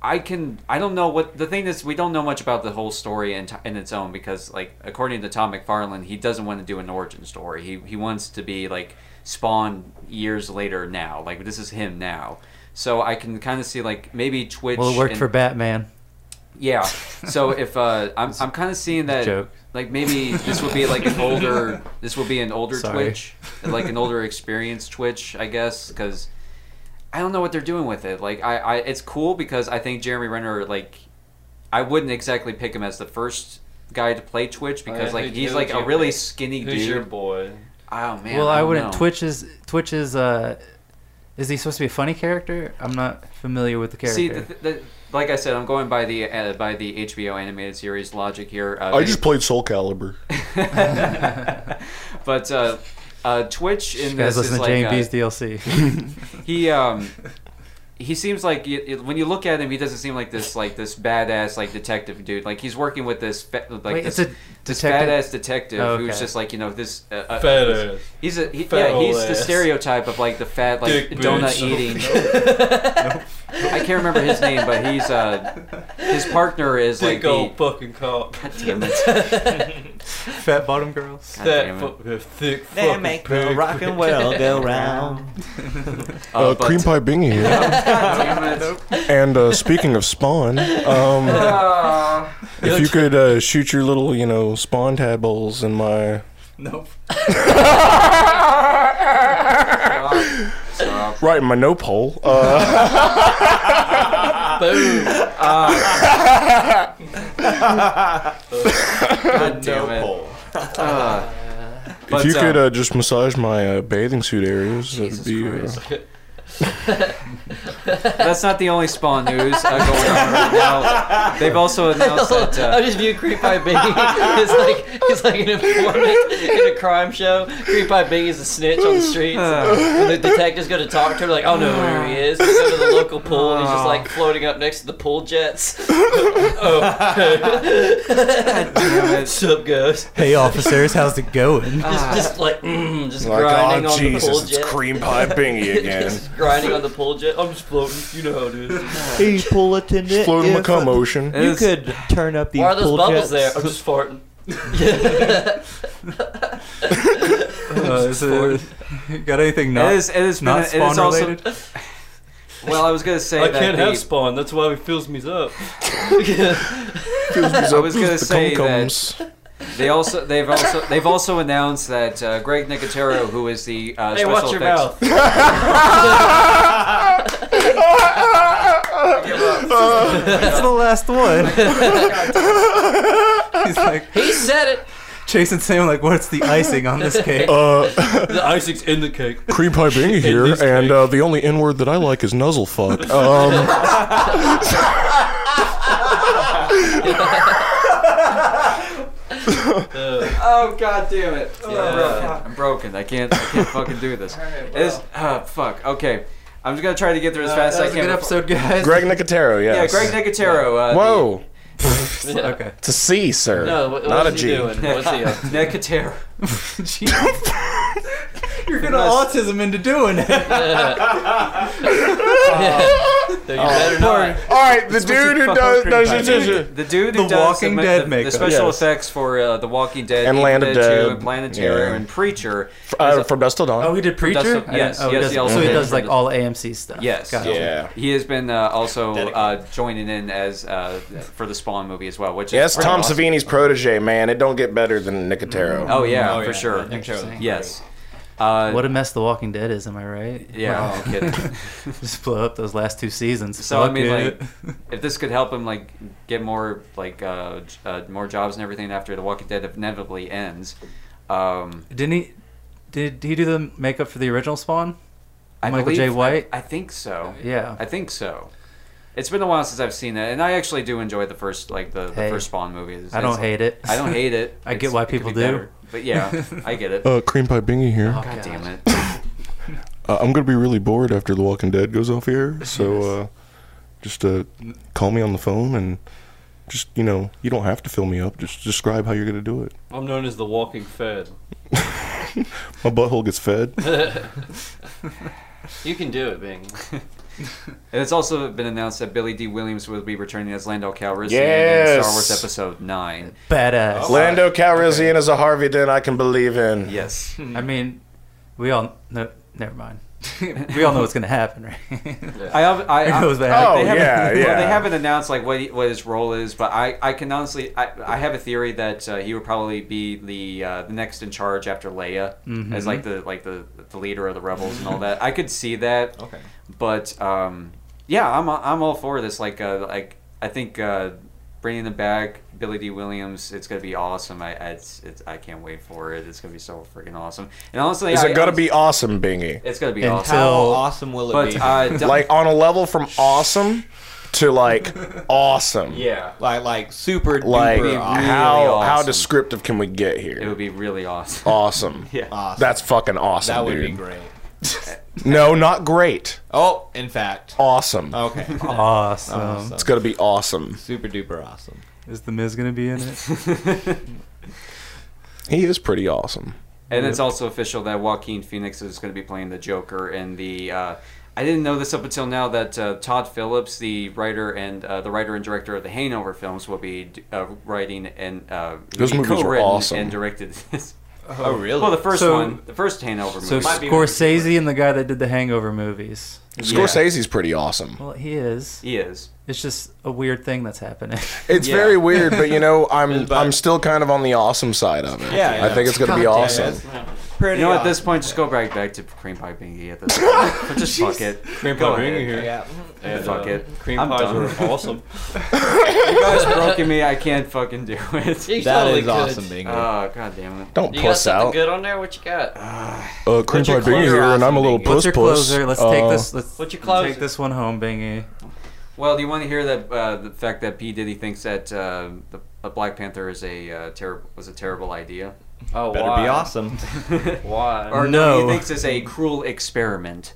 Speaker 3: I can I don't know what the thing is. We don't know much about the whole story in, t- in its own because like according to Tom McFarlane, he doesn't want to do an origin story. He he wants to be like Spawn years later now. Like this is him now. So I can kind of see like maybe Twitch.
Speaker 6: well, it worked
Speaker 3: and-
Speaker 6: for Batman.
Speaker 3: yeah. So if uh, I'm, I'm kind of seeing that,
Speaker 6: joke.
Speaker 3: like maybe this will be like
Speaker 6: *laughs*
Speaker 3: an older, this will be an older
Speaker 6: Sorry.
Speaker 3: Twitch, like an older experience Twitch, I guess, because I don't know what they're doing with it. Like I, I, it's cool because I think Jeremy Renner, like, I wouldn't exactly pick him as the first guy to play Twitch because
Speaker 2: Oh, yeah,
Speaker 3: like
Speaker 2: who-
Speaker 3: he's
Speaker 2: who
Speaker 3: like
Speaker 2: would
Speaker 3: a
Speaker 2: you
Speaker 3: really
Speaker 2: pick?
Speaker 3: skinny
Speaker 2: Who's
Speaker 3: dude.
Speaker 2: your boy?
Speaker 3: Oh man.
Speaker 6: well, I
Speaker 3: don't
Speaker 6: wouldn't.
Speaker 3: know.
Speaker 6: Twitch is Twitch is. Uh, is he supposed to be a funny character? I'm not familiar with the character.
Speaker 3: See, the, the, like I said, I'm going by the uh, by the HBO animated series logic here. Uh,
Speaker 5: I just played Soul Calibur.
Speaker 3: *laughs* but uh, uh, Twitch in
Speaker 6: you
Speaker 3: this
Speaker 6: guys
Speaker 3: is
Speaker 6: listen to
Speaker 3: like
Speaker 6: Jamie
Speaker 3: uh,
Speaker 6: B's *laughs* DLC.
Speaker 3: he um he seems like y y- when you look at him, he doesn't seem like this like this badass like detective dude. Like he's working with this fa- like
Speaker 6: Wait,
Speaker 3: this,
Speaker 6: it's a
Speaker 3: this
Speaker 6: detective?
Speaker 3: badass detective
Speaker 6: Oh,
Speaker 3: who's
Speaker 6: okay.
Speaker 3: just like you know this uh, uh,
Speaker 2: Badass.
Speaker 3: He's a he,
Speaker 2: Fat
Speaker 3: yeah he's
Speaker 2: old
Speaker 3: the
Speaker 2: ass.
Speaker 3: stereotype of like the fat like
Speaker 2: Dick bitch.
Speaker 3: donut eating. *laughs* I can't remember his name, but he's uh his partner is
Speaker 2: Big
Speaker 3: like *laughs* the,
Speaker 2: *laughs* old fucking cop.
Speaker 3: God damn it.
Speaker 6: Fat bottom girls.
Speaker 7: God damn it. They make the rock and world go round.
Speaker 5: uh, cream pie
Speaker 3: *laughs*
Speaker 5: bingy here. and uh, speaking of
Speaker 3: *laughs*
Speaker 5: spawn, um,
Speaker 3: Ah.
Speaker 5: if you could uh, shoot your little, you know, spawn tadpoles in my.
Speaker 6: Nope.
Speaker 5: *laughs*
Speaker 6: *laughs*
Speaker 5: Right in my nope hole.
Speaker 3: *laughs*
Speaker 5: Uh,
Speaker 2: Boom.
Speaker 3: God damn it. Uh,
Speaker 5: if
Speaker 3: but,
Speaker 5: you could
Speaker 3: uh,
Speaker 5: uh, just massage my uh, bathing suit areas, that'd be. Uh,
Speaker 3: that's not the only spawn news uh, going on right now. They've also announced that. Uh,
Speaker 2: I just view Creep Eye Biggie as like he's like an informant in a crime show. Creep Eye Biggie's a snitch on the streets. and the detectives go to talk to him, like, oh no, where he is. They go to the local pool and he's just like floating up next to the pool jets. oh, what's up, guys?
Speaker 6: Hey officers, how's it going?
Speaker 2: Just, just like, mm, just
Speaker 5: Like,
Speaker 2: grinding
Speaker 5: "Oh,
Speaker 2: on the pool
Speaker 5: Jesus,
Speaker 2: jet.
Speaker 5: it's cream pie bingy again."
Speaker 3: *laughs*
Speaker 2: just grinding on the pool jet. I'm just floating. You know how it is.
Speaker 7: He's pool attendant.
Speaker 5: floating my cum ocean.
Speaker 7: You could turn up these
Speaker 2: Why are those
Speaker 7: pool jets.
Speaker 2: bubbles there? I'm just farting.
Speaker 6: Uh, is it, *laughs* got anything not,
Speaker 3: it is, it has been-
Speaker 6: not
Speaker 3: it
Speaker 6: spawn
Speaker 3: is also-
Speaker 6: related?
Speaker 3: *laughs* well, I was gonna say
Speaker 2: I
Speaker 3: that
Speaker 2: can't
Speaker 3: the,
Speaker 2: have spawn. That's why he fills me up.
Speaker 3: I was gonna
Speaker 5: The
Speaker 3: say
Speaker 5: cum-cums.
Speaker 3: that they also they've also they've also announced that uh, Greg Nicotero, who is the uh,
Speaker 2: Hey,
Speaker 3: special
Speaker 2: watch your
Speaker 3: effects,
Speaker 2: mouth.
Speaker 3: *laughs*
Speaker 6: That's the *laughs* last one. He's like
Speaker 2: he said *laughs* it.
Speaker 6: chasing Sam. Like, what's the icing on this cake?
Speaker 5: Uh,
Speaker 2: The icing's in the cake.
Speaker 5: cream pie bingy here, and uh, the only N word that I like is nuzzle fuck. *laughs* Um,
Speaker 3: *laughs* oh god
Speaker 2: *laughs*
Speaker 3: damn it! Oh, I'm, broken. I'm broken. I can't. I can't fucking do this. It's, uh, fuck. Okay, I'm just gonna try to get through as
Speaker 2: Uh,
Speaker 3: fast as I can. before-
Speaker 5: Greg Nicotero, yes.
Speaker 3: Yeah, Greg Nicotero. Uh, *laughs*
Speaker 5: Whoa.
Speaker 6: *laughs* okay.
Speaker 5: It's a C, sir.
Speaker 2: No, what,
Speaker 5: not
Speaker 2: what's
Speaker 5: a
Speaker 2: he
Speaker 5: G.
Speaker 2: doing? What's he *laughs* up?
Speaker 3: Nicotero.
Speaker 6: You're gonna autism into doing it.
Speaker 2: No, you better not.
Speaker 5: All right, the
Speaker 3: It's supposed to
Speaker 5: dude who
Speaker 3: fuck
Speaker 5: does,
Speaker 3: up
Speaker 5: does
Speaker 3: Green
Speaker 5: does-
Speaker 3: Lantern. the dude who
Speaker 6: The
Speaker 3: does
Speaker 6: Walking
Speaker 3: ma-
Speaker 6: Dead
Speaker 3: the, the
Speaker 6: makeup.
Speaker 3: special
Speaker 5: Yes.
Speaker 3: effects for uh, The Walking Dead,
Speaker 5: And
Speaker 3: Evil
Speaker 5: Land of
Speaker 3: Two,
Speaker 5: Dead.
Speaker 3: and Planetarium,
Speaker 5: Yeah.
Speaker 3: and Preacher.
Speaker 5: uh, from Dust Till Dawn.
Speaker 6: *laughs* Oh, he did preacher.
Speaker 3: Dustin- yes,
Speaker 6: Oh, he
Speaker 3: yes,
Speaker 6: does-
Speaker 3: he also
Speaker 6: so he
Speaker 3: did
Speaker 6: does
Speaker 3: for
Speaker 6: like
Speaker 3: the-
Speaker 6: all AMC stuff.
Speaker 3: Yes,
Speaker 6: Got it.
Speaker 5: Yeah.
Speaker 3: he has been uh, also uh, joining in as uh, for the Spawn movie as well, which
Speaker 5: Yes,
Speaker 3: is
Speaker 5: Tom
Speaker 3: awesome.
Speaker 5: Savini's protege, man. It don't get better than Nicotero.
Speaker 3: Oh yeah,
Speaker 7: Oh,
Speaker 3: for
Speaker 7: yeah.
Speaker 3: sure.
Speaker 7: Interesting.
Speaker 3: Yes. Uh,
Speaker 6: What a mess The Walking Dead is. Am I right?
Speaker 3: yeah,
Speaker 6: Wow.
Speaker 3: no kidding.
Speaker 6: *laughs* Just blow up those last two seasons.
Speaker 3: So I
Speaker 6: Fuck
Speaker 3: mean,
Speaker 6: it.
Speaker 3: like,
Speaker 5: *laughs*
Speaker 3: if this could help him like get more like uh, j- uh, more jobs and everything after The Walking Dead inevitably ends, um,
Speaker 6: didn't he? Did he do the makeup for the original Spawn?
Speaker 3: I
Speaker 6: Michael
Speaker 3: believe-
Speaker 6: J. White.
Speaker 3: I, I think so.
Speaker 6: yeah.
Speaker 3: I think so. It's been a while since I've seen that, and I actually do enjoy the first like the,
Speaker 6: Hey,
Speaker 3: the first Spawn movie. It's-
Speaker 6: I don't
Speaker 3: it's-
Speaker 6: hate it.
Speaker 3: I don't hate it.
Speaker 6: *laughs* I get
Speaker 3: It's-
Speaker 6: why
Speaker 3: it could
Speaker 6: people
Speaker 3: be
Speaker 6: do.
Speaker 3: better.
Speaker 6: *laughs*
Speaker 3: but yeah, I get it.
Speaker 5: Uh, cream pie bingy here.
Speaker 6: Oh,
Speaker 3: God damn it.
Speaker 5: Uh, I'm gonna be really bored after The Walking Dead goes off here, so uh, just uh, call me on the phone and just you know you don't have to fill me up. Just describe how you're gonna do it. *laughs*
Speaker 2: I'm known as the walking fed.
Speaker 5: My butthole gets
Speaker 3: *laughs*
Speaker 5: fed.
Speaker 2: You can do it, Bing.
Speaker 3: And it's also been announced that Billy D. Williams will be returning as Lando Calrissian in
Speaker 5: Yes.
Speaker 3: Star Wars Episode Nine.
Speaker 6: Badass.
Speaker 5: Lando Calrissian is a Harvey Dent I can believe in.
Speaker 3: Yes.
Speaker 6: I mean, we all no. Never mind. *laughs* we all know what's gonna happen, right?
Speaker 3: I, have- I, I,
Speaker 6: It goes back.
Speaker 3: like,
Speaker 5: Oh,
Speaker 3: they haven't,
Speaker 5: yeah,
Speaker 3: *laughs* well,
Speaker 5: yeah.
Speaker 3: they haven't announced like what he, what his role is, but I, I can honestly I, I have a theory that uh, he would probably be the uh, the next in charge after Leia
Speaker 5: Mm-hmm.
Speaker 3: as like the like the, the leader of the rebels and all that. I could
Speaker 5: *laughs*
Speaker 3: see that.
Speaker 7: Okay.
Speaker 3: But um, yeah, I'm I'm all for this. Like uh, like I think uh, bringing them back, Billy D. Williams, it's gonna be awesome. I I- it's, it's I can't wait for it. It's gonna be so freaking awesome. And honestly,
Speaker 5: Is
Speaker 3: I,
Speaker 5: it gonna
Speaker 3: I-
Speaker 5: be awesome, Bingy?
Speaker 3: It's gonna be
Speaker 6: Until-
Speaker 3: awesome.
Speaker 7: How
Speaker 6: So-
Speaker 7: awesome will it
Speaker 3: But
Speaker 7: be?
Speaker 5: *laughs*
Speaker 3: uh, d-
Speaker 5: Like on a level from awesome to
Speaker 3: *laughs*
Speaker 5: like awesome.
Speaker 3: yeah.
Speaker 7: like like super
Speaker 5: Like
Speaker 7: duper
Speaker 5: how
Speaker 7: awesome.
Speaker 5: how
Speaker 3: awesome.
Speaker 5: descriptive can we get here?
Speaker 3: It would be really awesome.
Speaker 5: awesome.
Speaker 3: *laughs* Yeah.
Speaker 7: Awesome.
Speaker 5: That's fucking awesome.
Speaker 7: that would
Speaker 5: dude.
Speaker 7: be great.
Speaker 5: No, not great.
Speaker 7: Oh, in fact.
Speaker 5: Awesome.
Speaker 7: Okay.
Speaker 6: Um, Awesome.
Speaker 7: awesome.
Speaker 5: It's gonna be awesome.
Speaker 7: Super duper awesome.
Speaker 6: Is the Miz gonna be in it?
Speaker 5: He is pretty awesome.
Speaker 3: And it's
Speaker 7: Yep.
Speaker 3: also official that Joaquin Phoenix is going to be playing the Joker in the. Uh, I didn't know this up until now that uh, Todd Phillips, the writer and uh, the writer and director of the Hanover films, will be uh, writing and uh,
Speaker 5: Those
Speaker 3: he
Speaker 5: movies were
Speaker 3: co-written
Speaker 5: awesome.
Speaker 3: and directed *laughs* this.
Speaker 7: Oh, really?
Speaker 3: Well, the first
Speaker 7: So-
Speaker 3: one, the first Hanover
Speaker 6: So
Speaker 3: movie.
Speaker 6: Scorsese and the guy that did the Hangover movies.
Speaker 5: Scorsese's pretty awesome.
Speaker 6: Well, he is.
Speaker 3: He is.
Speaker 6: It's just a weird thing that's happening.
Speaker 5: It's very weird, but you know, I'm I'm still kind of on the awesome side of it.
Speaker 6: Yeah,
Speaker 5: I
Speaker 6: yeah.
Speaker 5: think it's going to be
Speaker 6: God damn
Speaker 5: awesome.
Speaker 6: it.
Speaker 3: you know, at
Speaker 7: awesome.
Speaker 3: this point, just go back back to cream pie bingy at this point. But just fuck it.
Speaker 7: Cream
Speaker 3: Go
Speaker 7: pie
Speaker 3: ahead.
Speaker 7: bingy here. Yeah.
Speaker 3: Yeah,
Speaker 7: And,
Speaker 3: fuck
Speaker 7: uh,
Speaker 3: it.
Speaker 7: cream
Speaker 3: I'm
Speaker 7: pies
Speaker 3: done.
Speaker 7: are
Speaker 3: *laughs*
Speaker 7: awesome.
Speaker 3: you guys broken me. I can't fucking do it.
Speaker 2: You That totally is could. awesome, bingy.
Speaker 3: Oh god damn it!
Speaker 5: Don't
Speaker 2: you got
Speaker 5: puss
Speaker 2: something
Speaker 5: out.
Speaker 2: good on there? What you got?
Speaker 5: Uh, cream
Speaker 2: What's your
Speaker 5: pie being
Speaker 2: closer
Speaker 5: here, and
Speaker 2: option,
Speaker 5: I'm a little
Speaker 2: Bingy?
Speaker 5: puss
Speaker 6: What's your
Speaker 5: puss.
Speaker 6: closer? Let's take
Speaker 5: Uh,
Speaker 6: this. Let's
Speaker 2: What's your closer?
Speaker 6: take this one home, Bingy.
Speaker 3: Well, do you want to hear that uh, the fact that P Diddy thinks that uh, the a Black Panther is a uh, terrible was a terrible idea?
Speaker 2: Oh,
Speaker 7: Better
Speaker 2: why?
Speaker 7: be awesome.
Speaker 2: Why?
Speaker 3: Or no,
Speaker 7: No.
Speaker 3: he thinks it's a cruel experiment.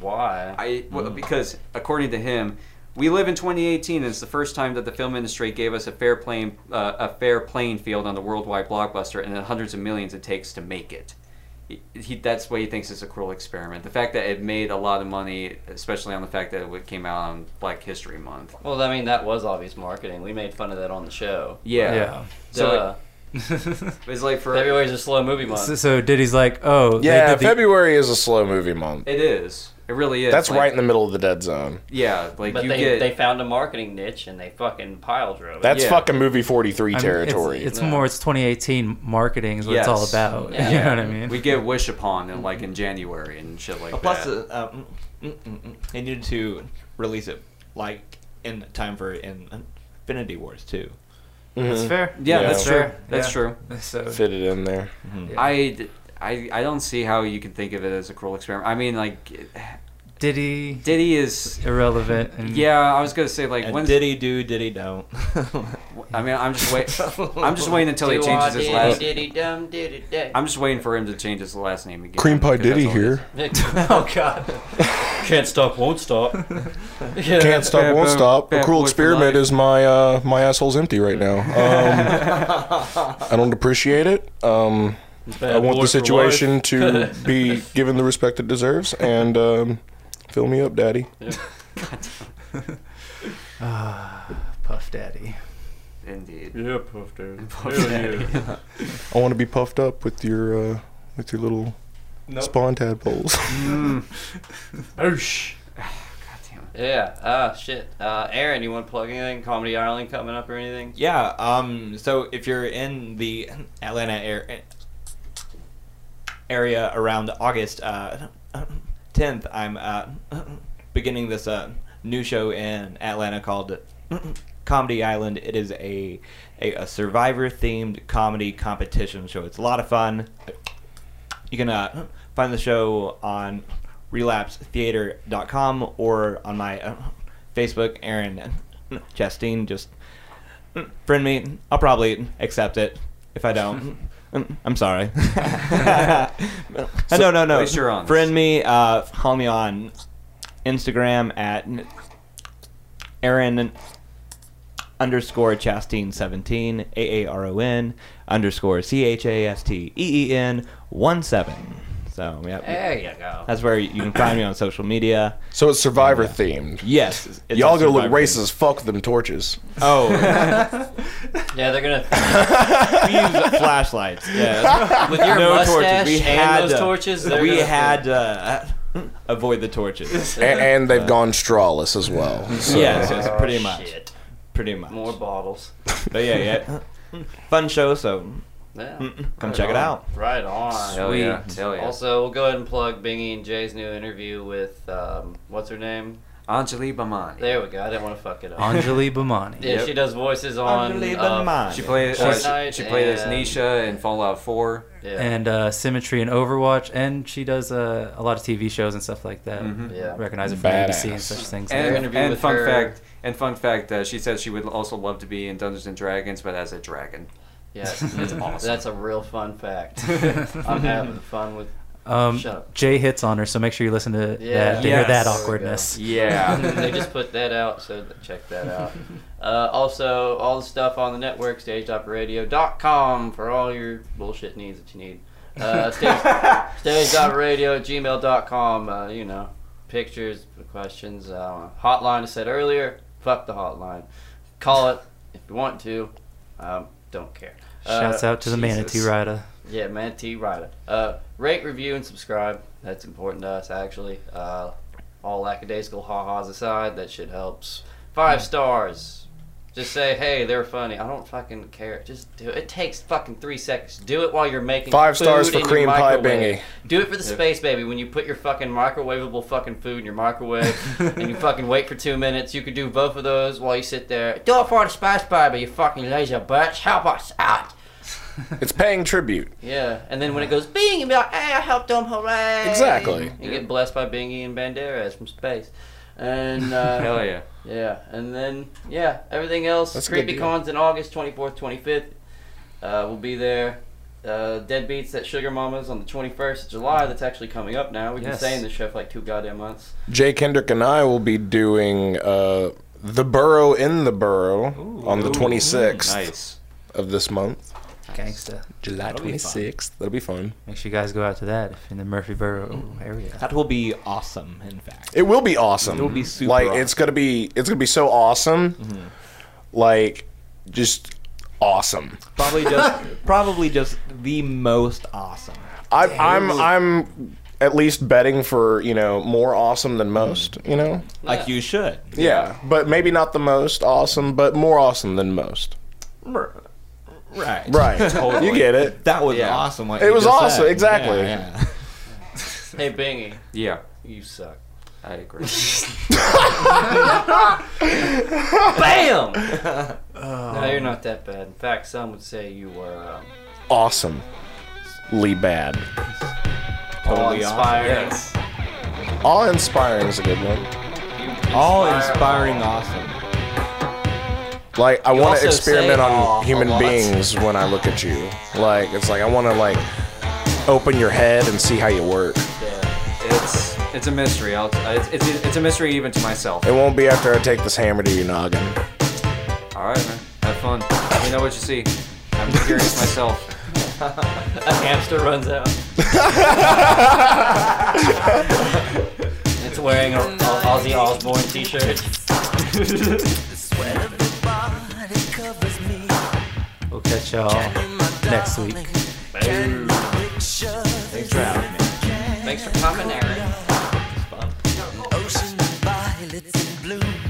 Speaker 2: Why?
Speaker 3: I well, because according to him, we live in 2018, and it's the first time that the film industry gave us a fair playing uh, a fair playing field on the worldwide blockbuster, and the hundreds of millions it takes to make it. He, he, that's why he thinks it's a cruel experiment. The fact that it made a lot of money, especially on the fact that it came out on Black History Month.
Speaker 2: Well, I mean, that was obvious marketing. We made fun of that on the show.
Speaker 3: Yeah.
Speaker 6: Yeah.
Speaker 2: So
Speaker 3: So it's like for
Speaker 2: February's a slow movie month.
Speaker 6: So, so Diddy's like, oh, they
Speaker 5: yeah,
Speaker 6: did the-
Speaker 5: February is a slow movie month.
Speaker 3: It is. It really is.
Speaker 5: That's
Speaker 3: Like,
Speaker 5: right in the middle of the dead zone.
Speaker 3: Yeah, like
Speaker 2: but
Speaker 3: you
Speaker 2: they,
Speaker 3: get.
Speaker 2: they found a marketing niche and they fucking pile drove. it.
Speaker 5: That's fucking movie 43
Speaker 6: I mean, it's-
Speaker 5: territory.
Speaker 6: It's, more. It's 2018 marketing is what it's all
Speaker 3: Yes.
Speaker 6: about. *laughs*
Speaker 3: Yeah.
Speaker 6: You know what I mean?
Speaker 3: We get Wish Upon in like in January and shit like
Speaker 7: But
Speaker 3: that.
Speaker 7: plus, uh, um, mm, mm, mm, they needed to release it like in time for in Infinity Wars too.
Speaker 5: Mhm.
Speaker 3: Mm. Yeah, that's true. That's true.
Speaker 6: So
Speaker 5: Fit it in there.
Speaker 3: I, d- I- I don't see how you can think of it as a cruel experiment. I mean, like,
Speaker 6: Diddy
Speaker 3: Diddy is
Speaker 6: irrelevant. And
Speaker 3: yeah. I was gonna say like,
Speaker 7: And
Speaker 3: when's
Speaker 7: diddy do, diddy don't.
Speaker 3: I mean, I'm just wait. I'm just waiting until he
Speaker 2: Do
Speaker 3: changes
Speaker 2: I
Speaker 3: his
Speaker 2: diddy
Speaker 3: last.
Speaker 2: diddy dum diddy day.
Speaker 3: I'm just waiting for him to change his last name again.
Speaker 5: Cream pie
Speaker 3: because
Speaker 5: Diddy
Speaker 3: that's all it is.
Speaker 5: here.
Speaker 2: *laughs* oh God.
Speaker 7: *laughs* Can't stop, won't stop.
Speaker 5: Can't stop,
Speaker 3: Bad
Speaker 5: won't
Speaker 3: boy-
Speaker 5: stop. A
Speaker 3: bad boy
Speaker 5: cruel
Speaker 3: for
Speaker 5: experiment
Speaker 3: life.
Speaker 5: is my uh, my asshole's empty right
Speaker 3: *laughs*
Speaker 5: now. Um, I don't appreciate it. Um,
Speaker 7: Bad
Speaker 5: I want
Speaker 7: boy
Speaker 5: the
Speaker 7: for
Speaker 5: situation
Speaker 7: life. *laughs*
Speaker 5: to be given the respect it deserves, and um, fill me up, Daddy.
Speaker 6: Ah, Puff Daddy.
Speaker 3: Indeed.
Speaker 7: Yeah, Puff
Speaker 2: *laughs*
Speaker 7: Daddy.
Speaker 3: Puff Hell Daddy. yeah.
Speaker 5: I want to be puffed up with your uh, with your little
Speaker 7: Nope.
Speaker 5: spawn
Speaker 3: *laughs*
Speaker 5: tadpoles.
Speaker 7: Oosh.
Speaker 2: Yeah. Ah, shit. Uh, Aaron, you want to plug anything? Comedy Ireland coming up or anything?
Speaker 7: Yeah. Um. So if you're in the Atlanta air, eh, area around August uh, *coughs* 10th, I'm uh, *coughs* beginning this uh, new show in Atlanta called *coughs* Comedy Island. It is a a, a survivor themed comedy competition show. It's a lot of fun. You can uh, find the show on relapsetheater.com or on my uh, Facebook, Aaron Chastine. Just friend me. I'll probably accept it. If I don't, *laughs* I'm
Speaker 3: *laughs*
Speaker 7: sorry. *laughs* no, no,
Speaker 3: at
Speaker 7: no.
Speaker 3: least you're honest.
Speaker 7: Friend me. Uh, follow me on Instagram at Aaron underscore Chastine seventeen A A R O N underscore C H A S T E E N one seven. So yeah,
Speaker 2: There you go.
Speaker 7: That's where you can find me on social media.
Speaker 5: so it's survivor themed.
Speaker 7: Yes, it's- it's
Speaker 5: y'all
Speaker 7: a
Speaker 5: gonna look
Speaker 7: survivor
Speaker 5: racist as fuck with them torches.
Speaker 7: Oh,
Speaker 2: Yeah, they're gonna
Speaker 7: we
Speaker 5: *laughs*
Speaker 7: use flashlights. Yeah,
Speaker 2: With your
Speaker 7: no torches.
Speaker 2: mustache
Speaker 7: We
Speaker 2: and
Speaker 7: had
Speaker 2: those
Speaker 7: to-
Speaker 2: torches, they're
Speaker 7: We
Speaker 2: gonna-
Speaker 7: had to uh, avoid the torches.
Speaker 5: A- and they've gone strawless as well. so-
Speaker 7: Yes,
Speaker 2: *laughs*
Speaker 7: yes, pretty much,
Speaker 2: oh, shit.
Speaker 7: pretty much.
Speaker 2: More bottles.
Speaker 7: But yeah, yeah,
Speaker 2: *laughs*
Speaker 7: fun show. So
Speaker 2: Yeah.
Speaker 7: mm, come check it out.
Speaker 2: Right on. Oh,
Speaker 3: Hell yeah, hell yeah.
Speaker 2: Also, we'll go ahead and plug Bingy and Jay's new interview with um, what's her name?
Speaker 3: Anjali Bamani.
Speaker 2: There we go. I didn't want to fuck it up.
Speaker 3: *laughs*
Speaker 6: Anjali Bamani.
Speaker 2: *laughs* Yeah,
Speaker 3: Yep.
Speaker 2: she does voices on.
Speaker 7: Anjali
Speaker 2: Uh,
Speaker 7: Bamani.
Speaker 3: She played.
Speaker 2: Fortnite
Speaker 3: Uh, she, she played as
Speaker 2: and-
Speaker 3: Nisha in Fallout 4.
Speaker 2: yeah.
Speaker 6: And uh, Symmetry and Overwatch, and she does uh, a lot of TV shows and stuff like that.
Speaker 2: Yeah.
Speaker 6: Recognize her from ABC and
Speaker 5: Badass.
Speaker 6: such things.
Speaker 2: They're
Speaker 3: Mm-hmm. And,
Speaker 2: gonna be
Speaker 3: and
Speaker 2: with
Speaker 3: fun
Speaker 2: her-
Speaker 3: fact. And fun fact. Uh, she said she would also love to be in Dungeons and Dragons, but as a dragon.
Speaker 2: Yes,
Speaker 3: It's awesome.
Speaker 2: That's a real fun fact. I'm having fun with.
Speaker 6: um,
Speaker 2: Shut up.
Speaker 6: Jay hits on her, so make sure you listen to
Speaker 2: Yeah.
Speaker 6: that to hear
Speaker 3: Yes.
Speaker 6: that awkwardness.
Speaker 3: *laughs* Yeah.
Speaker 2: *laughs* they just put that out, so th- check that out. Uh, also, all the stuff on the network, staged radio.com for all your bullshit needs that you need. Uh, stage, stage.radio gmail.com. Uh, you know, pictures, questions. Uh, I don't know. hotline, I said earlier. Fuck the hotline. Call it if you want to. Um, don't care. Uh,
Speaker 6: Shouts out to the Manatee Rider.
Speaker 2: Yeah, Manatee Rider. Uh, rate, review, and subscribe. That's important to us, actually. Uh, all lackadaisical ha-has aside, that shit helps. Five
Speaker 5: Hmm.
Speaker 2: stars. Just say, hey, they're funny. I don't fucking care. Just do it. It takes fucking three seconds. Do it while you're making
Speaker 5: Five
Speaker 2: food
Speaker 5: stars for
Speaker 2: in your
Speaker 5: cream pie
Speaker 2: microwave.
Speaker 5: bingy.
Speaker 2: Do it for the
Speaker 5: Yep.
Speaker 2: space baby. When you put your fucking microwavable fucking food in your microwave
Speaker 5: *laughs*
Speaker 2: and you fucking wait for two minutes, you could do both of those while you sit there. Do it for the space baby, you fucking lazy bitch. Help us out.
Speaker 5: It's paying tribute.
Speaker 2: Yeah, and then when
Speaker 3: Uh-huh.
Speaker 2: it goes bing, you'll be like, hey, I helped them, hooray!
Speaker 5: Exactly.
Speaker 2: You get blessed by Bingy and Banderas from space. And, uh,
Speaker 3: *laughs* Hell yeah.
Speaker 2: Yeah, and then, yeah, everything else.
Speaker 3: That's a good
Speaker 2: Creepy
Speaker 3: deal.
Speaker 2: Cons in August 24th, 25th. Uh, we'll be there. Uh, Dead Beats at Sugar Mama's on the 21st of July. That's actually coming up now. We've
Speaker 6: Yes.
Speaker 2: been saying this show for like two goddamn months.
Speaker 5: Jake Hendrick and I will be doing uh, The Burrow in the Burrow on the 26th
Speaker 6: Nice.
Speaker 5: of this month.
Speaker 6: Gangsta.
Speaker 5: July
Speaker 6: That'll be fun.
Speaker 5: 26th. That'll be fun.
Speaker 6: Make sure you guys go out to that if in the Murfreesboro area.
Speaker 3: Mm.
Speaker 7: That will be awesome, in fact.
Speaker 5: It will be awesome.
Speaker 7: It will be super
Speaker 5: Like
Speaker 7: awesome.
Speaker 5: it's gonna be it's gonna be so awesome. Like just awesome.
Speaker 7: Probably just,
Speaker 5: *laughs*
Speaker 7: probably just the most awesome.
Speaker 5: I, I'm I'm at least betting for you know more awesome than most. You know,
Speaker 7: Like you should.
Speaker 5: yeah, but maybe not the most awesome, but more awesome than most.
Speaker 7: Right.
Speaker 5: Right. You get it.
Speaker 7: That was
Speaker 5: Yeah.
Speaker 7: awesome. What
Speaker 5: It
Speaker 7: you
Speaker 5: was
Speaker 7: just
Speaker 5: awesome,
Speaker 7: said.
Speaker 5: exactly.
Speaker 7: Yeah, yeah.
Speaker 2: Hey, E. Bingy.
Speaker 3: Yeah.
Speaker 2: You suck. *laughs*
Speaker 3: I agree.
Speaker 2: Bam! No, you're not that bad. In fact, some would say you were uh,
Speaker 5: Awesome. Lee bad.
Speaker 2: totally inspiring.
Speaker 5: Awe inspiring is a good one.
Speaker 7: All inspiring awesome.
Speaker 5: Like I
Speaker 7: You
Speaker 5: want
Speaker 7: also
Speaker 5: to experiment
Speaker 7: say aw
Speaker 5: on
Speaker 7: a
Speaker 5: human
Speaker 7: lot.
Speaker 5: beings when I look at you. Like it's like I want to like open your head and see how you work.
Speaker 3: It's it's a mystery. I'll,
Speaker 2: uh,
Speaker 3: it's, it's, it's a mystery even to myself.
Speaker 5: It won't be after I take this hammer to your noggin. *laughs*
Speaker 3: All right, man. Have fun. Let me know what you see. I'm curious myself.
Speaker 2: A hamster runs out. it's wearing a, a Ozzy Osbourne t-shirt.
Speaker 6: We'll catch y'all next week.
Speaker 2: Thanks for having me. Thanks for coming, Aaron.
Speaker 14: Ocean violets in bloom.